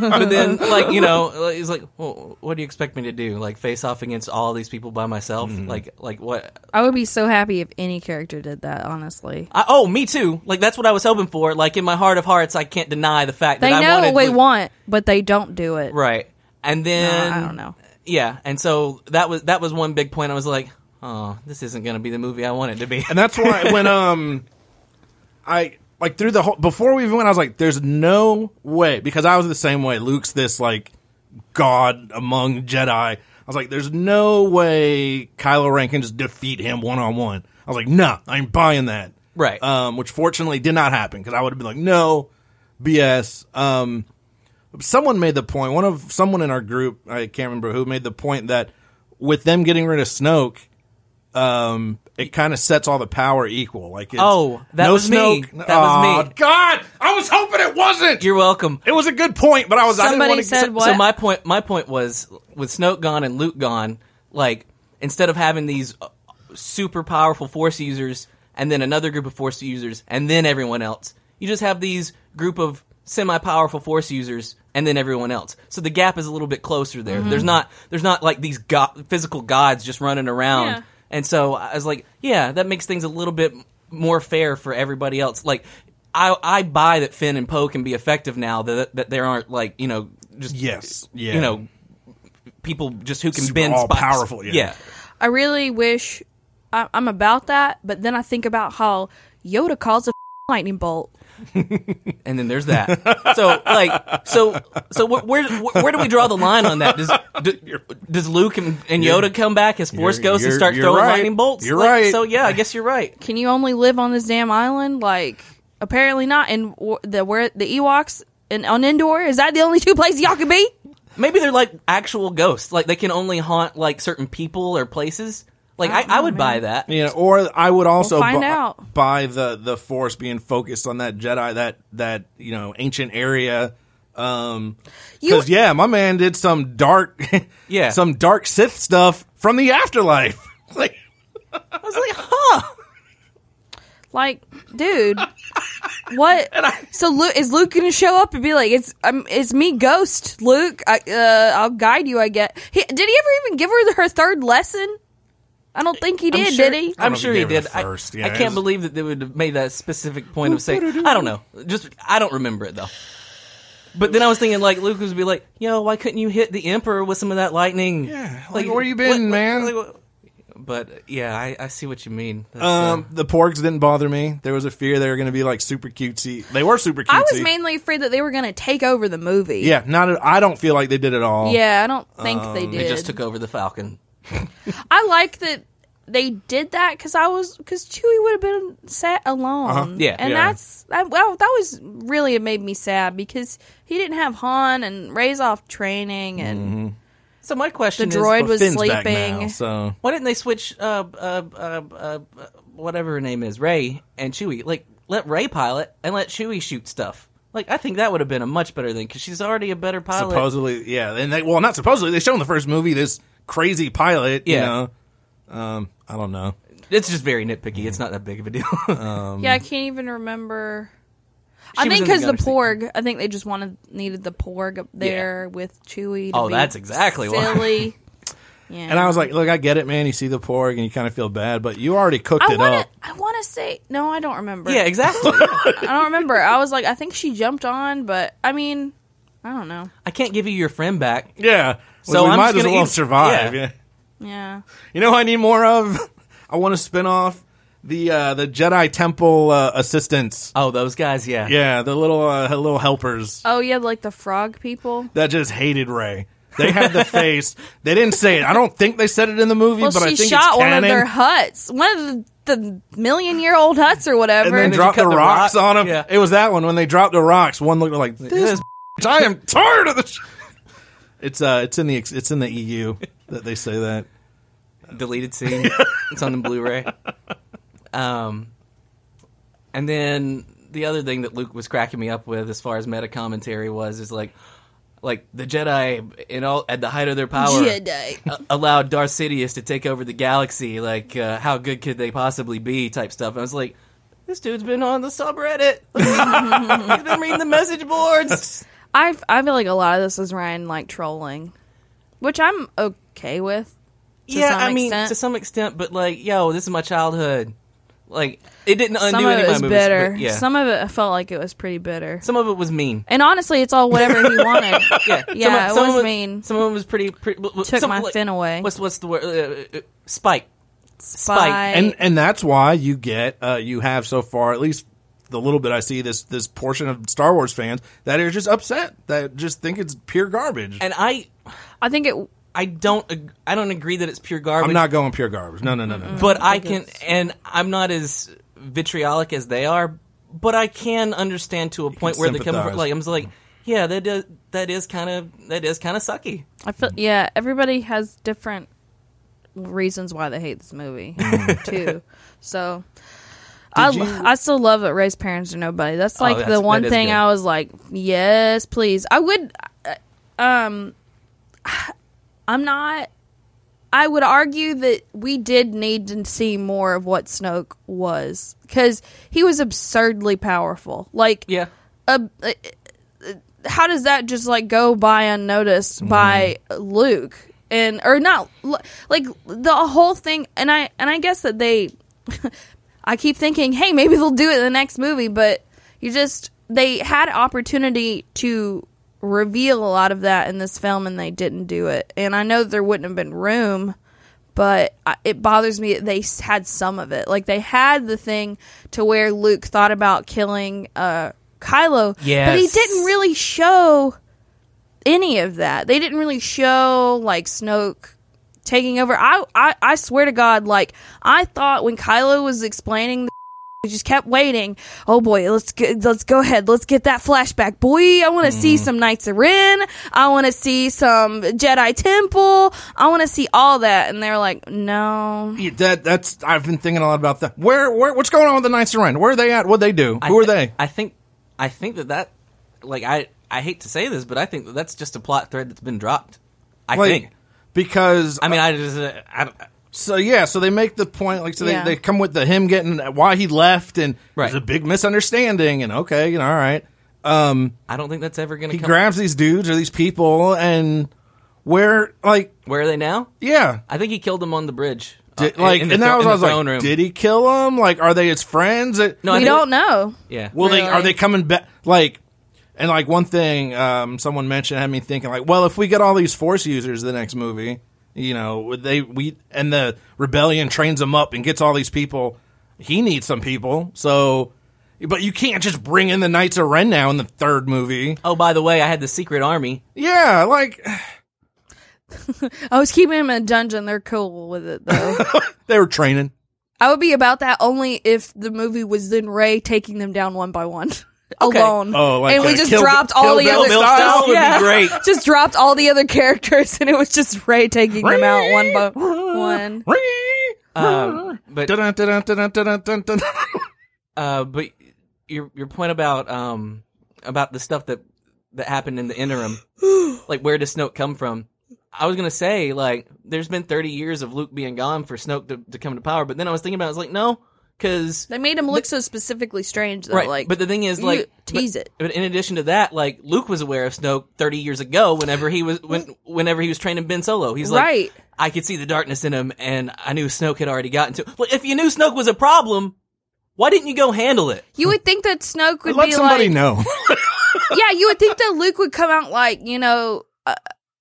Speaker 4: but then like you know like, he's like well, what do you expect me to do like face off against all these people by myself like like what
Speaker 2: I would be so happy if any character did that. Honestly,
Speaker 4: I, oh, me too. Like that's what I was hoping for. Like in my heart of hearts, I can't deny the fact
Speaker 2: they
Speaker 4: that I
Speaker 2: know
Speaker 4: wanted
Speaker 2: what we
Speaker 4: Luke-
Speaker 2: want, but they don't do it.
Speaker 4: Right. And then
Speaker 2: I don't know.
Speaker 4: Yeah, and so that was that was one big point. I was like, oh, this isn't going to be the movie I want it to be.
Speaker 3: And that's why when um I like through the whole before we even went, I was like, there's no way because I was the same way. Luke's this like god among Jedi. I was like, there's no way Kylo Ren can just defeat him one on one. I was like, nah, I ain't buying that.
Speaker 4: Right.
Speaker 3: Um, which fortunately did not happen because I would have been like, no, BS. Um, someone made the point. One of someone in our group, I can't remember who, made the point that with them getting rid of Snoke, um, it kind of sets all the power equal. Like, it's,
Speaker 4: Oh, that was me. That was me.
Speaker 3: Aw, God, I was hoping it wasn't.
Speaker 4: You're welcome.
Speaker 3: it was a good point, but I was. I didn't
Speaker 2: Somebody
Speaker 3: wanna-
Speaker 2: said
Speaker 3: so-
Speaker 2: what?
Speaker 4: So my point my point was with Snoke gone and Luke gone, like instead of having these uh, super powerful force users and then another group of force users and then everyone else, you just have these group of semi-powerful force users and then everyone else. So the gap is a little bit closer
Speaker 2: Mm-hmm.
Speaker 4: there. There's not there's not like these go- physical gods just running around.
Speaker 2: Yeah.
Speaker 4: And so I was like, yeah, that makes things a little bit more fair for everybody else. Like I I buy that Finn and Poe can be effective now that that there aren't like you know just
Speaker 1: Yes, yeah.
Speaker 4: you know people just who can
Speaker 1: Super
Speaker 4: bend spikes.
Speaker 1: all-powerful, yeah.
Speaker 2: I really wish I, I'm about that, but then I think about how Yoda calls a lightning bolt.
Speaker 4: and then there's that. So like so so wh- where where, where do we draw the line on that? Does do, does Luke and, and Yoda come back as Force
Speaker 3: you're-
Speaker 4: ghosts and
Speaker 3: you're-
Speaker 4: start
Speaker 3: you're
Speaker 4: throwing
Speaker 3: right.
Speaker 4: lightning bolts?
Speaker 3: You're
Speaker 4: Like,
Speaker 3: right.
Speaker 4: So yeah, I guess you're right.
Speaker 2: Can you only live on this damn island? Like apparently not. And w- the where the Ewoks and on Endor is that the only two places y'all can be?
Speaker 4: Maybe they're like actual ghosts. Like they can only haunt like certain people or places. Like I,
Speaker 3: Oh,
Speaker 4: I, would buy that.
Speaker 3: Yeah, or I would also
Speaker 2: We'll find
Speaker 3: bu-
Speaker 2: out.
Speaker 3: buy the the force being focused on that Jedi that that you know ancient area. Um,
Speaker 2: You-
Speaker 3: because yeah, my man did some dark,
Speaker 4: Yeah.
Speaker 3: some dark Sith stuff from the afterlife. like,
Speaker 4: I was like, huh.
Speaker 2: Like, dude, what? so Luke is Luke gonna show up and be like, "It's um, it's me, Ghost Luke. I uh, I'll guide you. I get." He, did he ever even give her her third lesson? I don't think he
Speaker 4: I'm
Speaker 2: did.
Speaker 4: sure-
Speaker 2: Did he?
Speaker 4: I'm
Speaker 3: know if
Speaker 4: sure
Speaker 3: he
Speaker 4: he
Speaker 3: gave it
Speaker 4: did.
Speaker 3: a
Speaker 4: I,
Speaker 3: first, yeah,
Speaker 4: I
Speaker 3: it's-
Speaker 4: can't believe that they would have made that specific point of saying, I don't know. Just I don't remember it though. But then I was thinking, like Luke would be like, "Yo, why couldn't you hit the Emperor with some of that lightning?
Speaker 3: Yeah, like, where you been, man?
Speaker 4: what- but uh, yeah, I, I see what you mean. That's, uh,
Speaker 3: um, the porgs didn't bother me. There was a fear they were going to be like super cutesy. They were super cutesy.
Speaker 2: I was mainly afraid that they were gonna take over the movie.
Speaker 3: yeah, not. At, I don't feel like they did at all.
Speaker 2: Yeah, I don't think they did.
Speaker 4: Um, they just took over the Falcon.
Speaker 2: I like that they did that because I was because Chewie would have been sat alone.
Speaker 4: Uh-huh. Yeah.
Speaker 2: and
Speaker 4: Yeah.
Speaker 2: that's that, well, that was really it made me sad because he didn't have Han and Ray's off training
Speaker 4: Mm-hmm.
Speaker 2: and
Speaker 4: So my question
Speaker 2: the
Speaker 4: is,
Speaker 2: droid was
Speaker 3: Finn's back
Speaker 2: sleeping.
Speaker 3: now, so
Speaker 4: why didn't they switch uh, uh, uh, uh, uh, whatever her name is, Ray and Chewie? Like, let Ray pilot and let Chewie shoot stuff. Like, I think that would have been a much better thing because she's already a better pilot.
Speaker 3: supposedly, yeah, and they well, not supposedly. They show in the first movie this crazy pilot.
Speaker 4: Yeah.
Speaker 3: You know? Um, I don't know.
Speaker 4: It's just very nitpicky. It's not that big of a deal. Uh.
Speaker 2: yeah, I can't even remember. I
Speaker 4: Hmm. She was
Speaker 2: think
Speaker 4: in the
Speaker 2: because the,
Speaker 4: gunner seat.
Speaker 2: porg, I think they just wanted needed the porg up there with Chewie. To
Speaker 4: Oh,
Speaker 2: be
Speaker 4: that's exactly why.
Speaker 2: silly. yeah,
Speaker 3: And I was like, look, I get it, man. You see the porg and you kind of feel bad, but you already cooked
Speaker 2: I
Speaker 3: it
Speaker 2: want
Speaker 3: up.
Speaker 2: to. I want to say no. I don't remember.
Speaker 4: yeah, exactly.
Speaker 2: I don't remember. I was like, I think she jumped on, but I mean, I don't know.
Speaker 4: I can't give you your friend back.
Speaker 3: Yeah.
Speaker 4: So
Speaker 3: we
Speaker 4: I'm
Speaker 3: might
Speaker 4: just
Speaker 3: as
Speaker 4: gonna
Speaker 3: well
Speaker 4: eat-
Speaker 3: survive.
Speaker 4: yeah.
Speaker 3: Yeah.
Speaker 2: Yeah.
Speaker 3: You know what I need more of? I want to spin off the uh, the Jedi Temple uh, assistants.
Speaker 4: Oh, those guys, yeah.
Speaker 3: Yeah, the little uh, little helpers
Speaker 2: Oh yeah, like the frog people.
Speaker 3: that just hated Ray. They had the face. They didn't say it. I don't think they said it in the movie,
Speaker 2: Well,
Speaker 3: but I
Speaker 2: she
Speaker 3: think
Speaker 2: shot
Speaker 3: it's
Speaker 2: one of
Speaker 3: canon.
Speaker 2: their huts, one of the, the million year old huts or
Speaker 3: and
Speaker 2: whatever.
Speaker 3: then
Speaker 4: did
Speaker 3: dropped
Speaker 4: you
Speaker 3: the
Speaker 4: cut the
Speaker 3: rocks
Speaker 4: rock?
Speaker 3: on him.
Speaker 4: Yeah.
Speaker 3: It was that one when they dropped the rocks. One looked like this.
Speaker 4: This
Speaker 3: bitch, I am tired of this. It's uh, it's in the ex- it's in the EU that they say that.
Speaker 4: deleted scene. it's on the Blu-ray. Um, and then the other thing that Luke was cracking me up with, as far as meta commentary was, is like, like the Jedi in all at the height of their power,
Speaker 2: Jedi.
Speaker 4: a- allowed Darth Sidious to take over the galaxy. Like, uh, how good could they possibly be? Type stuff. I was like, this dude's been on the subreddit. He's been reading the message boards.
Speaker 2: I I feel like a lot of this is Ryan like trolling, which I'm okay with. to
Speaker 4: yeah,
Speaker 2: some
Speaker 4: I mean,
Speaker 2: extent.
Speaker 4: to some extent, but like, yo, this is my childhood. Like, it didn't undo
Speaker 2: Some of
Speaker 4: any
Speaker 2: it
Speaker 4: of my
Speaker 2: was
Speaker 4: movies,
Speaker 2: bitter.
Speaker 4: but yeah.
Speaker 2: Some of it I felt like it was pretty bitter.
Speaker 4: Some of it was mean.
Speaker 2: And honestly, it's all whatever he wanted.
Speaker 4: Yeah,
Speaker 2: Yeah, it
Speaker 4: some
Speaker 2: was
Speaker 4: of
Speaker 2: mean.
Speaker 4: Some of it was pretty. pretty
Speaker 2: Took
Speaker 4: some,
Speaker 2: my fin away.
Speaker 4: What's what's the word? Uh, uh, uh, spike.
Speaker 2: Spy.
Speaker 3: and and that's why you get uh, you have so far at least the little bit I see this this portion of Star Wars fans that are just upset that just think it's pure garbage.
Speaker 4: And I,
Speaker 2: I think it.
Speaker 4: I don't, ag- I don't agree that it's pure garbage.
Speaker 3: I'm not going pure garbage. No, no, no, no. no.
Speaker 4: but I can, and I'm not as vitriolic as they are. But I can understand to a point where they come
Speaker 3: sympathize.
Speaker 4: from. Like I'm just like, yeah, that is, that is kind of that is kind of sucky.
Speaker 2: I feel yeah. Everybody has different reasons why they hate this movie too. So I
Speaker 3: you-
Speaker 2: I still love that Ray's parents are nobody. That's like
Speaker 4: Oh, that's-
Speaker 2: the
Speaker 4: that
Speaker 2: one
Speaker 4: is
Speaker 2: thing
Speaker 4: good.
Speaker 2: I was like, yes, please. I would. uh, Um, I'm not. I would argue that we did need to see more of what Snoke was because he was absurdly powerful. Like
Speaker 4: Yeah,
Speaker 2: a, uh how does that just like go by unnoticed by Luke and or not Lu- like the whole thing and I and I guess that they I keep thinking hey maybe they'll do it in the next movie but You just they had opportunity to reveal a lot of that in this film and they didn't do it. And I know that there wouldn't have been room, but I- it bothers me that they s- had some of it. Like they had the thing to where Luke thought about killing uh Kylo, but he
Speaker 4: Yes.
Speaker 2: didn't really show any of that. They didn't really show like Snoke taking over. I, I I swear to God, like I thought when Kylo was explaining, the we just kept waiting. Oh boy, let's get, let's go ahead, let's get that flashback, boy. I want to see some Knights of Ren. I want to see some Jedi Temple. I want to see all that. And they're like, no,
Speaker 3: Yeah, That that's I've been thinking a lot about that. Where where what's going on with the Knights of Ren? Where are they at? What they do?
Speaker 4: I
Speaker 3: Who are
Speaker 4: thi-
Speaker 3: they?
Speaker 4: I think, I think that that, like, I, I hate to say this, but I think that that's just a plot thread that's been dropped. I
Speaker 3: Like,
Speaker 4: think.
Speaker 3: because
Speaker 4: I mean, I just, uh, I don't.
Speaker 3: so yeah, so they make the point like so
Speaker 2: Yeah.
Speaker 3: they, they come with the him getting why he left and
Speaker 4: Right.
Speaker 3: there's a big misunderstanding and okay, you know, all right. Um
Speaker 4: I don't think that's ever going to
Speaker 3: he
Speaker 4: come.
Speaker 3: grabs these dudes or these people and where like
Speaker 4: Where are they now?
Speaker 3: yeah.
Speaker 4: I think he killed them on the bridge. uh,
Speaker 3: Did,
Speaker 4: in-
Speaker 3: like
Speaker 4: in the
Speaker 3: and
Speaker 4: thro-
Speaker 3: that was
Speaker 4: in the
Speaker 3: I was like
Speaker 4: throne room.
Speaker 3: did he kill them? Like are they his friends? It-
Speaker 4: No, I
Speaker 2: we
Speaker 4: think-
Speaker 2: don't know.
Speaker 4: Yeah.
Speaker 3: Will they
Speaker 2: Really?
Speaker 3: are they coming back? Like, and like one thing um, someone mentioned had me thinking like, well, if we get all these force users the next movie, you know, would they we and the rebellion trains them up and gets all these people. He needs some people, so. But you can't just bring in the Knights of Ren now in the third movie.
Speaker 4: oh, by the way, I had the secret army.
Speaker 3: Yeah, like
Speaker 2: I was keeping him in a dungeon. They're cool with it though.
Speaker 3: they were training.
Speaker 2: I would be about that only if the movie was then Ray taking them down one by one.
Speaker 4: Okay.
Speaker 2: Alone,
Speaker 3: Oh, like,
Speaker 2: and we
Speaker 3: uh,
Speaker 2: just
Speaker 3: Kill Bill-
Speaker 2: dropped all
Speaker 3: Kill
Speaker 2: the
Speaker 3: Bill
Speaker 2: other
Speaker 3: style
Speaker 2: stuff.
Speaker 4: would be
Speaker 2: yeah.
Speaker 4: great.
Speaker 2: just dropped all the other characters, and it was just Ray taking them out one by one.
Speaker 4: Um, but
Speaker 3: Dun, dun, dun, dun, dun, dun, dun.
Speaker 4: Uh, but your your point about um about the stuff that that happened in the interim, like where does Snoke come from? I was gonna say like there's been 30 years of Luke being gone for Snoke to, to come to power, but then I was thinking about it, I was like no, because
Speaker 2: They made him look so specifically strange, though.
Speaker 4: right.
Speaker 2: Like,
Speaker 4: but the thing is
Speaker 2: you
Speaker 4: like
Speaker 2: tease it.
Speaker 4: But in addition to that, like Luke was aware of Snoke 30 years ago whenever he was when whenever he was training Ben Solo. He's like
Speaker 2: Right.
Speaker 4: I could see the darkness in him and I knew Snoke had already gotten to. Like if you knew Snoke was a problem, why didn't you go handle it?
Speaker 2: You would think that Snoke would
Speaker 3: Let
Speaker 2: be
Speaker 3: somebody
Speaker 2: like,
Speaker 3: know.
Speaker 2: yeah, you would think that Luke would come out like, you know, uh,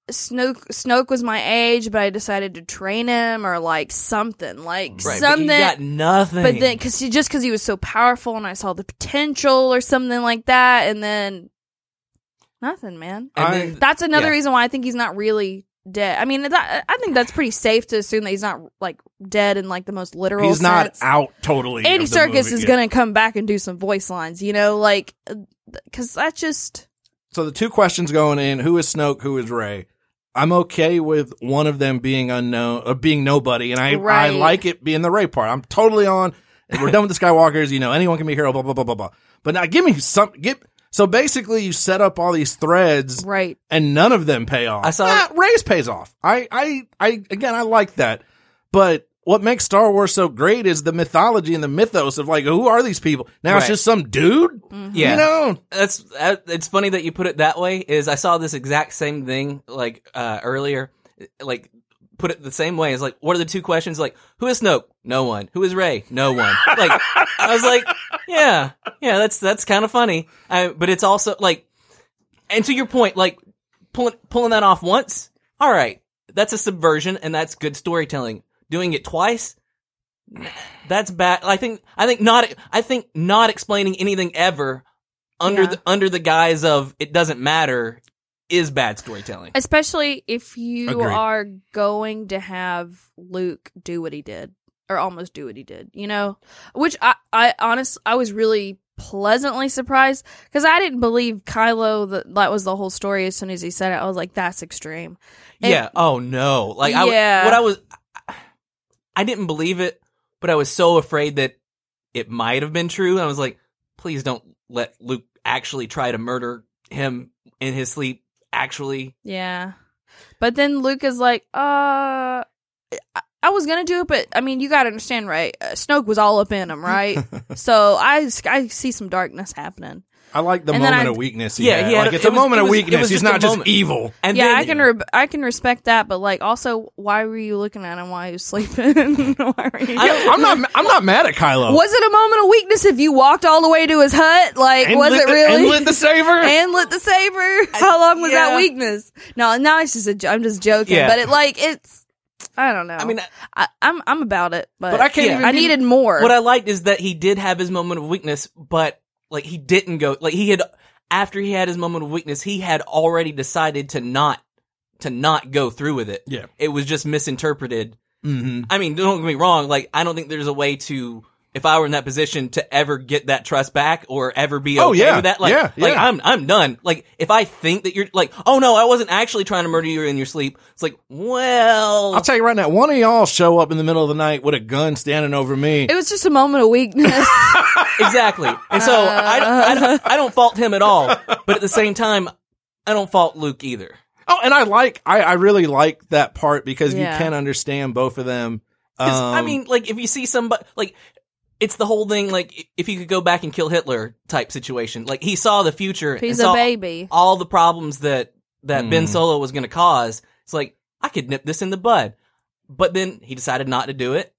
Speaker 2: Snoke Snoke was my age, but I decided to train him or like something, like
Speaker 4: but
Speaker 2: something.
Speaker 4: you got nothing.
Speaker 2: But then, because just because he was so powerful, and I saw the potential or something like that, and then nothing, man.
Speaker 4: And
Speaker 3: I-
Speaker 4: then-
Speaker 2: That's another
Speaker 4: yeah.
Speaker 2: reason why I think he's not really dead. I mean, that, I think that's pretty safe to assume that he's not like dead in like the most literal.
Speaker 3: He's not
Speaker 2: sense.
Speaker 3: out totally.
Speaker 2: Andy
Speaker 3: of the
Speaker 2: Circus
Speaker 3: movie
Speaker 2: is
Speaker 3: yet.
Speaker 2: gonna come back and do some voice lines, you know, like because that's just
Speaker 3: So the two questions going in: Who is Snoke? Who is Ray? I'm okay with one of them being unknown, uh, being nobody, and I I
Speaker 2: Right.
Speaker 3: like it being the Ray part. I'm totally on. We're done with the Skywalkers. You know, anyone can be a hero. Blah blah blah blah blah. But now give me some. Give so basically you set up all these threads,
Speaker 2: right.
Speaker 3: and none of them pay off.
Speaker 4: I saw-
Speaker 3: Ah, Ray's pays off. I I I again I like that, but. What makes Star Wars so great is the mythology and the mythos of like who are these people? Now it's
Speaker 4: Right.
Speaker 3: just some dude,
Speaker 2: Mm-hmm.
Speaker 4: Yeah.
Speaker 3: you know.
Speaker 4: that's that, it's funny that you put it that way. Is I saw this exact same thing like uh, earlier, like put it the same way. Is like what are the two questions? Like who is Snoke? No one. Who is Ray? No one. Like I was like, yeah, yeah, that's that's kind of funny. I, but it's also like, and to your point, like pulling pulling that off once, all right, that's a subversion and that's good storytelling. Doing it twice, that's bad. I think I think not I think not explaining anything ever under
Speaker 2: Yeah.
Speaker 4: the under the guise of it doesn't matter is bad storytelling.
Speaker 2: Especially if you
Speaker 3: Agreed.
Speaker 2: are going to have Luke do what he did or almost do what he did, you know? Which I I honest I was really pleasantly surprised cuz I didn't believe Kylo that that was the whole story as soon as he said it. I was like that's extreme. And-
Speaker 4: yeah. Oh no. Like I
Speaker 2: Yeah.
Speaker 4: what I was I didn't believe it, but I was so afraid that it might have been true. I was like, please don't let Luke actually try to murder him in his sleep actually.
Speaker 2: Yeah. But then Luke is like, "Uh I- I was gonna do it, but I mean, you gotta understand, right? Uh, Snoke was all up in him, right? so I, I see some darkness happening.
Speaker 3: I like the
Speaker 2: And then
Speaker 3: moment
Speaker 2: I-
Speaker 3: of weakness. He
Speaker 4: Yeah,
Speaker 3: had.
Speaker 4: he had-
Speaker 3: like it's
Speaker 4: it
Speaker 3: a
Speaker 4: was-
Speaker 3: moment
Speaker 4: it
Speaker 3: of
Speaker 4: was- it
Speaker 3: weakness.
Speaker 4: was
Speaker 3: He's
Speaker 4: just a
Speaker 3: not just
Speaker 4: moment.
Speaker 3: evil.
Speaker 4: And
Speaker 2: yeah,
Speaker 4: then-
Speaker 2: I can re- I can respect that, but like also, why were you looking at him while he was sleeping? why were you?
Speaker 3: I'm not. I'm not mad at Kylo.
Speaker 2: was it a moment of weakness if you walked all the way to his hut? Like,
Speaker 3: And
Speaker 2: was
Speaker 3: lit
Speaker 2: it
Speaker 3: the-
Speaker 2: really?
Speaker 3: And lit the saber.
Speaker 2: and lit the saber. How long was that
Speaker 4: yeah.
Speaker 2: weakness? No, now it's just a. jo- I'm just joking,
Speaker 4: Yeah.
Speaker 2: but it like it's. I don't know. I
Speaker 4: mean,
Speaker 2: I, I'm I'm about it, but,
Speaker 3: But I can't
Speaker 4: Yeah.
Speaker 3: even
Speaker 2: I
Speaker 3: do-
Speaker 2: needed more.
Speaker 4: What I liked is that he did have his moment of weakness, but like he didn't go like he had after he had his moment of weakness, he had already decided to not to not go through with it.
Speaker 3: Yeah.
Speaker 4: It was just misinterpreted. Mm-hmm. I mean, don't get me wrong, like I don't think there's a way to if I were in that position to ever get that trust back or ever be okay
Speaker 3: Oh, yeah.
Speaker 4: with that, like,
Speaker 3: Yeah,
Speaker 4: like
Speaker 3: yeah.
Speaker 4: I'm I'm done. Like if I think that you're like, oh no, I wasn't actually trying to murder you in your sleep. It's like, well,
Speaker 3: I'll tell you right now. One of y'all show up in the middle of the night with a gun standing over me.
Speaker 2: it was just a moment of weakness.
Speaker 4: exactly. And so I, don't- I, don't- I don't fault him at all. But at the same time, I don't fault Luke either.
Speaker 3: Oh, and I like. I, I really like that part because
Speaker 2: Yeah.
Speaker 3: you can understand both of them.
Speaker 4: 'Cause, I
Speaker 3: Um,
Speaker 4: mean, like, if you see somebody, like, it's the whole thing, like, i- if you could go back and kill Hitler type situation. Like, he saw the future. and
Speaker 2: He's a
Speaker 4: saw
Speaker 2: baby.
Speaker 4: All the problems that, that
Speaker 3: Hmm.
Speaker 4: Ben Solo was going to cause. It's like, I could nip this in the bud. But then he decided not to do it.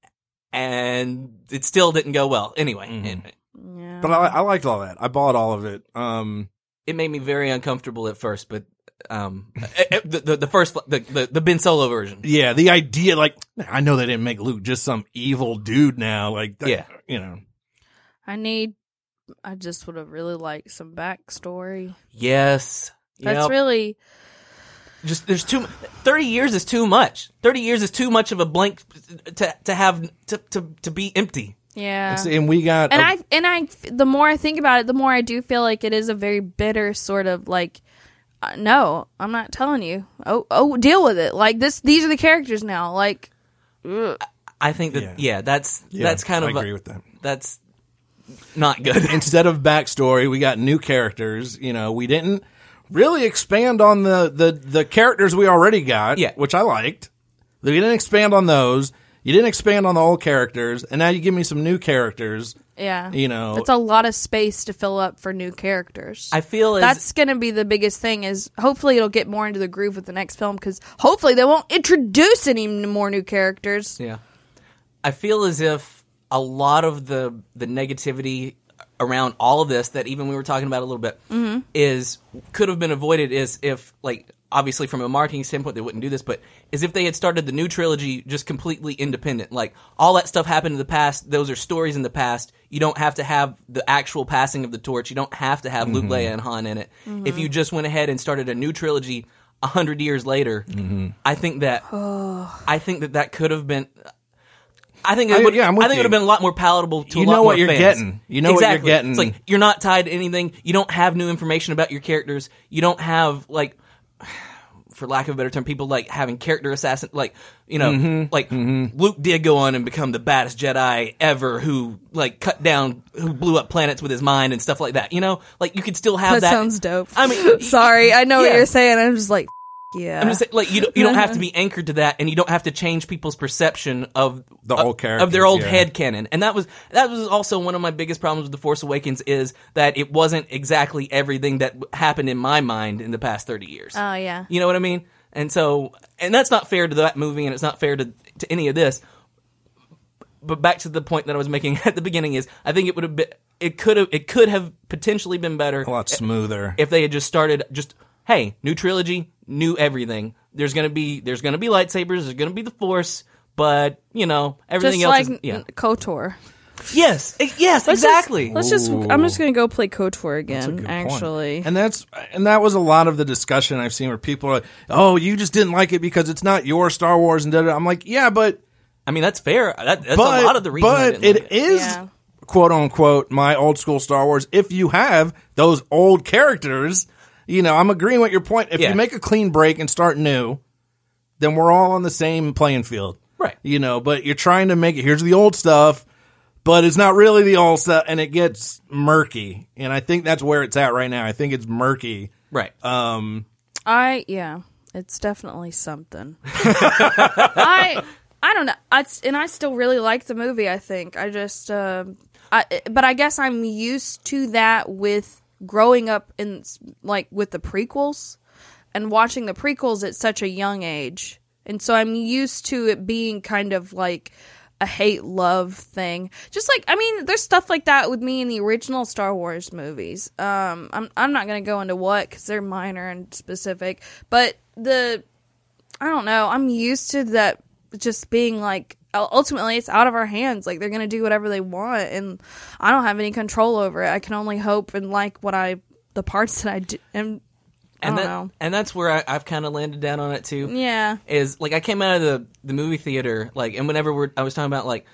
Speaker 4: And it still didn't go well. Anyway,
Speaker 3: Mm-hmm.
Speaker 4: it,
Speaker 2: yeah.
Speaker 3: but I, I liked all that. I bought all of it. Um,
Speaker 4: it made me very uncomfortable at first, but um, eh, eh, the, the the first the, the the Ben Solo version.
Speaker 3: yeah, the idea, like, I know they didn't make Luke just some evil dude now. Like, that-
Speaker 4: Yeah.
Speaker 3: you know,
Speaker 2: I need. I just would have really liked some backstory.
Speaker 4: Yes,
Speaker 2: That's
Speaker 4: Yep.
Speaker 2: really
Speaker 4: Just there's too mu- thirty years is too much. Thirty years is too much of a blank to to have to to, to be empty.
Speaker 2: yeah.
Speaker 3: and, see, and we got.
Speaker 2: and
Speaker 3: a-
Speaker 2: I and I the more I think about it, the more I do feel like it is a very bitter sort of like. Uh, no, I'm not telling you. Oh, oh, deal with it. Like this, these are the characters now. Like
Speaker 4: I think that yeah,
Speaker 3: Yeah.
Speaker 4: that's
Speaker 3: yeah,
Speaker 4: that's kind
Speaker 3: I
Speaker 4: of a-
Speaker 3: agree with that.
Speaker 4: that's not good.
Speaker 3: Instead of backstory, we got new characters. You know, we didn't really expand on the the the characters we already got.
Speaker 4: Yeah.
Speaker 3: which I liked. We didn't expand on those. You didn't expand on the old characters, and now you give me some new characters.
Speaker 2: yeah,
Speaker 3: You know,
Speaker 2: it's a lot of space to fill up for new characters.
Speaker 4: I feel as,
Speaker 2: That's gonna be the biggest thing. Is hopefully it'll get more into the groove with the next film because hopefully they won't introduce any more new characters.
Speaker 4: Yeah. I feel as if a lot of the the negativity around all of this that even we were talking about a little bit is could have been avoided is if like obviously from a marketing standpoint they wouldn't do this but is if they had started the new trilogy just completely independent like all that stuff happened in the past those are stories in the past you don't have to have the actual passing of the torch you don't have to have Luke Leia and Han in it if you just went ahead and started a new trilogy 100 years later I think that I think that that could have been. I think
Speaker 3: I-
Speaker 4: it would.
Speaker 3: yeah,
Speaker 4: I
Speaker 3: I'm
Speaker 4: think
Speaker 3: with
Speaker 4: it would
Speaker 3: you.
Speaker 4: have been a lot more palatable to a
Speaker 3: You
Speaker 4: lot
Speaker 3: know what
Speaker 4: more
Speaker 3: you're
Speaker 4: fans.
Speaker 3: getting. You know what you're
Speaker 4: exactly.
Speaker 3: getting.
Speaker 4: It's like you're not tied to anything. You don't have new information about your characters. You don't have like, for lack of a better term, people like having character assassin. Like you know,
Speaker 3: Mm-hmm.
Speaker 4: like Luke did go on and become the baddest Jedi ever, who like cut down, who blew up planets with his mind and stuff like that. You know, like you could still have
Speaker 2: That,
Speaker 4: that.
Speaker 2: sounds dope.
Speaker 4: I mean,
Speaker 2: sorry, I know
Speaker 4: yeah.
Speaker 2: what you're saying. I'm just like, yeah.
Speaker 4: I'm just saying, like you don't, you don't have to be anchored to that, and you don't have to change people's perception of uh,
Speaker 3: The
Speaker 4: of-
Speaker 3: old
Speaker 4: of their
Speaker 3: characters,
Speaker 4: old
Speaker 3: yeah.
Speaker 4: head canon. And that was that was also one of my biggest problems with the Force Awakens is that it wasn't exactly everything that w- happened in my mind in the past thirty years.
Speaker 2: oh yeah.
Speaker 4: You know what I mean? And so, and that's not fair to that movie, and it's not fair to to any of this. But back to the point that I was making at the beginning is, I think it would have been, it could have, it could have potentially been better
Speaker 3: a lot smoother.
Speaker 4: if they had just started just hey new trilogy new everything there's gonna be there's gonna be lightsabers there's gonna be the force but you know everything
Speaker 2: Just
Speaker 4: else
Speaker 2: like
Speaker 4: is, yeah
Speaker 2: n- Kotor.
Speaker 4: yes e- yes
Speaker 2: Let's just-
Speaker 4: exactly
Speaker 2: let's just. I'm just gonna go play Kotor again.
Speaker 3: point.
Speaker 2: Actually,
Speaker 3: And that's and that was a lot of the discussion I've seen where people are like, "Oh, you just didn't like it because it's not your Star Wars." And da, da, da." I'm like, "Yeah, but
Speaker 4: i mean that's fair that, that's
Speaker 3: but
Speaker 4: a lot of the reason I
Speaker 3: but
Speaker 4: didn't like
Speaker 3: it is
Speaker 2: Yeah.
Speaker 3: quote unquote my old school Star Wars. If you have those old characters, you know, I'm agreeing with your point. If
Speaker 4: Yeah.
Speaker 3: you make a clean break and start new, then we're all on the same playing field,
Speaker 4: Right.
Speaker 3: You know, but you're trying to make it. Here's the old stuff. But it's not really the old stuff, and it gets murky. And I think that's where it's at right now. I think it's murky.
Speaker 4: right
Speaker 3: uh,
Speaker 2: I yeah. It's definitely something. I I don't know. I, s- and I still really like the movie. I think I just. um I but I guess I'm used to that with growing up in like with the prequels and watching the prequels at such a young age. And so I'm used to it being kind of like a hate love thing. Just like I mean, there's stuff like that with me in the original Star Wars movies. Um I'm I'm not going to go into what cuz they're minor and specific, but the I don't know. I'm used to that just being like u- ultimately it's out of our hands. Like they're going to do whatever they want and I don't have any control over it. I can only hope and like what I the parts that I do and I don't
Speaker 4: and that,
Speaker 2: know.
Speaker 4: and that's where I, I've kind of landed down on it too.
Speaker 2: Yeah.
Speaker 4: is like I came out of the the movie theater like, and whenever we're I was talking about like.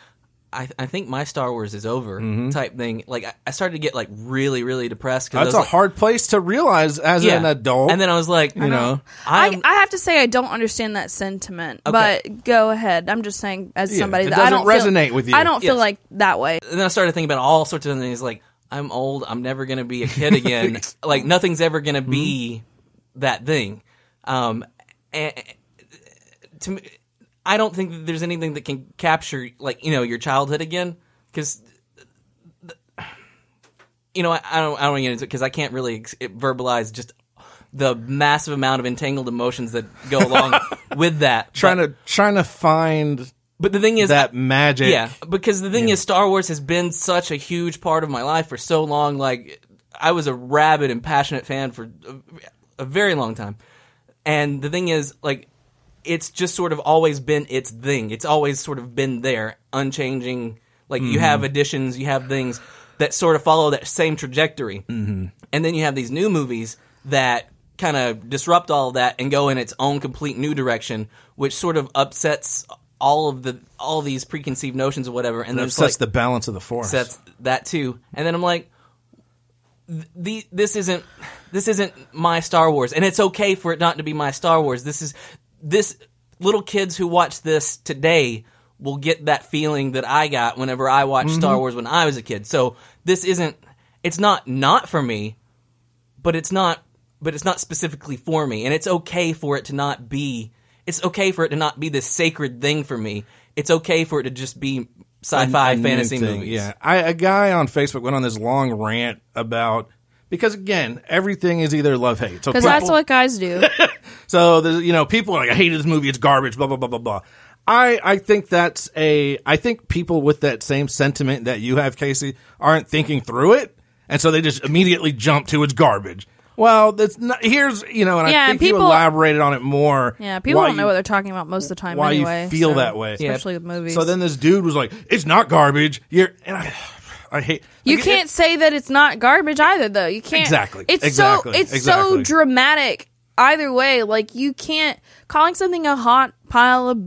Speaker 4: I, I think my Star Wars is over type thing. Like I, I started to get like really really depressed. 'cause I
Speaker 3: Mm-hmm. That's
Speaker 4: was
Speaker 3: a
Speaker 4: like,
Speaker 3: hard place to realize as an adult.
Speaker 4: And then I was like, you know,
Speaker 2: I,
Speaker 4: I'm,
Speaker 2: I have to say I don't understand that sentiment,
Speaker 4: Okay.
Speaker 2: but go ahead. I'm just saying as
Speaker 3: Yeah,
Speaker 2: somebody
Speaker 3: it
Speaker 2: that I
Speaker 3: doesn't
Speaker 2: don't
Speaker 3: resonate
Speaker 2: feel,
Speaker 3: with you.
Speaker 2: I don't feel
Speaker 4: Yes.
Speaker 2: like that way.
Speaker 4: and then I started thinking about all sorts of things. Like I'm old. I'm never gonna be a kid again. like nothing's ever gonna be
Speaker 3: Mm-hmm.
Speaker 4: that thing. Um, and to me, I don't think that there's anything that can capture like you know your childhood again because. You know, I, I don't. I don't get into it because I can't really ex- it verbalize just the massive amount of entangled emotions that go along with that.
Speaker 3: trying to trying to find
Speaker 4: but the thing is,
Speaker 3: that magic.
Speaker 4: yeah, because the thing is, Star Wars has been such a huge part of my life for so long. Like, I was a rabid and passionate fan for a, a very long time. And the thing is, like, it's just sort of always been its thing. It's always sort of been there, unchanging. Like, you have additions, you have things that sort of follow that same trajectory. Mm-hmm. And then you have these new movies that kind of disrupt all of that and go in its own complete new direction, which sort of upsets all of the all these preconceived notions or whatever. And then it's
Speaker 3: Upsets
Speaker 4: like,
Speaker 3: the balance of the force.
Speaker 4: that's that too. And then I'm like, th- the this isn't this isn't my Star Wars, and it's okay for it not to be my Star Wars. This is this little kids who watch this today will get that feeling that I got whenever I watched Star
Speaker 3: Mm-hmm.
Speaker 4: Wars when I was a kid. So this isn't it's not not for me, but it's not but it's not specifically for me and it's okay for it to not be it's okay for it to not be this sacred thing for me it's okay for it to just be sci-fi
Speaker 3: a new
Speaker 4: fantasy
Speaker 3: thing,
Speaker 4: movies
Speaker 3: Yeah, I, a guy on Facebook went on this long rant about because again, everything is either love hate. So
Speaker 2: Because
Speaker 3: people-
Speaker 2: that's what guys do.
Speaker 3: So there's, you know, people are like, I hate this movie. It's garbage. Blah blah blah blah blah. I I think that's a. I think people with that same sentiment that you have, Casey, aren't thinking through it, and so they just immediately jump to it's garbage. Well, that's not. Here's you know, and
Speaker 2: Yeah,
Speaker 3: I think you
Speaker 2: people-
Speaker 3: elaborated on it more.
Speaker 2: Yeah, people
Speaker 3: why
Speaker 2: don't know
Speaker 3: you-
Speaker 2: what they're talking about most of the time
Speaker 3: why you
Speaker 2: anyway.
Speaker 3: feel
Speaker 2: so-
Speaker 3: that way. Yeah.
Speaker 2: Especially with movies.
Speaker 3: So then this dude was like, "It's not garbage." You're and I, I hate.
Speaker 2: you
Speaker 3: like, it-
Speaker 2: can't say that it's not garbage either though. You can't
Speaker 3: Exactly,
Speaker 2: It's
Speaker 3: exactly,
Speaker 2: so it's so
Speaker 3: exactly.
Speaker 2: dramatic either way. Like you can't calling something a hot pile of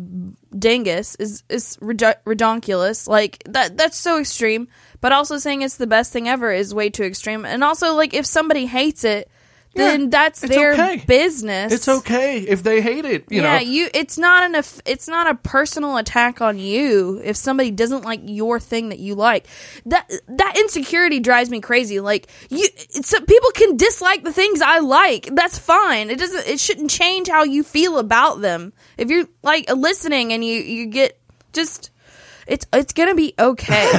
Speaker 2: dingus is is redu- redonkulous. Like that that's so extreme. But also saying it's the best thing ever is way too extreme. And also like if somebody hates it, then
Speaker 3: Yeah,
Speaker 2: that's
Speaker 3: it's
Speaker 2: their
Speaker 3: okay.
Speaker 2: business.
Speaker 3: It's okay if they hate it. You
Speaker 2: yeah,
Speaker 3: know,
Speaker 2: you. It's not an. aff- It's not a personal attack on you if somebody doesn't like your thing that you like. That that insecurity drives me crazy. Like you, so people can dislike the things I like. That's fine. It doesn't. It shouldn't change how you feel about them. If you're like listening and you you get just, it's it's gonna be okay.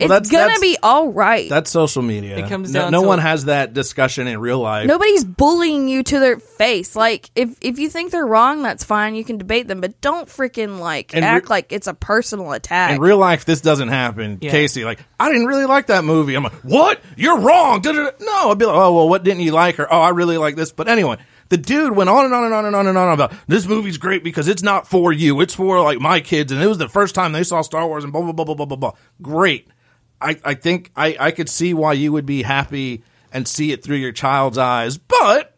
Speaker 2: it's
Speaker 3: that's-
Speaker 2: gonna
Speaker 3: that's-
Speaker 2: be all right.
Speaker 3: that's social media.
Speaker 4: It comes
Speaker 3: no,
Speaker 4: down
Speaker 3: no
Speaker 4: to-
Speaker 3: one has that discussion in real life.
Speaker 2: Nobody's bullying you to their face. Like if if you think they're wrong, that's fine. You can debate them, but don't freaking like
Speaker 3: And re-
Speaker 2: act like it's a personal attack.
Speaker 3: In real life, this doesn't happen. Casey, like, I didn't really like that movie. I'm like, what? You're wrong. Da-da-da. No, I'd be like, oh, well, what didn't you like? Or, oh, I really like this. But anyway, the dude went on and on and on and on and on about this movie's great because it's not for you. It's for, like, my kids. And it was the first time they saw Star Wars and blah, blah, blah, blah, blah, blah, blah. Great. I, I think I, I could see why you would be happy and see it through your child's eyes. But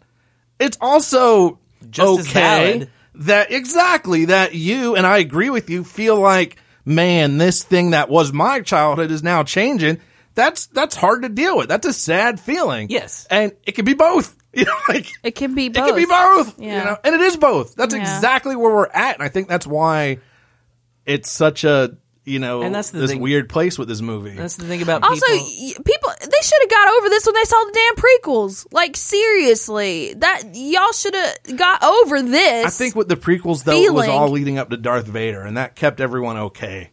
Speaker 3: it's also
Speaker 4: Just as
Speaker 3: okay
Speaker 4: valid.
Speaker 3: that exactly that you and I agree with you feel like man this thing that was my childhood is now changing that's that's hard to deal with that's a sad feeling
Speaker 4: Yes.
Speaker 3: and it can be both you know like
Speaker 2: it can be
Speaker 3: it
Speaker 2: both.
Speaker 3: can be both you
Speaker 2: Yeah.
Speaker 3: know and it is both that's
Speaker 2: Yeah.
Speaker 3: exactly where we're at and I think that's why it's such a you know
Speaker 4: And that's the
Speaker 3: this
Speaker 4: thing-
Speaker 3: weird place with this movie
Speaker 4: that's the thing about
Speaker 2: Also,
Speaker 4: people.
Speaker 2: y- people they should have got over this when they saw the damn prequels. Like seriously, that y'all should have got over this.
Speaker 3: I think with the prequels though it was
Speaker 2: feeling.
Speaker 3: all leading up to Darth Vader and that kept everyone okay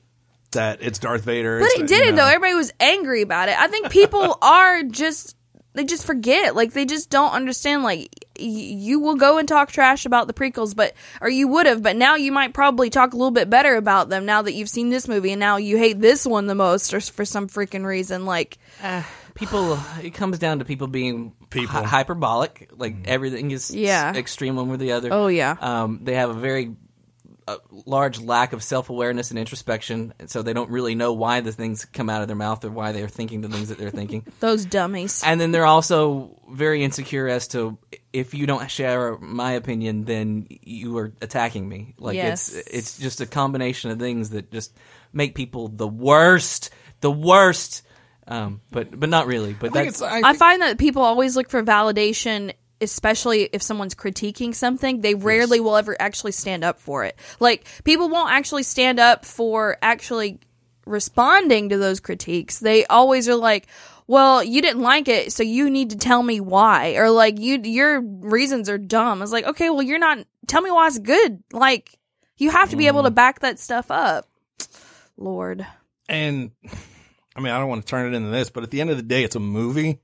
Speaker 3: that it's Darth Vader
Speaker 2: But
Speaker 3: it's
Speaker 2: it
Speaker 3: the- you
Speaker 2: didn't
Speaker 3: know.
Speaker 2: though. Everybody was angry about it. I think people are just they just forget. Like they just don't understand. Like y- you will go and talk trash about the prequels, but or you would have, but now you might probably talk a little bit better about them now that you've seen this movie and now you hate this one the most, or s- for some freaking reason. Like
Speaker 4: people it comes down to people Mm-hmm. being
Speaker 3: People.
Speaker 4: hy- hyperbolic like everything is
Speaker 2: Yeah.
Speaker 4: s- extreme one way or the other
Speaker 2: Oh, yeah.
Speaker 4: um, they have a very uh, large lack of self-awareness and introspection and so they don't really know why the things come out of their mouth or why they're thinking the things that they're thinking
Speaker 2: those dummies.
Speaker 4: and then they're also very insecure as to if you don't share my opinion then you are attacking me like
Speaker 2: Yes.
Speaker 4: it's it's just a combination of things that just make people the worst the worst um, but but not really but that's
Speaker 3: uh,
Speaker 2: I find that people always look for validation, especially if someone's critiquing something. They rarely will ever actually stand up for it. Like people won't actually stand up for actually responding to those critiques. They always are like, "Well, you didn't like it, so you need to tell me why," or like, "You your reasons are dumb." It's like, okay, well, you're not. Tell me why it's good. Like you have to be able to back that stuff up. Lord.
Speaker 3: and I mean, I don't want to turn it into this, but at the end of the day, it's a movie,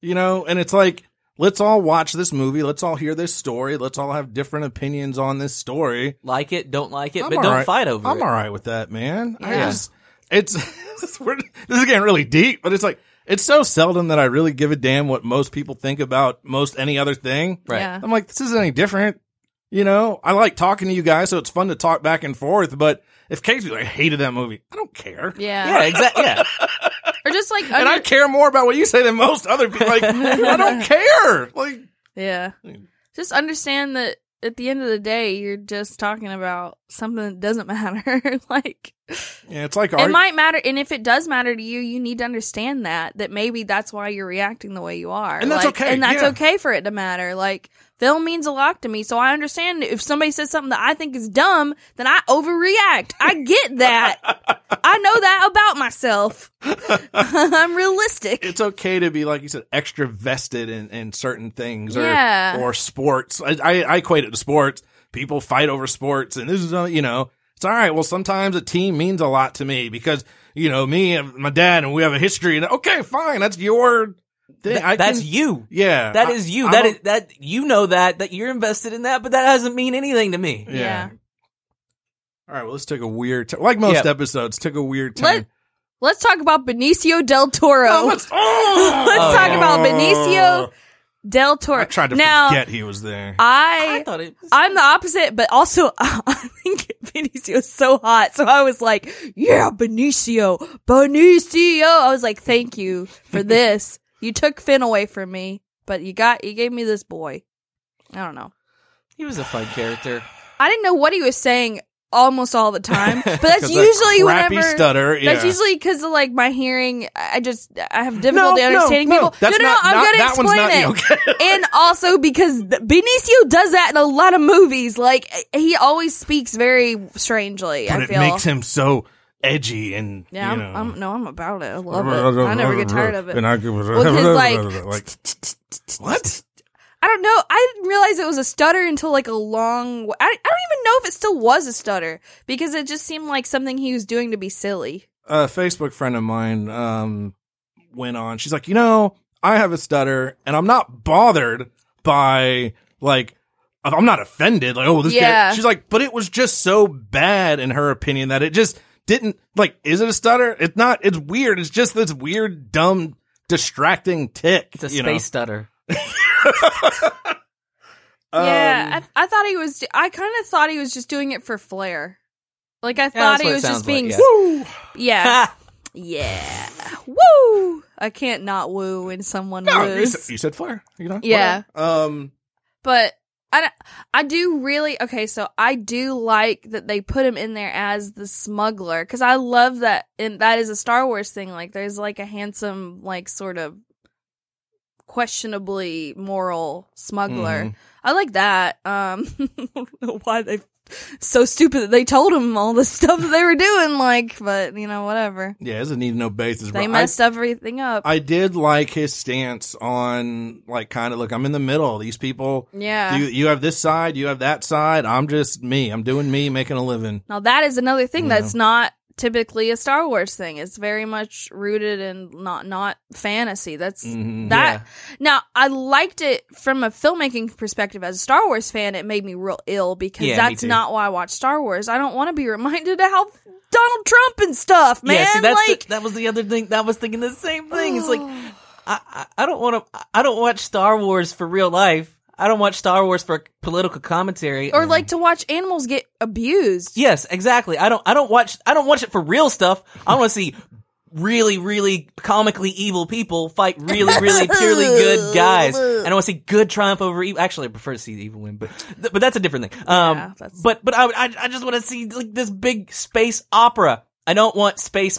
Speaker 3: you know, and it's like, let's all watch this movie. Let's all hear this story. Let's all have different opinions on this story.
Speaker 4: like it, don't like it,
Speaker 3: I'm
Speaker 4: but
Speaker 3: all
Speaker 4: don't
Speaker 3: right-
Speaker 4: fight over
Speaker 3: I'm
Speaker 4: it.
Speaker 3: all right with that, man. I
Speaker 2: Yeah.
Speaker 3: just, it's, we're, this is getting really deep, but it's like, it's so seldom that I really give a damn what most people think about most any other thing.
Speaker 4: Right.
Speaker 2: Yeah.
Speaker 3: I'm like, this isn't any different. You know, I like talking to you guys, so it's fun to talk back and forth. But if Casey like hated that movie, I don't care.
Speaker 4: Yeah, exactly. Yeah,
Speaker 2: Or just like
Speaker 3: and I
Speaker 2: under-
Speaker 3: care more about what you say than most other people. Like, I don't care. Like,
Speaker 2: Yeah. Just understand that at the end of the day, you're just talking about something that doesn't matter. like,
Speaker 3: yeah, it's like
Speaker 2: it
Speaker 3: argu-
Speaker 2: might matter. And if it does matter to you, you need to understand that, that maybe that's why you're reacting the way you are.
Speaker 3: And that's
Speaker 2: Like,
Speaker 3: okay,
Speaker 2: And that's
Speaker 3: yeah.
Speaker 2: okay for it to matter. Like, film means a lot to me. So I understand if somebody says something that I think is dumb, then I overreact. I get that. I know that about myself. I'm realistic.
Speaker 3: it's okay to be like you said, extra vested in, in certain things or
Speaker 2: Yeah.
Speaker 3: or sports. I, I I equate it to sports. People fight over sports, and this is uh, you know, it's all right. Well, sometimes a team means a lot to me because you know me and my dad, and we have a history. And okay, fine, that's your thing. I
Speaker 4: that's
Speaker 3: can-
Speaker 4: you.
Speaker 3: Yeah,
Speaker 4: That
Speaker 3: I-
Speaker 4: is you.
Speaker 3: I'm
Speaker 4: That
Speaker 3: o-
Speaker 4: is that you know that that you're invested in that, but that doesn't mean anything to me.
Speaker 2: Yeah.
Speaker 3: All right, well, this took a weird, turn. like most
Speaker 4: Yeah.
Speaker 3: episodes, took a weird turn.
Speaker 2: Let, let's talk about Benicio del Toro.
Speaker 3: Oh, let's oh,
Speaker 2: Let's
Speaker 4: Oh,
Speaker 2: talk
Speaker 4: yeah.
Speaker 2: about Benicio del Toro.
Speaker 3: I tried to
Speaker 2: now, uh,
Speaker 3: forget he was there.
Speaker 4: I
Speaker 2: I,
Speaker 4: thought it. Was,
Speaker 2: I'm the opposite, but also I think Benicio is so hot. So I was like, yeah, Benicio, Benicio. I was like, thank you for this. you took Finn away from me, but you got, you gave me this boy. I don't know.
Speaker 4: he was a fun character.
Speaker 2: I didn't know what he was saying almost all the time, but that's
Speaker 3: 'Cause
Speaker 2: usually
Speaker 3: that crappy
Speaker 2: whenever.
Speaker 3: stutter. Yeah.
Speaker 2: That's usually because of like my hearing. I I just I have difficulty understanding people. no,
Speaker 3: That's
Speaker 2: no,
Speaker 3: not,
Speaker 2: I'm
Speaker 3: not-
Speaker 2: gonna
Speaker 3: that
Speaker 2: explain
Speaker 3: one's not
Speaker 2: it. and also because th- Benicio does that in a lot of movies. Like eh, he always speaks very strangely.
Speaker 3: But
Speaker 2: I
Speaker 3: it
Speaker 2: feel.
Speaker 3: makes him so edgy and
Speaker 2: yeah,
Speaker 3: you
Speaker 2: I'm,
Speaker 3: know.
Speaker 2: I'm, no, I'm about it. I love it. I never get tired of it. With his like,
Speaker 3: what?
Speaker 2: I don't know. I didn't realize it was a stutter until like a long. I, I don't even know if it still was a stutter because it just seemed like something he was doing to be silly.
Speaker 3: A Facebook friend of mine um, went on. She's like, you know, I have a stutter, and I'm not bothered by like. I'm not offended. Like, oh, this guy-
Speaker 2: Yeah.
Speaker 3: She's like, but it was just so bad in her opinion that it just didn't. Like, is it a stutter? It's not. It's weird. It's just this weird, dumb, distracting tick.
Speaker 4: It's a
Speaker 3: you
Speaker 4: space
Speaker 3: know?
Speaker 4: stutter.
Speaker 2: Yeah, I, I thought he was. I kind of thought he was just doing it for flair. Like I thought
Speaker 4: that's
Speaker 2: he
Speaker 4: what it
Speaker 2: was
Speaker 4: sounds
Speaker 2: just being.
Speaker 4: like,
Speaker 3: Woo!
Speaker 2: yeah.
Speaker 4: Ha!
Speaker 2: yeah. Woo! I can't not woo when someone
Speaker 3: No, you,
Speaker 2: woos.
Speaker 3: said, you said flair. You know?
Speaker 2: Yeah.
Speaker 3: Whatever. Um.
Speaker 2: but I, don't- I do really okay so i do like that they put him in there as the smuggler because i love that and that is a star wars thing like there's like a handsome like sort of questionably moral smuggler
Speaker 3: Mhm.
Speaker 2: i like that um i don't know why they so stupid that they told him all the stuff that they were doing like but you know whatever
Speaker 3: Yeah, it doesn't need no basis.
Speaker 2: they
Speaker 3: bro. I,
Speaker 2: messed everything up
Speaker 3: I did like his stance on like kind of look. I'm in the middle. These people.
Speaker 2: yeah
Speaker 3: You you have this side. You have that side. I'm just me. I'm doing me, making a living.
Speaker 2: Now that is another thing that's not typically a Star Wars thing. It's very much rooted in not not fantasy. That's
Speaker 4: Mm-hmm.
Speaker 2: that. Now, I liked it from a filmmaking perspective. As a Star Wars fan, it made me real ill because
Speaker 4: Yeah, me
Speaker 2: that's
Speaker 4: too.
Speaker 2: not why I watch Star Wars. I don't want to be reminded of how Donald Trump and stuff, man.
Speaker 4: yeah, see, that's
Speaker 2: like
Speaker 4: the, that was the other thing. That was thinking the same thing. It's like I, I, I don't want to. I don't watch Star Wars for real life. I don't watch Star Wars for political commentary.
Speaker 2: or like to watch animals get abused.
Speaker 4: yes, exactly. I don't. I don't watch. I don't watch it for real stuff. I want to see really, really comically evil people fight really, really purely good guys, and I want to see good triumph over evil. Actually, I prefer to see the evil win, but th- but that's a different thing. Um,
Speaker 2: Yeah, that's-
Speaker 4: but but I I, I just want to see like this big space opera. I don't want space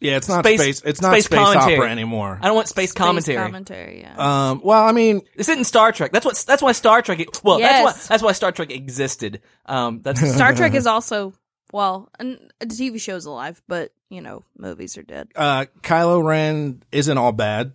Speaker 3: Yeah, it's not
Speaker 4: Space-
Speaker 3: space. it's not
Speaker 4: space
Speaker 3: space,
Speaker 4: commentary.
Speaker 3: opera anymore.
Speaker 4: I don't want space,
Speaker 2: Space
Speaker 4: commentary.
Speaker 2: commentary, yeah.
Speaker 3: Um, well, I mean,
Speaker 4: This isn't Star Trek. That's what. That's why Star Trek. Well, that's
Speaker 2: Yes.
Speaker 4: why. That's why Star Trek existed. Um, that's
Speaker 2: Star Trek is also well, and the TV show's alive, but you know, movies are dead.
Speaker 3: uh, Kylo Ren isn't all bad.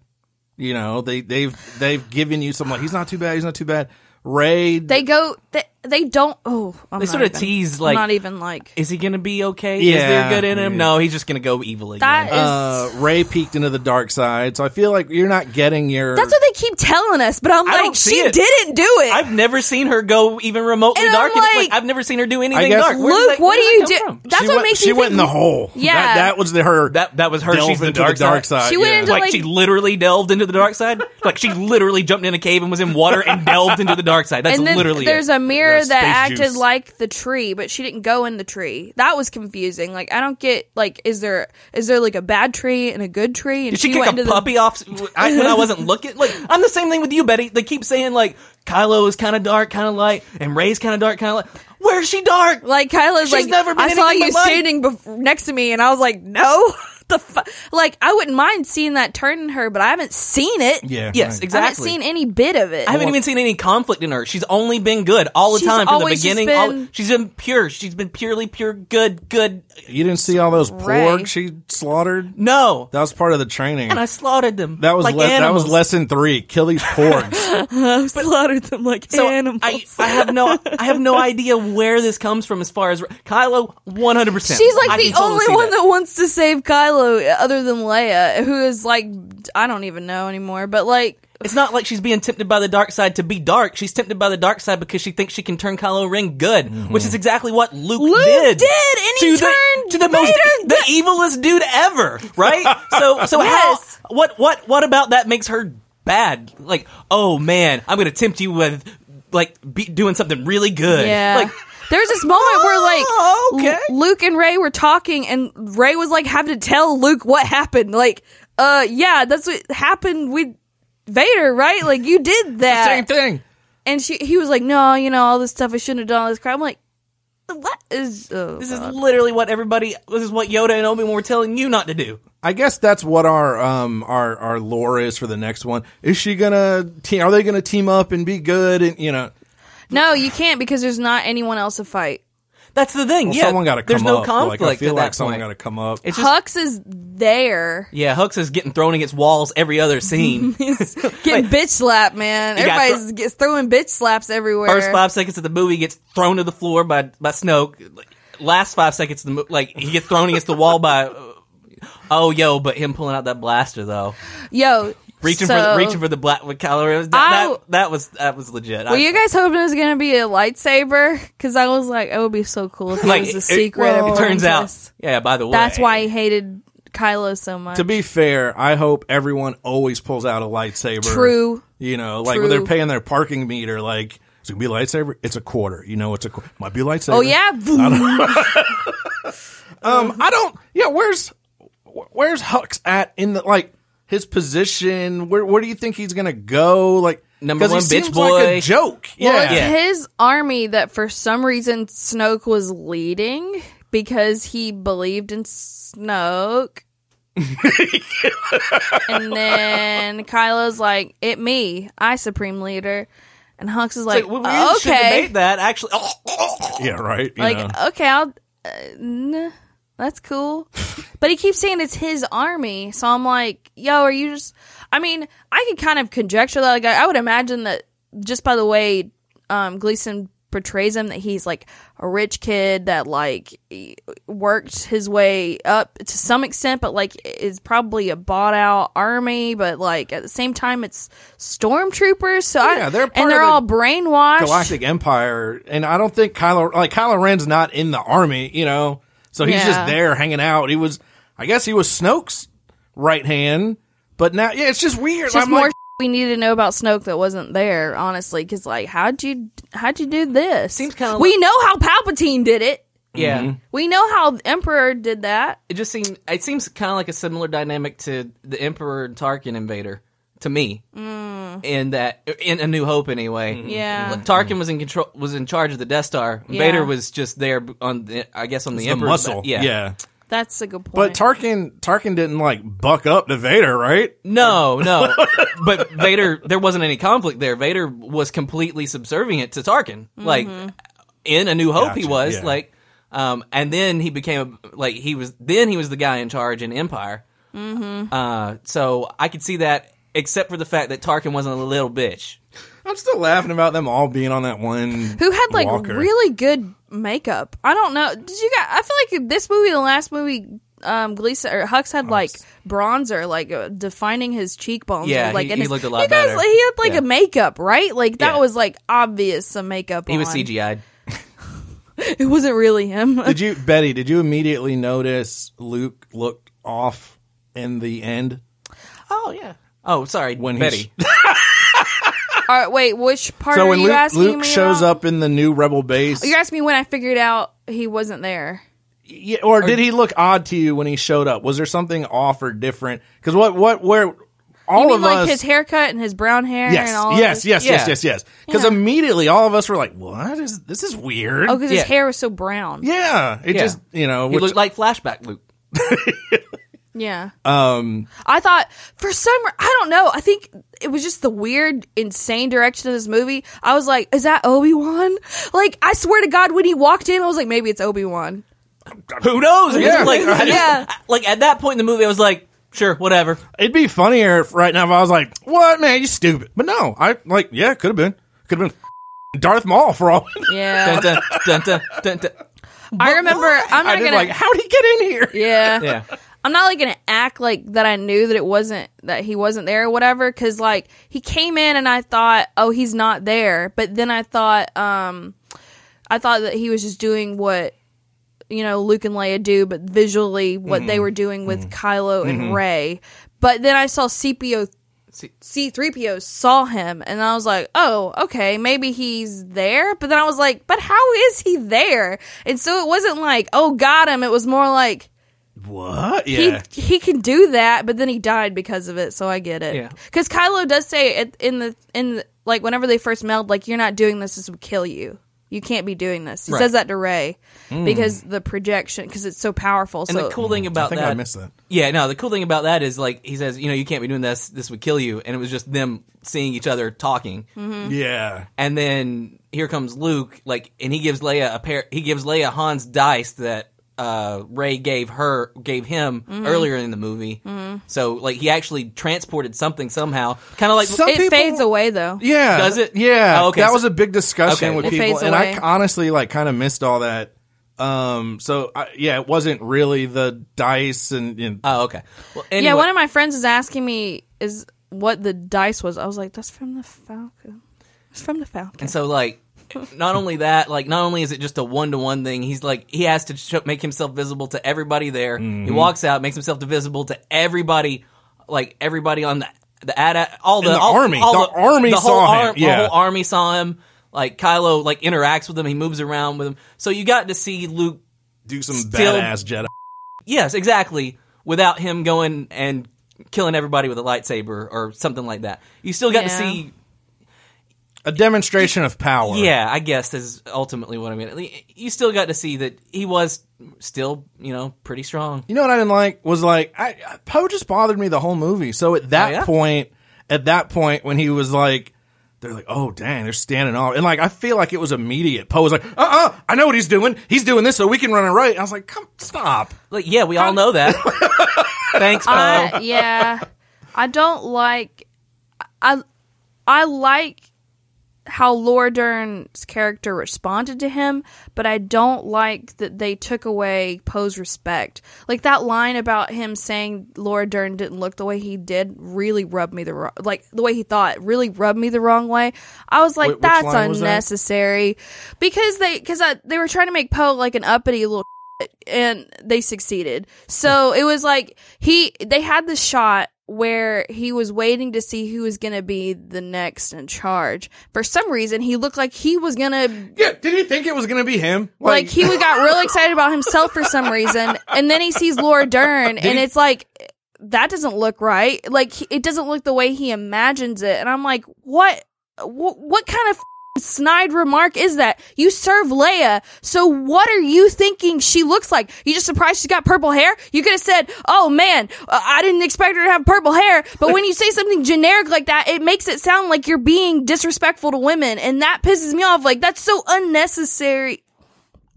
Speaker 3: You know, they they've they've given you some like he's not too bad. He's not too bad. Ray,
Speaker 2: They go. They, they don't. Oh, I'm
Speaker 4: They
Speaker 2: not
Speaker 4: sorta
Speaker 2: even-
Speaker 4: tease,
Speaker 2: I'm
Speaker 4: like-
Speaker 2: not even like
Speaker 4: Is he gonna be okay? Is there
Speaker 3: Yeah.
Speaker 4: good in him?
Speaker 3: Yeah.
Speaker 4: No, he's just gonna go evil again.
Speaker 2: that. Is
Speaker 3: uh, Ray peeked into the dark side, so I feel like you're not getting your.
Speaker 2: that's what they keep telling us, but I'm
Speaker 4: I don't
Speaker 2: like,
Speaker 4: see
Speaker 2: she
Speaker 4: it.
Speaker 2: didn't do it.
Speaker 4: I've never seen her go even remotely
Speaker 2: And I'm
Speaker 4: dark. in-
Speaker 2: like-
Speaker 4: I've never seen her do anything
Speaker 3: I guess-
Speaker 4: dark. Where does
Speaker 2: Luke,
Speaker 4: that-
Speaker 2: what
Speaker 4: where
Speaker 2: do
Speaker 4: does
Speaker 2: you
Speaker 4: that come
Speaker 2: do-
Speaker 4: from?
Speaker 2: That's
Speaker 3: she
Speaker 2: what
Speaker 3: went,
Speaker 2: makes
Speaker 3: she
Speaker 2: me
Speaker 3: went
Speaker 2: think
Speaker 3: in the
Speaker 2: Luke-
Speaker 3: hole.
Speaker 2: Yeah.
Speaker 3: that, that was the her.
Speaker 4: That that was her.
Speaker 3: delve
Speaker 4: She's the
Speaker 3: into
Speaker 4: dark, side.
Speaker 2: She went
Speaker 3: yeah.
Speaker 2: into-
Speaker 4: Like,
Speaker 2: Like-
Speaker 4: she literally delved into the dark side. like she literally jumped in a cave and was in water and delved into the dark side. That's
Speaker 2: and then
Speaker 4: literally
Speaker 2: there's
Speaker 4: it.
Speaker 2: a mirror
Speaker 3: The
Speaker 2: that
Speaker 3: space
Speaker 2: acted
Speaker 3: juice.
Speaker 2: like the tree, but she didn't go in the tree. That was confusing. Like I don't get like is there is there like a bad tree and a good tree? And
Speaker 4: Did she,
Speaker 2: went
Speaker 4: kick
Speaker 2: into
Speaker 4: a
Speaker 2: the-
Speaker 4: puppy off I, when I wasn't looking? Like I'm the same thing with you, Betty. They keep saying like Kylo is kind of dark, kind of light, and Ray's kind of dark, kind of light. Where's she dark?
Speaker 2: Like Kyla's
Speaker 4: She's
Speaker 2: like,
Speaker 4: never been
Speaker 2: I saw
Speaker 4: anything
Speaker 2: you
Speaker 4: but light.
Speaker 2: standing bef- next to me, and I was like, no, the fu-. like I wouldn't mind seeing that turn in her, but I haven't seen it.
Speaker 3: Yeah.
Speaker 4: yes,
Speaker 3: right.
Speaker 4: exactly.
Speaker 2: I haven't seen any bit of it.
Speaker 4: I haven't even seen any conflict in her. She's only been good all the
Speaker 2: She's
Speaker 4: time from the
Speaker 2: always just
Speaker 4: beginning.
Speaker 2: been-
Speaker 4: all- she's been pure. She's been purely pure good. Good.
Speaker 3: You didn't see all those
Speaker 2: Ray.
Speaker 3: pork she slaughtered.
Speaker 4: No,
Speaker 3: That was part of the training.
Speaker 4: and I slaughtered them.
Speaker 3: that was
Speaker 4: like
Speaker 3: le- that
Speaker 4: animals.
Speaker 3: was lesson three. Kill these porgs.
Speaker 2: I've slaughtered them like
Speaker 4: So
Speaker 2: animals.
Speaker 4: I, I have no, I have no idea where this comes from. As far as Kylo, one hundred percent.
Speaker 2: She's like the only one that. wants to save Kylo, other than Leia, who is like I don't even know anymore. But like,
Speaker 4: It's not like she's being tempted by the dark side to be dark. She's tempted by the dark side because she thinks she can turn Kylo Ren good, which
Speaker 3: Mm-hmm.
Speaker 4: is exactly what Luke,
Speaker 2: Luke
Speaker 4: did.
Speaker 2: did, and he
Speaker 4: to
Speaker 2: turned
Speaker 4: the, to the most
Speaker 2: Vader
Speaker 4: the evilest dude ever, right? So so
Speaker 2: Yes.
Speaker 4: how what what what about that makes her bad? Like, oh man, I'm going to tempt you with like be, doing something really good.
Speaker 2: yeah.
Speaker 4: Like
Speaker 2: there's this moment where like
Speaker 4: Oh, okay.
Speaker 2: L- Luke and Ray were talking and Ray was like having to tell Luke what happened. Like, uh yeah, that's what happened with Vader, right? Like you did that.
Speaker 3: Same thing.
Speaker 2: And she he was like, No, you know, all this stuff I shouldn't have done all this crap. I'm like, what is oh,
Speaker 4: this is
Speaker 2: God.
Speaker 4: literally what everybody this is what Yoda and Obi-Wan were telling you not to do.
Speaker 3: I guess that's what our um our our lore is for the next one. Is she gonna? Te- are they gonna team up and be good? And you know,
Speaker 2: No, you can't because there's not anyone else to fight.
Speaker 4: That's the thing.
Speaker 3: well,
Speaker 4: yeah.
Speaker 3: someone got to come
Speaker 4: There's no
Speaker 3: up.
Speaker 4: conflict
Speaker 3: like I feel
Speaker 4: at
Speaker 3: like
Speaker 4: that
Speaker 3: someone
Speaker 4: point.
Speaker 3: got to come up.
Speaker 4: It's just
Speaker 2: Hux is there.
Speaker 4: Yeah, Hux is getting thrown against walls every other scene.
Speaker 2: Getting bitch slapped, man.
Speaker 4: He got
Speaker 2: Everybody's gets throwing bitch slaps everywhere.
Speaker 4: First five seconds of the movie he gets thrown to the floor by by Snoke. Last five seconds of the movie, like he gets thrown against the wall by. uh, Oh, yo! But him pulling out that blaster though,
Speaker 2: Yo.
Speaker 4: reaching
Speaker 2: so-
Speaker 4: for reaching for the black with Kylo Ren, that,
Speaker 2: I-
Speaker 4: that, that was that was legit. I-
Speaker 2: Were you guys hoping it was gonna be a lightsaber? Because I was like, it would be so cool if it
Speaker 4: like
Speaker 2: was a
Speaker 4: it-
Speaker 2: secret.
Speaker 4: It,
Speaker 2: apprentice.
Speaker 4: turns out, yeah. By the way,
Speaker 2: that's why he hated Kylo so much.
Speaker 3: To be fair, I hope everyone always pulls out a lightsaber.
Speaker 2: True.
Speaker 3: You know, like
Speaker 2: True.
Speaker 3: when they're paying their parking meter, like it's gonna be a lightsaber. It's a quarter. You know, it's a qu- might be a lightsaber.
Speaker 2: oh yeah,
Speaker 3: Um, I don't. Yeah, where's wh- where's Hux at in the like his position? Where where do you think he's gonna go? Like
Speaker 4: Number
Speaker 3: 'cause he
Speaker 4: one bitch
Speaker 3: seems like
Speaker 4: boy.
Speaker 3: a joke.
Speaker 2: Well,
Speaker 3: yeah.
Speaker 2: it's
Speaker 4: Yeah.
Speaker 2: his army that for some reason Snoke was leading because he believed in Snoke. and then Kylo's like, "It me, I supreme leader," and Hux is like,
Speaker 4: Like, we, we really should
Speaker 2: "Okay,
Speaker 4: debate that actually.
Speaker 3: Yeah, right. you
Speaker 2: like
Speaker 3: know.
Speaker 2: okay, I'll." Uh, n- that's cool, but he keeps saying it's his army, so I'm like, "Yo, are you just?" I mean, I could kind of conjecture that. Like, I, I would imagine that just by the way um, Gleason portrays him that he's like a rich kid that like e- worked his way up to some extent but like is probably a bought out army but like at the same time it's stormtroopers so
Speaker 3: Yeah,
Speaker 2: I,
Speaker 3: they're part
Speaker 2: and they're
Speaker 3: of the
Speaker 2: all brainwashed
Speaker 3: Galactic Empire, and I don't think Kylo like Kylo Ren's not in the army, you know, so he's
Speaker 2: Yeah.
Speaker 3: just there hanging out. He was, I guess, he was Snoke's right hand, but now yeah, it's just weird.
Speaker 2: It's just
Speaker 3: I'm
Speaker 2: more
Speaker 3: like,
Speaker 2: we needed to know about Snoke that wasn't there honestly because like how'd you how'd you do this
Speaker 4: Seems kinda
Speaker 2: we know how Palpatine did it
Speaker 4: Yeah.
Speaker 2: we know how the Emperor did that
Speaker 4: It just seemed it seems kind of like a similar dynamic to the Emperor and Tarkin invader to me. In that in A New Hope anyway.
Speaker 2: Mm.
Speaker 3: Mm-hmm.
Speaker 2: Yeah.
Speaker 4: Like, Tarkin was in control was in charge of the Death Star.
Speaker 2: Yeah.
Speaker 4: Vader was just there on the, I guess on the
Speaker 3: the
Speaker 4: Emperor's
Speaker 3: muscle,
Speaker 4: back.
Speaker 3: yeah.
Speaker 2: that's a good point
Speaker 3: But Tarkin, Tarkin didn't like buck up to Vader, right?
Speaker 4: No, no. but Vader, there wasn't any conflict there. Vader was completely subservient to Tarkin. Like in A New Hope, he
Speaker 3: Gotcha,
Speaker 4: was
Speaker 3: yeah.
Speaker 4: like, um, and then he became a- like he was. Then he was the guy in charge in Empire. Mm-hmm. Uh, so I could see that, except for the fact that Tarkin wasn't a little bitch.
Speaker 3: I'm still laughing about them all being on that one.
Speaker 2: who had like
Speaker 3: walker.
Speaker 2: really good makeup. I don't know. Did you guys? I feel like this movie, the last movie, um, Gleason or Hux had like bronzer, like uh, defining his cheekbones.
Speaker 4: Yeah,
Speaker 2: like
Speaker 4: he-
Speaker 2: and
Speaker 4: he
Speaker 2: his-
Speaker 4: looked a lot
Speaker 2: you guys,
Speaker 4: better.
Speaker 2: He had like
Speaker 4: Yeah.
Speaker 2: a makeup, right? Like that
Speaker 4: Yeah.
Speaker 2: was like obvious some makeup.
Speaker 4: He was
Speaker 2: on.
Speaker 4: CGI'd.
Speaker 2: It wasn't really him.
Speaker 3: Did you, Betty? Did you immediately notice Luke looked off in the end?
Speaker 4: Oh yeah. Oh, sorry,
Speaker 3: When
Speaker 4: Betty.
Speaker 2: All right, wait, which part
Speaker 3: So
Speaker 2: are
Speaker 3: when
Speaker 2: you
Speaker 3: Luke,
Speaker 2: asking
Speaker 3: Luke
Speaker 2: me
Speaker 3: shows
Speaker 2: about?
Speaker 3: up in the new Rebel base,
Speaker 2: You're asking me when I figured out he wasn't there.
Speaker 3: Yeah, or did he look odd to you when he showed up? Was there something off or different? Because what, what, where all
Speaker 2: You mean
Speaker 3: of
Speaker 2: like
Speaker 3: us?
Speaker 2: his haircut and his brown hair
Speaker 3: yes,
Speaker 2: and all
Speaker 3: yes, yes,
Speaker 4: Yeah.
Speaker 3: yes, yes, yes. Because
Speaker 2: Yeah.
Speaker 3: immediately all of us were like, "What is this? Is weird."
Speaker 2: Oh, because
Speaker 4: Yeah.
Speaker 2: his hair was so brown.
Speaker 3: Yeah, it
Speaker 4: Yeah.
Speaker 3: just you know,
Speaker 4: He
Speaker 3: which,
Speaker 4: looked like flashback Luke.
Speaker 2: Yeah. Um I thought for some re- I don't know. I think it was just the weird insane direction of this movie. I was like, is that Obi-Wan? Like I swear to god when he walked in I was like maybe it's Obi-Wan.
Speaker 4: Who knows? It was
Speaker 3: Yeah.
Speaker 4: like, I just-
Speaker 2: Yeah.
Speaker 4: like at that point in the movie, I was like, sure, whatever.
Speaker 3: it'd be funnier if right now if I was like, "What man, you stupid?" But no, I like, yeah, could have been, could have been Darth Maul for all.
Speaker 4: Dun,
Speaker 2: Yeah.
Speaker 4: dun, dun, dun, dun, dun.
Speaker 2: I remember I'm
Speaker 3: I
Speaker 2: not
Speaker 3: did
Speaker 2: going
Speaker 3: like,
Speaker 2: to
Speaker 3: how'd he get in here?
Speaker 2: yeah.
Speaker 4: Yeah.
Speaker 2: I'm not like gonna act like that I knew that it wasn't that he wasn't there or whatever because like he came in and I thought oh he's not there but then I thought um I thought that he was just doing what you know Luke and Leia do but visually what they were doing with Kylo and Ray but then I saw CPO
Speaker 4: See-
Speaker 2: C3PO saw him and I was like, "Oh, okay, maybe he's there." But then I was like, "But how is he there?" And so it wasn't like, "Oh, got him." It was more like
Speaker 3: What?
Speaker 2: he
Speaker 3: Yeah,
Speaker 2: he can do that, but then he died because of it. So I get it.
Speaker 4: Yeah.
Speaker 2: Because Kylo does say at, in the in the, like whenever they first meld, like you're not doing this, this would kill you. You can't be doing this. He
Speaker 4: Right. Hmm.
Speaker 2: says that to Ray because the projection, because it's so powerful.
Speaker 4: And
Speaker 2: so
Speaker 4: the cool thing about
Speaker 3: Hmm. I think
Speaker 4: that,
Speaker 3: I missed that.
Speaker 4: yeah, no, the cool thing about that is like he says, you know, you can't be doing this. This would kill you. And it was just them seeing each other talking,
Speaker 2: Mm-hmm.
Speaker 3: Yeah,
Speaker 4: and then here comes Luke, like, and he gives Leia a pair. He gives Leia Han's dice that uh, Ray gave her, gave him
Speaker 2: Mm-hmm.
Speaker 4: earlier in the movie. So like he actually transported something somehow, kind of like
Speaker 3: Some-
Speaker 2: it
Speaker 3: people-
Speaker 2: fades away though.
Speaker 3: Yeah.
Speaker 4: Does it?
Speaker 3: Yeah.
Speaker 4: Oh, okay.
Speaker 3: That
Speaker 4: So-
Speaker 3: was a big discussion
Speaker 4: Okay.
Speaker 3: with
Speaker 4: It
Speaker 3: people
Speaker 2: fades
Speaker 3: and I
Speaker 2: away.
Speaker 3: honestly like kind of missed all that. Um so I, yeah, it wasn't really the dice and, and
Speaker 4: Oh, okay. Well,
Speaker 2: Yeah,
Speaker 4: anyway,
Speaker 2: one of my friends is asking me is what the dice was. I was like, "That's from the Falcon. It's from the Falcon."
Speaker 4: And so like not only that, like not only is it just a one to one thing, he's like he has to show, make himself visible to everybody there.
Speaker 3: Mm-hmm.
Speaker 4: He walks out, makes himself visible to everybody, like everybody on the the ad, all the,
Speaker 3: And the
Speaker 4: all-
Speaker 3: army.
Speaker 4: all
Speaker 3: The army
Speaker 4: whole
Speaker 3: saw him.
Speaker 4: arm-
Speaker 3: Yeah.
Speaker 4: the whole army saw him. Like Kylo, like interacts with him. He moves around with him. So you got to see Luke.
Speaker 3: do some
Speaker 4: Still-
Speaker 3: badass Jedi.
Speaker 4: Yes, exactly. Without him going and killing everybody with a lightsaber or something like that, you still got to
Speaker 2: Yeah.
Speaker 4: see
Speaker 3: A demonstration of power.
Speaker 4: Yeah, I guess is ultimately what I mean. At lea- You still got to see that he was still, you know, pretty strong.
Speaker 3: You know what I didn't like was like I Poe just bothered me the whole movie. So at that
Speaker 4: Oh, yeah?
Speaker 3: point, at that point when he was like, they're like, oh dang, they're standing off, and like I feel like it was immediate. Poe was like, uh uh I know what he's doing. He's doing this so we can run it right. I was like, come stop.
Speaker 4: Like, yeah, we all know that. Thanks, Poe.
Speaker 3: Um,
Speaker 2: I, yeah, I don't like. I I like how Laura Dern's character responded to him, but I don't like that they took away Poe's respect. Like that line about him saying Laura Dern didn't look the way he did really rubbed me the wrong like the way he thought really rubbed me the wrong way. I was like
Speaker 3: Wh- which
Speaker 2: that's
Speaker 3: line was that?
Speaker 2: unnecessary because they cuz they were trying to make Poe like an uppity little and they succeeded. So it was like he they had the shot where he was waiting to see who was going to be the next in charge. For some reason, he looked like he was going to
Speaker 3: Yeah, did he think it was gonna be him?
Speaker 2: like he was- got real excited about himself for some reason, and then he sees Laura Dern, and it's like that doesn't look right. Like he- it doesn't look the way he imagines it, and I'm like, what? What, what kind of f***ing snide remark is that? You serve Leia, so what are you thinking she looks like? You just surprised she's got purple hair? You could have said, "Oh man, uh, I didn't expect her to have purple hair." But when you say something generic like that, it makes it sound like you're being disrespectful to women, and that pisses me off. Like that's so unnecessary.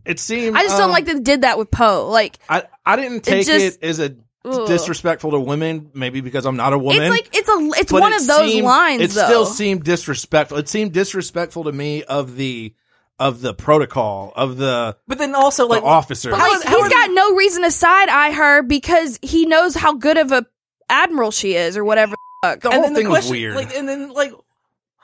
Speaker 3: it seemed.
Speaker 2: I just don't
Speaker 3: um,
Speaker 2: like that they did that with Poe. Like
Speaker 3: I I didn't take it,
Speaker 2: just-
Speaker 3: as a
Speaker 2: Ugh.
Speaker 3: disrespectful to women. Maybe because I'm not a woman.
Speaker 2: it's like it's a it's
Speaker 3: but
Speaker 2: one
Speaker 3: it
Speaker 2: of those
Speaker 3: seemed-
Speaker 2: lines
Speaker 3: It
Speaker 2: though.
Speaker 3: still seemed disrespectful. It seemed disrespectful to me of the of the protocol of the,
Speaker 4: But then also
Speaker 3: the
Speaker 4: like
Speaker 3: officer.
Speaker 2: like,
Speaker 4: how
Speaker 2: he's
Speaker 4: are
Speaker 2: got no reason to side eye her because he knows how good of a admiral she is or whatever. the fuck.
Speaker 3: the
Speaker 4: and
Speaker 3: whole
Speaker 4: then
Speaker 3: thing
Speaker 4: the
Speaker 3: was
Speaker 4: question,
Speaker 3: weird.
Speaker 4: Like, and then like,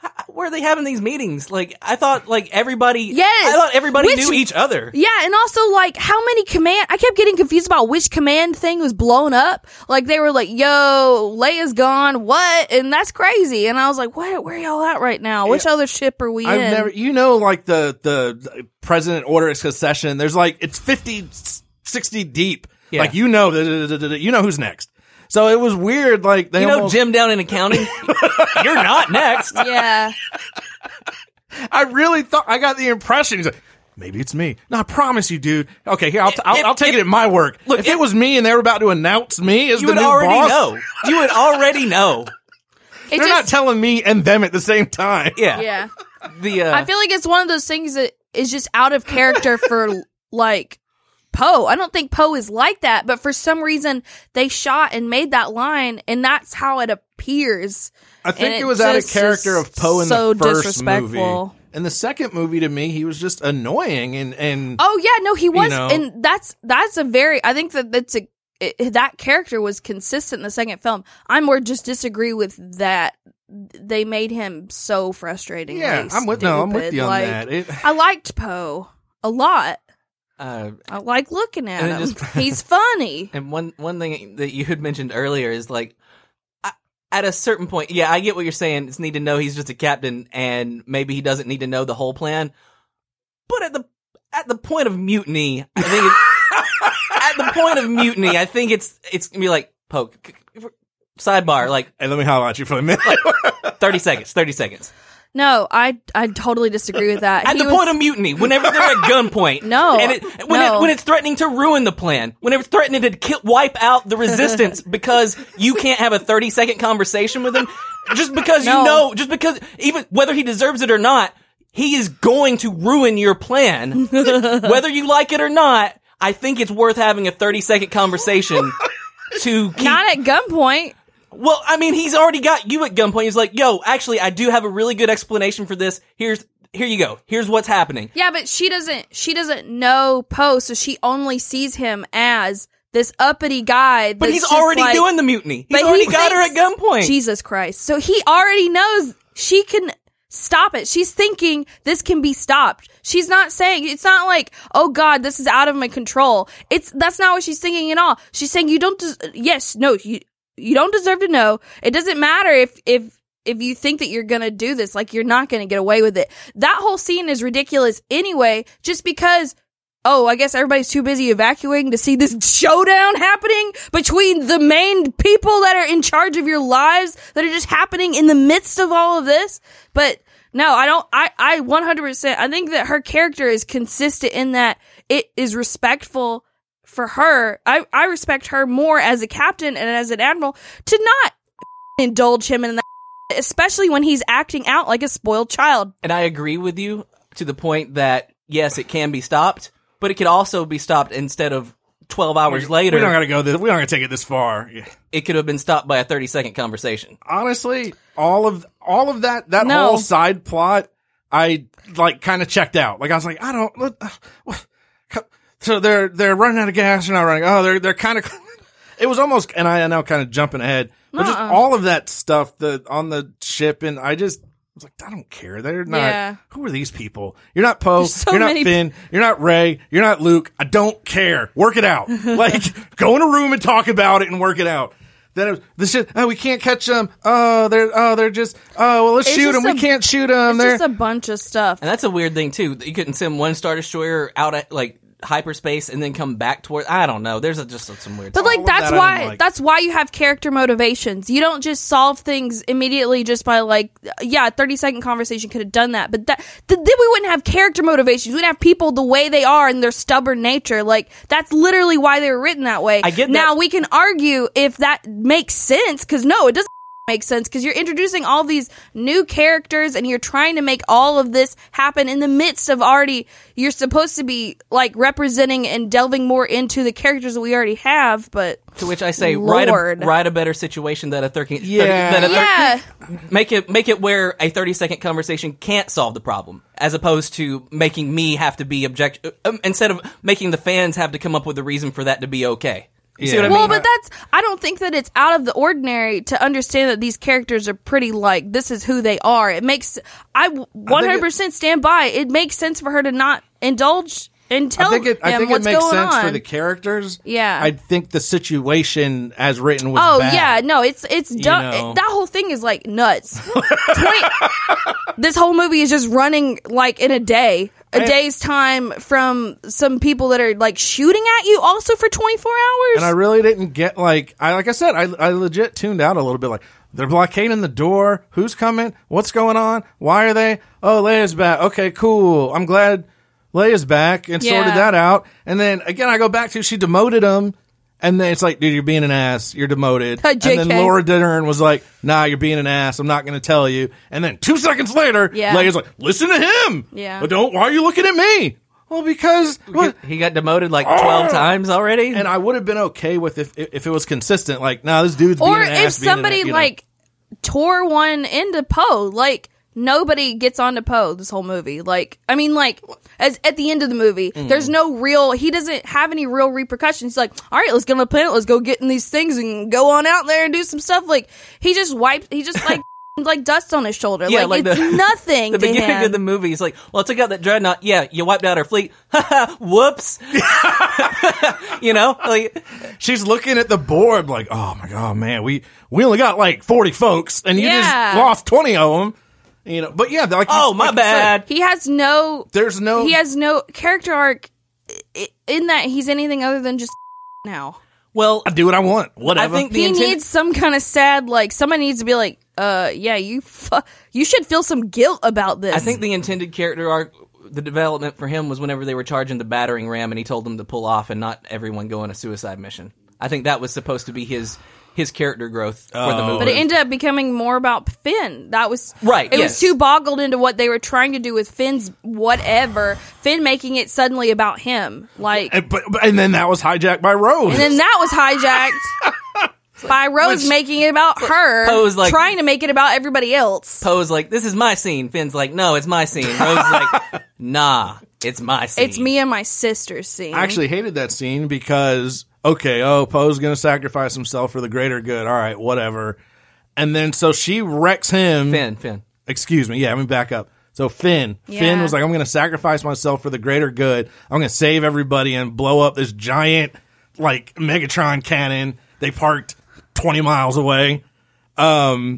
Speaker 4: h- where are they having these meetings? Like, I thought like everybody.
Speaker 2: Yes.
Speaker 4: I thought everybody
Speaker 2: Which-
Speaker 4: knew each other.
Speaker 2: Yeah, and also like how many command I kept getting confused about which command thing was blown up. Like they were like, "Yo, Leia's gone. What?" And that's crazy. And I was like, "What? Where y'all at right now? Which other ship are we
Speaker 3: I've
Speaker 2: in?"
Speaker 3: never, you know, like the the president order of succession. There's like it's 50, 60 deep.
Speaker 4: Yeah.
Speaker 3: Like you know, you know who's next. So it was weird. Like they
Speaker 4: You know,
Speaker 3: almost-
Speaker 4: Jim down in accounting. You're not next.
Speaker 2: yeah.
Speaker 3: I really thought I got the impression he's like, maybe it's me. No, I promise you, dude. Okay, here I'll, t- I'll,
Speaker 4: If-
Speaker 3: I'll take
Speaker 4: if-
Speaker 3: it at my work. Look, if,
Speaker 4: if-
Speaker 3: it was me and they were about to announce me as
Speaker 4: You
Speaker 3: the
Speaker 4: would
Speaker 3: new
Speaker 4: already
Speaker 3: boss,
Speaker 4: know. You would already know.
Speaker 2: It
Speaker 3: they're not telling me and them at the same time.
Speaker 4: Yeah.
Speaker 2: yeah.
Speaker 4: The uh,
Speaker 2: I feel like it's one of those things that is just out of character for like Poe. I don't think Poe is like that, but for some reason they shot and made that line, and that's how it appears.
Speaker 3: I think
Speaker 2: it
Speaker 3: it, was out of
Speaker 2: just
Speaker 3: character
Speaker 2: is
Speaker 3: of Poe in
Speaker 2: so
Speaker 3: the first
Speaker 2: disrespectful.
Speaker 3: movie. In the second movie, to me, he was just annoying and and
Speaker 2: Oh yeah, no, he was,
Speaker 3: know?
Speaker 2: and that's that's a very. I think that that's a it, that character was consistent in the second film. I more just disagree with that. They made him so frustrating.
Speaker 3: yeah, I'm with no, I'm with you on
Speaker 2: like,
Speaker 3: that. It,
Speaker 2: I liked Poe a lot.
Speaker 4: uh,
Speaker 2: I like looking at
Speaker 4: And
Speaker 2: him.
Speaker 4: it just-
Speaker 2: He's funny.
Speaker 4: and one one thing that you had mentioned earlier is like. I- At a certain point, yeah, I get what you're saying. It's need to know he's just a captain, and maybe he doesn't need to know the whole plan. But at the at the point of mutiny, I think it's, at the point of mutiny, I think it's it's gonna be like poke c- c- sidebar, like
Speaker 3: hey, let me holler at you for a minute.
Speaker 4: thirty seconds, thirty seconds.
Speaker 2: No, I I totally disagree with that.
Speaker 4: At
Speaker 2: He
Speaker 4: the
Speaker 2: was-
Speaker 4: point of mutiny, whenever they're at gunpoint,
Speaker 2: No,
Speaker 4: and it, when
Speaker 2: no.
Speaker 4: it, when it's threatening to ruin the plan, whenever it's threatening to kill, wipe out the resistance because you can't have a thirty second conversation with him, just because
Speaker 2: No.
Speaker 4: you know, just because even whether he deserves it or not, he is going to ruin your plan, whether you like it or not. I think it's worth having a thirty second conversation to keep
Speaker 2: not at gunpoint.
Speaker 4: well, I mean, he's already got you at gunpoint. He's like, "Yo, actually, I do have a really good explanation for this. Here's here you go. Here's what's happening."
Speaker 2: Yeah, but she doesn't she doesn't know Poe, so she only sees him as this uppity guy.
Speaker 4: But he's already doing the mutiny. He's already got her at gunpoint.
Speaker 2: Jesus Christ! So he already knows she can stop it. She's thinking this can be stopped. She's not saying it's not like oh God, this is out of my control. It's that's not what she's thinking at all. She's saying you don't. Des- yes, no, you you don't deserve to know. It doesn't matter if if if you think that you're gonna do this, like you're not gonna get away with it. That whole scene is ridiculous anyway, just because. Oh, I guess everybody's too busy evacuating to see this showdown happening between the main people that are in charge of your lives that are just happening in the midst of all of this. But no, I don't. I, I 100%. I think that her character is consistent in that it is respectful for her. I, I respect her more as a captain and as an admiral to not indulge him in that, especially when he's acting out like a spoiled child.
Speaker 4: and I agree with you to the point that yes, it can be stopped, but it could also be stopped instead of 12 hours
Speaker 3: we don't
Speaker 4: later.
Speaker 3: gotta go. This, we don't gotta take it this far. Yeah.
Speaker 4: It could have been stopped by a 30 second conversation.
Speaker 3: honestly, all of all of that that
Speaker 2: No.
Speaker 3: whole side plot I like kind of checked out. Like I was like, I don't. What, what- so they're they're running out of gas. They're not running. Oh, they're they're kind of. It was almost, and I am now kind of jumping ahead, but just
Speaker 2: Nuh-uh.
Speaker 3: all of that stuff the on the ship, and I just was like, I don't care. They're not.
Speaker 2: Yeah.
Speaker 3: Who are these people? You're not Poe.
Speaker 2: There's so
Speaker 3: you're not
Speaker 2: many-
Speaker 3: Finn. You're not Ray. You're not Luke. I don't care. Work it out. like go in a room and talk about it and work it out. Then it was, this shit. Oh, we can't catch them. Oh, they're oh they're just oh well let's
Speaker 2: It's
Speaker 3: shoot them.
Speaker 2: just
Speaker 3: We
Speaker 2: a-
Speaker 3: can't shoot them.
Speaker 2: It's
Speaker 3: They're
Speaker 2: just a bunch of stuff.
Speaker 4: And that's a weird thing too. that You couldn't send one star destroyer out at like hyperspace and then come back toward. I don't know. There's a, just some weird.
Speaker 2: But
Speaker 4: stuff.
Speaker 2: like
Speaker 3: of
Speaker 2: that's
Speaker 3: that I
Speaker 2: why
Speaker 3: didn't like.
Speaker 2: that's why you have character motivations. You don't just solve things immediately just by like yeah, a 30 second conversation could have done that. But that th- then we wouldn't have character motivations. We'd have people the way they are and their stubborn nature. Like that's literally why they were written that way.
Speaker 4: I get that.
Speaker 2: Now we can argue if that makes sense cuz no, it doesn't make sense because you're introducing all these new characters and you're trying to make all of this happen in the midst of already you're supposed to be like representing and delving more into the characters that we already have but
Speaker 4: to which I say,
Speaker 2: Lord.
Speaker 4: write a write a better situation that a thirteen.
Speaker 3: Yeah.
Speaker 4: that a thir-
Speaker 2: yeah
Speaker 4: make it make it where a 30 second conversation can't solve the problem as opposed to making me have to be object um, instead of making the fans have to come up with a reason for that to be okay you see
Speaker 3: Yeah.
Speaker 4: what i
Speaker 2: well
Speaker 4: mean
Speaker 2: but that's i don't think that it's out of the ordinary to understand that these characters are pretty like this is who they are it makes i 100% stand by it makes sense for her to not indulge and tell
Speaker 3: I think it. I
Speaker 2: him
Speaker 3: think it
Speaker 2: what's
Speaker 3: makes
Speaker 2: going
Speaker 3: sense
Speaker 2: on.
Speaker 3: for the characters.
Speaker 2: Yeah.
Speaker 3: I think the situation as written was.
Speaker 2: Oh
Speaker 3: bad.
Speaker 2: yeah, no, it's it's dumb.
Speaker 3: know?
Speaker 2: it- that whole thing is like nuts. 20 this whole movie is just running like in a day, a day's time from some people that are like shooting at you also for twenty four hours.
Speaker 3: And I really didn't get like I like I said I I legit tuned out a little bit. Like they're blockading the door. Who's coming? What's going on? Why are they? Oh, Leia's back. Okay, cool. I'm glad Leia's back and sorted
Speaker 2: Yeah.
Speaker 3: that out. And then again, I go back to she demoted him. And then it's like, dude, you're being an ass. You're demoted. and then
Speaker 2: JK.
Speaker 3: Laura Dern was like, nah, you're being an ass. I'm not going to tell you. And then two seconds later,
Speaker 2: Yeah.
Speaker 3: Leia's like, listen to him.
Speaker 2: Yeah.
Speaker 3: But don't, why are you looking at me? Well, because. what-
Speaker 4: he got demoted like
Speaker 2: Ah.
Speaker 4: 12 times already
Speaker 3: and I would have been okay with if if it was consistent. Like, nah, this dude's being
Speaker 2: or
Speaker 3: an
Speaker 2: if
Speaker 3: ass, being an
Speaker 2: somebody
Speaker 3: ass, you know.
Speaker 2: like tore one into Poe, like nobody gets onto Poe this whole movie. Like I mean, like as at the end of the movie,
Speaker 4: Mm-hmm.
Speaker 2: there's no real. He doesn't have any real repercussions. He's like, all right, let's get on the planet, let's go get in these things and go on out there and do some stuff. Like he just wiped. He just like. Like dust on his shoulder,
Speaker 4: Yeah,
Speaker 2: like,
Speaker 4: like
Speaker 2: it's
Speaker 4: the-
Speaker 2: nothing.
Speaker 4: the
Speaker 2: to
Speaker 4: beginning
Speaker 2: him.
Speaker 4: of the movie is like, well, I took out that dreadnought. Yeah, you wiped out our fleet. Whoops. you know, like
Speaker 3: she's looking at the board, like, oh my god, man, we we only got like forty folks, and you
Speaker 2: Yeah.
Speaker 3: just lost twenty of them, you know. But yeah, like,
Speaker 4: oh my
Speaker 3: like you said,
Speaker 4: bad.
Speaker 2: he has no
Speaker 3: There's no.
Speaker 2: he has no character arc i- in that he's anything other than just now.
Speaker 4: Well,
Speaker 3: I do what I want. Whatever.
Speaker 4: I think the
Speaker 2: he
Speaker 4: intent-
Speaker 2: needs some kind of sad like someone needs to be like uh yeah you fu- you should feel some guilt about this
Speaker 4: I think the intended character arc, the development for him was whenever they were charging the battering ram, and he told them to pull off and not everyone go on a suicide mission. I think that was supposed to be his his character growth for the movie.
Speaker 2: but it ended up becoming more about Finn. That was
Speaker 4: Right,
Speaker 2: It
Speaker 4: yes.
Speaker 2: was too boggled into what they were trying to do with Finn's whatever. Finn making it suddenly about him, like, and
Speaker 3: And, but, but and then that was hijacked by Rose.
Speaker 2: then that was hijacked by Rose
Speaker 3: Which-
Speaker 2: making it about her,
Speaker 4: Poe's like-
Speaker 2: trying to make it about everybody else.
Speaker 4: Poe's like, "This is my scene." Finn's like, "No, it's my scene." Rose's like, "Nah, it's my scene."
Speaker 2: It's me and my sister scene.
Speaker 3: I actually hated that scene because okay, oh Poe's gonna sacrifice himself for the greater good. All right, whatever. And then so she wrecks him.
Speaker 4: Finn. Finn.
Speaker 3: excuse me. Yeah, let me back up. So Finn, Finn
Speaker 2: Yeah.
Speaker 3: was like, I'm going to sacrifice myself for the greater good. I'm going to save everybody and blow up this giant like Megatron cannon they parked 20 miles away.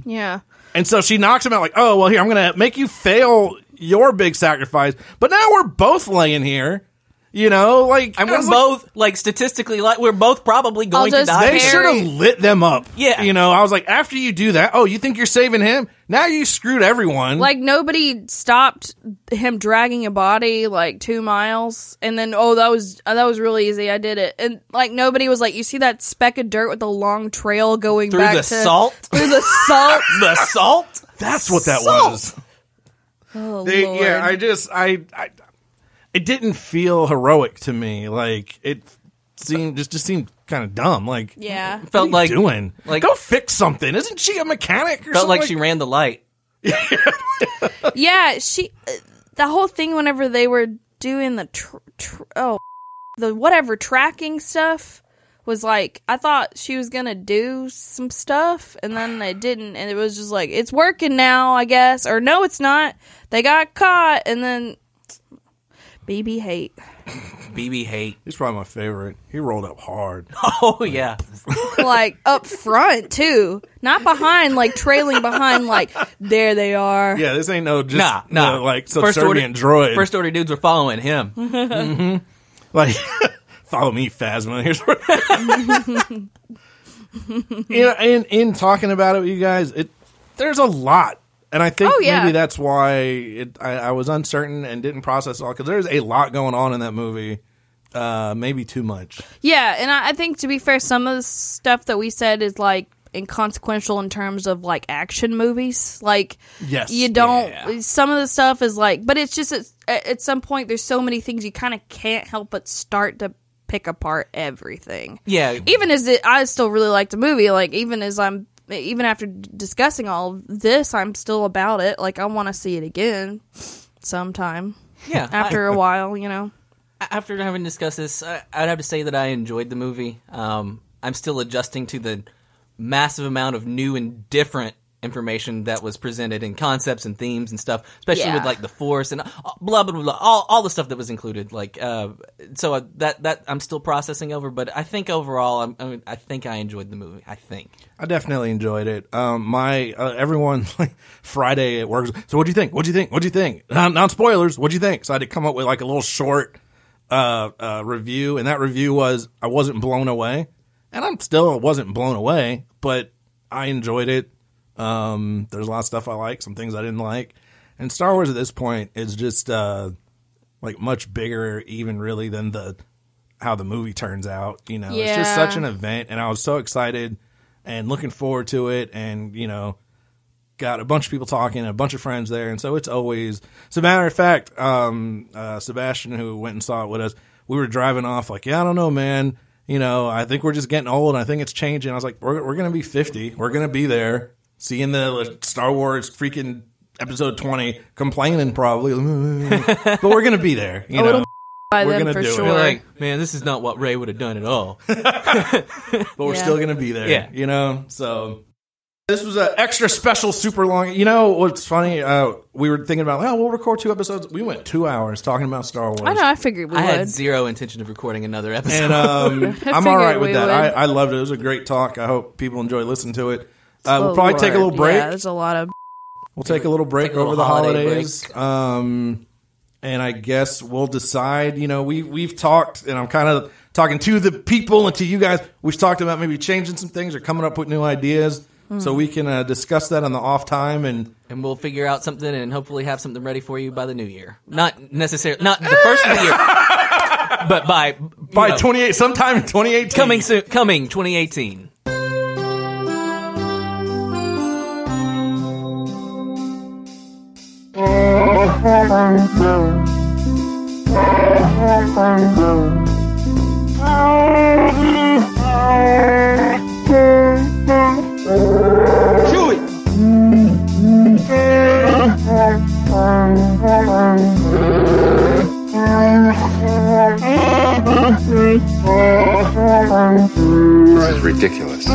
Speaker 2: yeah.
Speaker 3: And so she knocks him out like, oh, well, here, I'm going to make you fail your big sacrifice. But now we're both laying here, you know, like
Speaker 4: And
Speaker 3: I
Speaker 4: we're
Speaker 3: was like,
Speaker 4: both like statistically, like we're both probably going to
Speaker 2: just
Speaker 4: die.
Speaker 2: Very-
Speaker 3: They should have lit them up.
Speaker 4: Yeah.
Speaker 3: You know, I was like, after you do that, oh, you think you're saving him? Now you screwed everyone.
Speaker 2: Like nobody stopped him dragging a body like two miles, and then oh that was uh, that was really easy. I did it, and like nobody was like, you see that speck of dirt with the long trail going
Speaker 4: through
Speaker 2: back
Speaker 4: the
Speaker 2: to
Speaker 4: salt.
Speaker 2: through the salt.
Speaker 4: the salt.
Speaker 3: That's what that
Speaker 4: Salt.
Speaker 3: was.
Speaker 2: Oh,
Speaker 3: They-
Speaker 2: Lord.
Speaker 3: yeah, I just I, I it didn't feel heroic to me. Like it seemed just just seemed kind of dumb. Like
Speaker 2: yeah.
Speaker 3: what are
Speaker 4: Felt
Speaker 3: you
Speaker 4: like
Speaker 3: doing
Speaker 4: like-
Speaker 3: go fix something. Isn't she a mechanic or
Speaker 4: Felt
Speaker 3: something?
Speaker 4: like she ran the light.
Speaker 2: yeah, she. uh, The whole thing whenever they were doing the tr- tr- oh the whatever tracking stuff was like I thought she was gonna do some stuff and then they didn't and it was just like it's working now I guess or no it's not they got caught and then BB hate
Speaker 4: BB hate.
Speaker 3: He's probably my favorite. He rolled up hard.
Speaker 4: Oh yeah.
Speaker 2: like up front too not behind like trailing behind like there they are
Speaker 3: Yeah, this ain't no just
Speaker 4: Nah, nah.
Speaker 3: no, like subservient droid.
Speaker 4: First order dudes were following him.
Speaker 3: like follow me phasma here's where you know in in talking about it with you guys it there's a lot and i think
Speaker 2: Oh, yeah.
Speaker 3: maybe that's why it I, I was uncertain and didn't process it all because there's a lot going on in that movie uh maybe too much
Speaker 2: Yeah, and I, I think to be fair, some of the stuff that we said is like inconsequential in terms of like action movies. Like,
Speaker 3: Yes.
Speaker 2: you don't.
Speaker 4: Yeah.
Speaker 2: Some of the stuff is like, but it's just it's, at, at some point there's so many things you kind of can't help but start to pick apart everything.
Speaker 4: Yeah.
Speaker 2: Even as it, I still really like the movie. Like, even as I'm. Even after d- discussing all of this, I'm still about it. Like I want to see it again sometime
Speaker 4: Yeah.
Speaker 2: after a while, you know.
Speaker 4: after having discussed this, I, I'd have to say that I enjoyed the movie. Um, I'm still adjusting to the massive amount of new and different information that was presented in concepts and themes and stuff, especially
Speaker 2: Yeah.
Speaker 4: with like the force and uh, blah blah blah, all, all the stuff that was included. Like, uh, so uh, that that I'm still processing over, but I think overall, I'm, I, mean, I think I enjoyed the movie. I think.
Speaker 3: I definitely enjoyed it. Um, my uh, everyone like Friday at work. So what do you think? What do you think? What do you think? Non, non spoilers. What do you think? So I had to come up with like a little short uh, uh, review, and that review was I wasn't blown away, and I'm still wasn't blown away, but I enjoyed it. Um, there's a lot of stuff I like, some things I didn't like, and Star Wars at this point is just uh, like much bigger, even really than the how the movie turns out. You know, it's just
Speaker 2: Yeah.
Speaker 3: such an event, and I was so excited and looking forward to it, and you know, got a bunch of people talking, a bunch of friends there, and so it's always. As a matter of fact, um, uh, Sebastian, who went and saw it with us, we were driving off like, yeah, I don't know, man. You know, I think we're just getting old. I think it's changing. I was like, we're we're gonna be fifty. We're gonna be there, seeing the like, Star Wars freaking episode twenty, complaining probably, but we're gonna be there. You know,
Speaker 2: By
Speaker 3: We're
Speaker 2: them
Speaker 3: gonna
Speaker 2: for
Speaker 3: do it.
Speaker 2: sure.
Speaker 4: Like, man, this is not what Ray would have done at all.
Speaker 3: but we're
Speaker 2: Yeah.
Speaker 3: still gonna be there.
Speaker 4: Yeah.
Speaker 3: you know. So this was an extra special, super long. You know what's funny? Uh, we were thinking about, oh, we'll record two episodes. We went two hours talking about Star Wars.
Speaker 2: I know. I figured we
Speaker 4: I
Speaker 2: would.
Speaker 4: had zero intention of recording another episode.
Speaker 3: And um,
Speaker 2: I
Speaker 3: I'm all right
Speaker 2: figured
Speaker 3: with
Speaker 2: we
Speaker 3: that.
Speaker 2: would.
Speaker 3: I, I loved it. It was a great talk. I hope people enjoy listening to it. Uh, we'll
Speaker 2: Oh,
Speaker 3: probably take a little
Speaker 2: Lord.
Speaker 3: break.
Speaker 2: Yeah, there's a lot of
Speaker 3: We'll take a little break
Speaker 4: Take a little
Speaker 3: over the
Speaker 4: holiday
Speaker 3: holidays. Um, and I guess we'll decide. You know, we we've talked, and I'm kind of talking to the people and to you guys. We've talked about maybe changing some things or coming up with new ideas, so we can uh, discuss that on the off time. And
Speaker 4: and we'll figure out something and hopefully have something ready for you by the new year. Not necessarily, not the first of the year, but by
Speaker 3: by
Speaker 4: you know,
Speaker 3: 28, sometime in 2018,
Speaker 4: coming soon, coming 2018.
Speaker 1: This is ridiculous.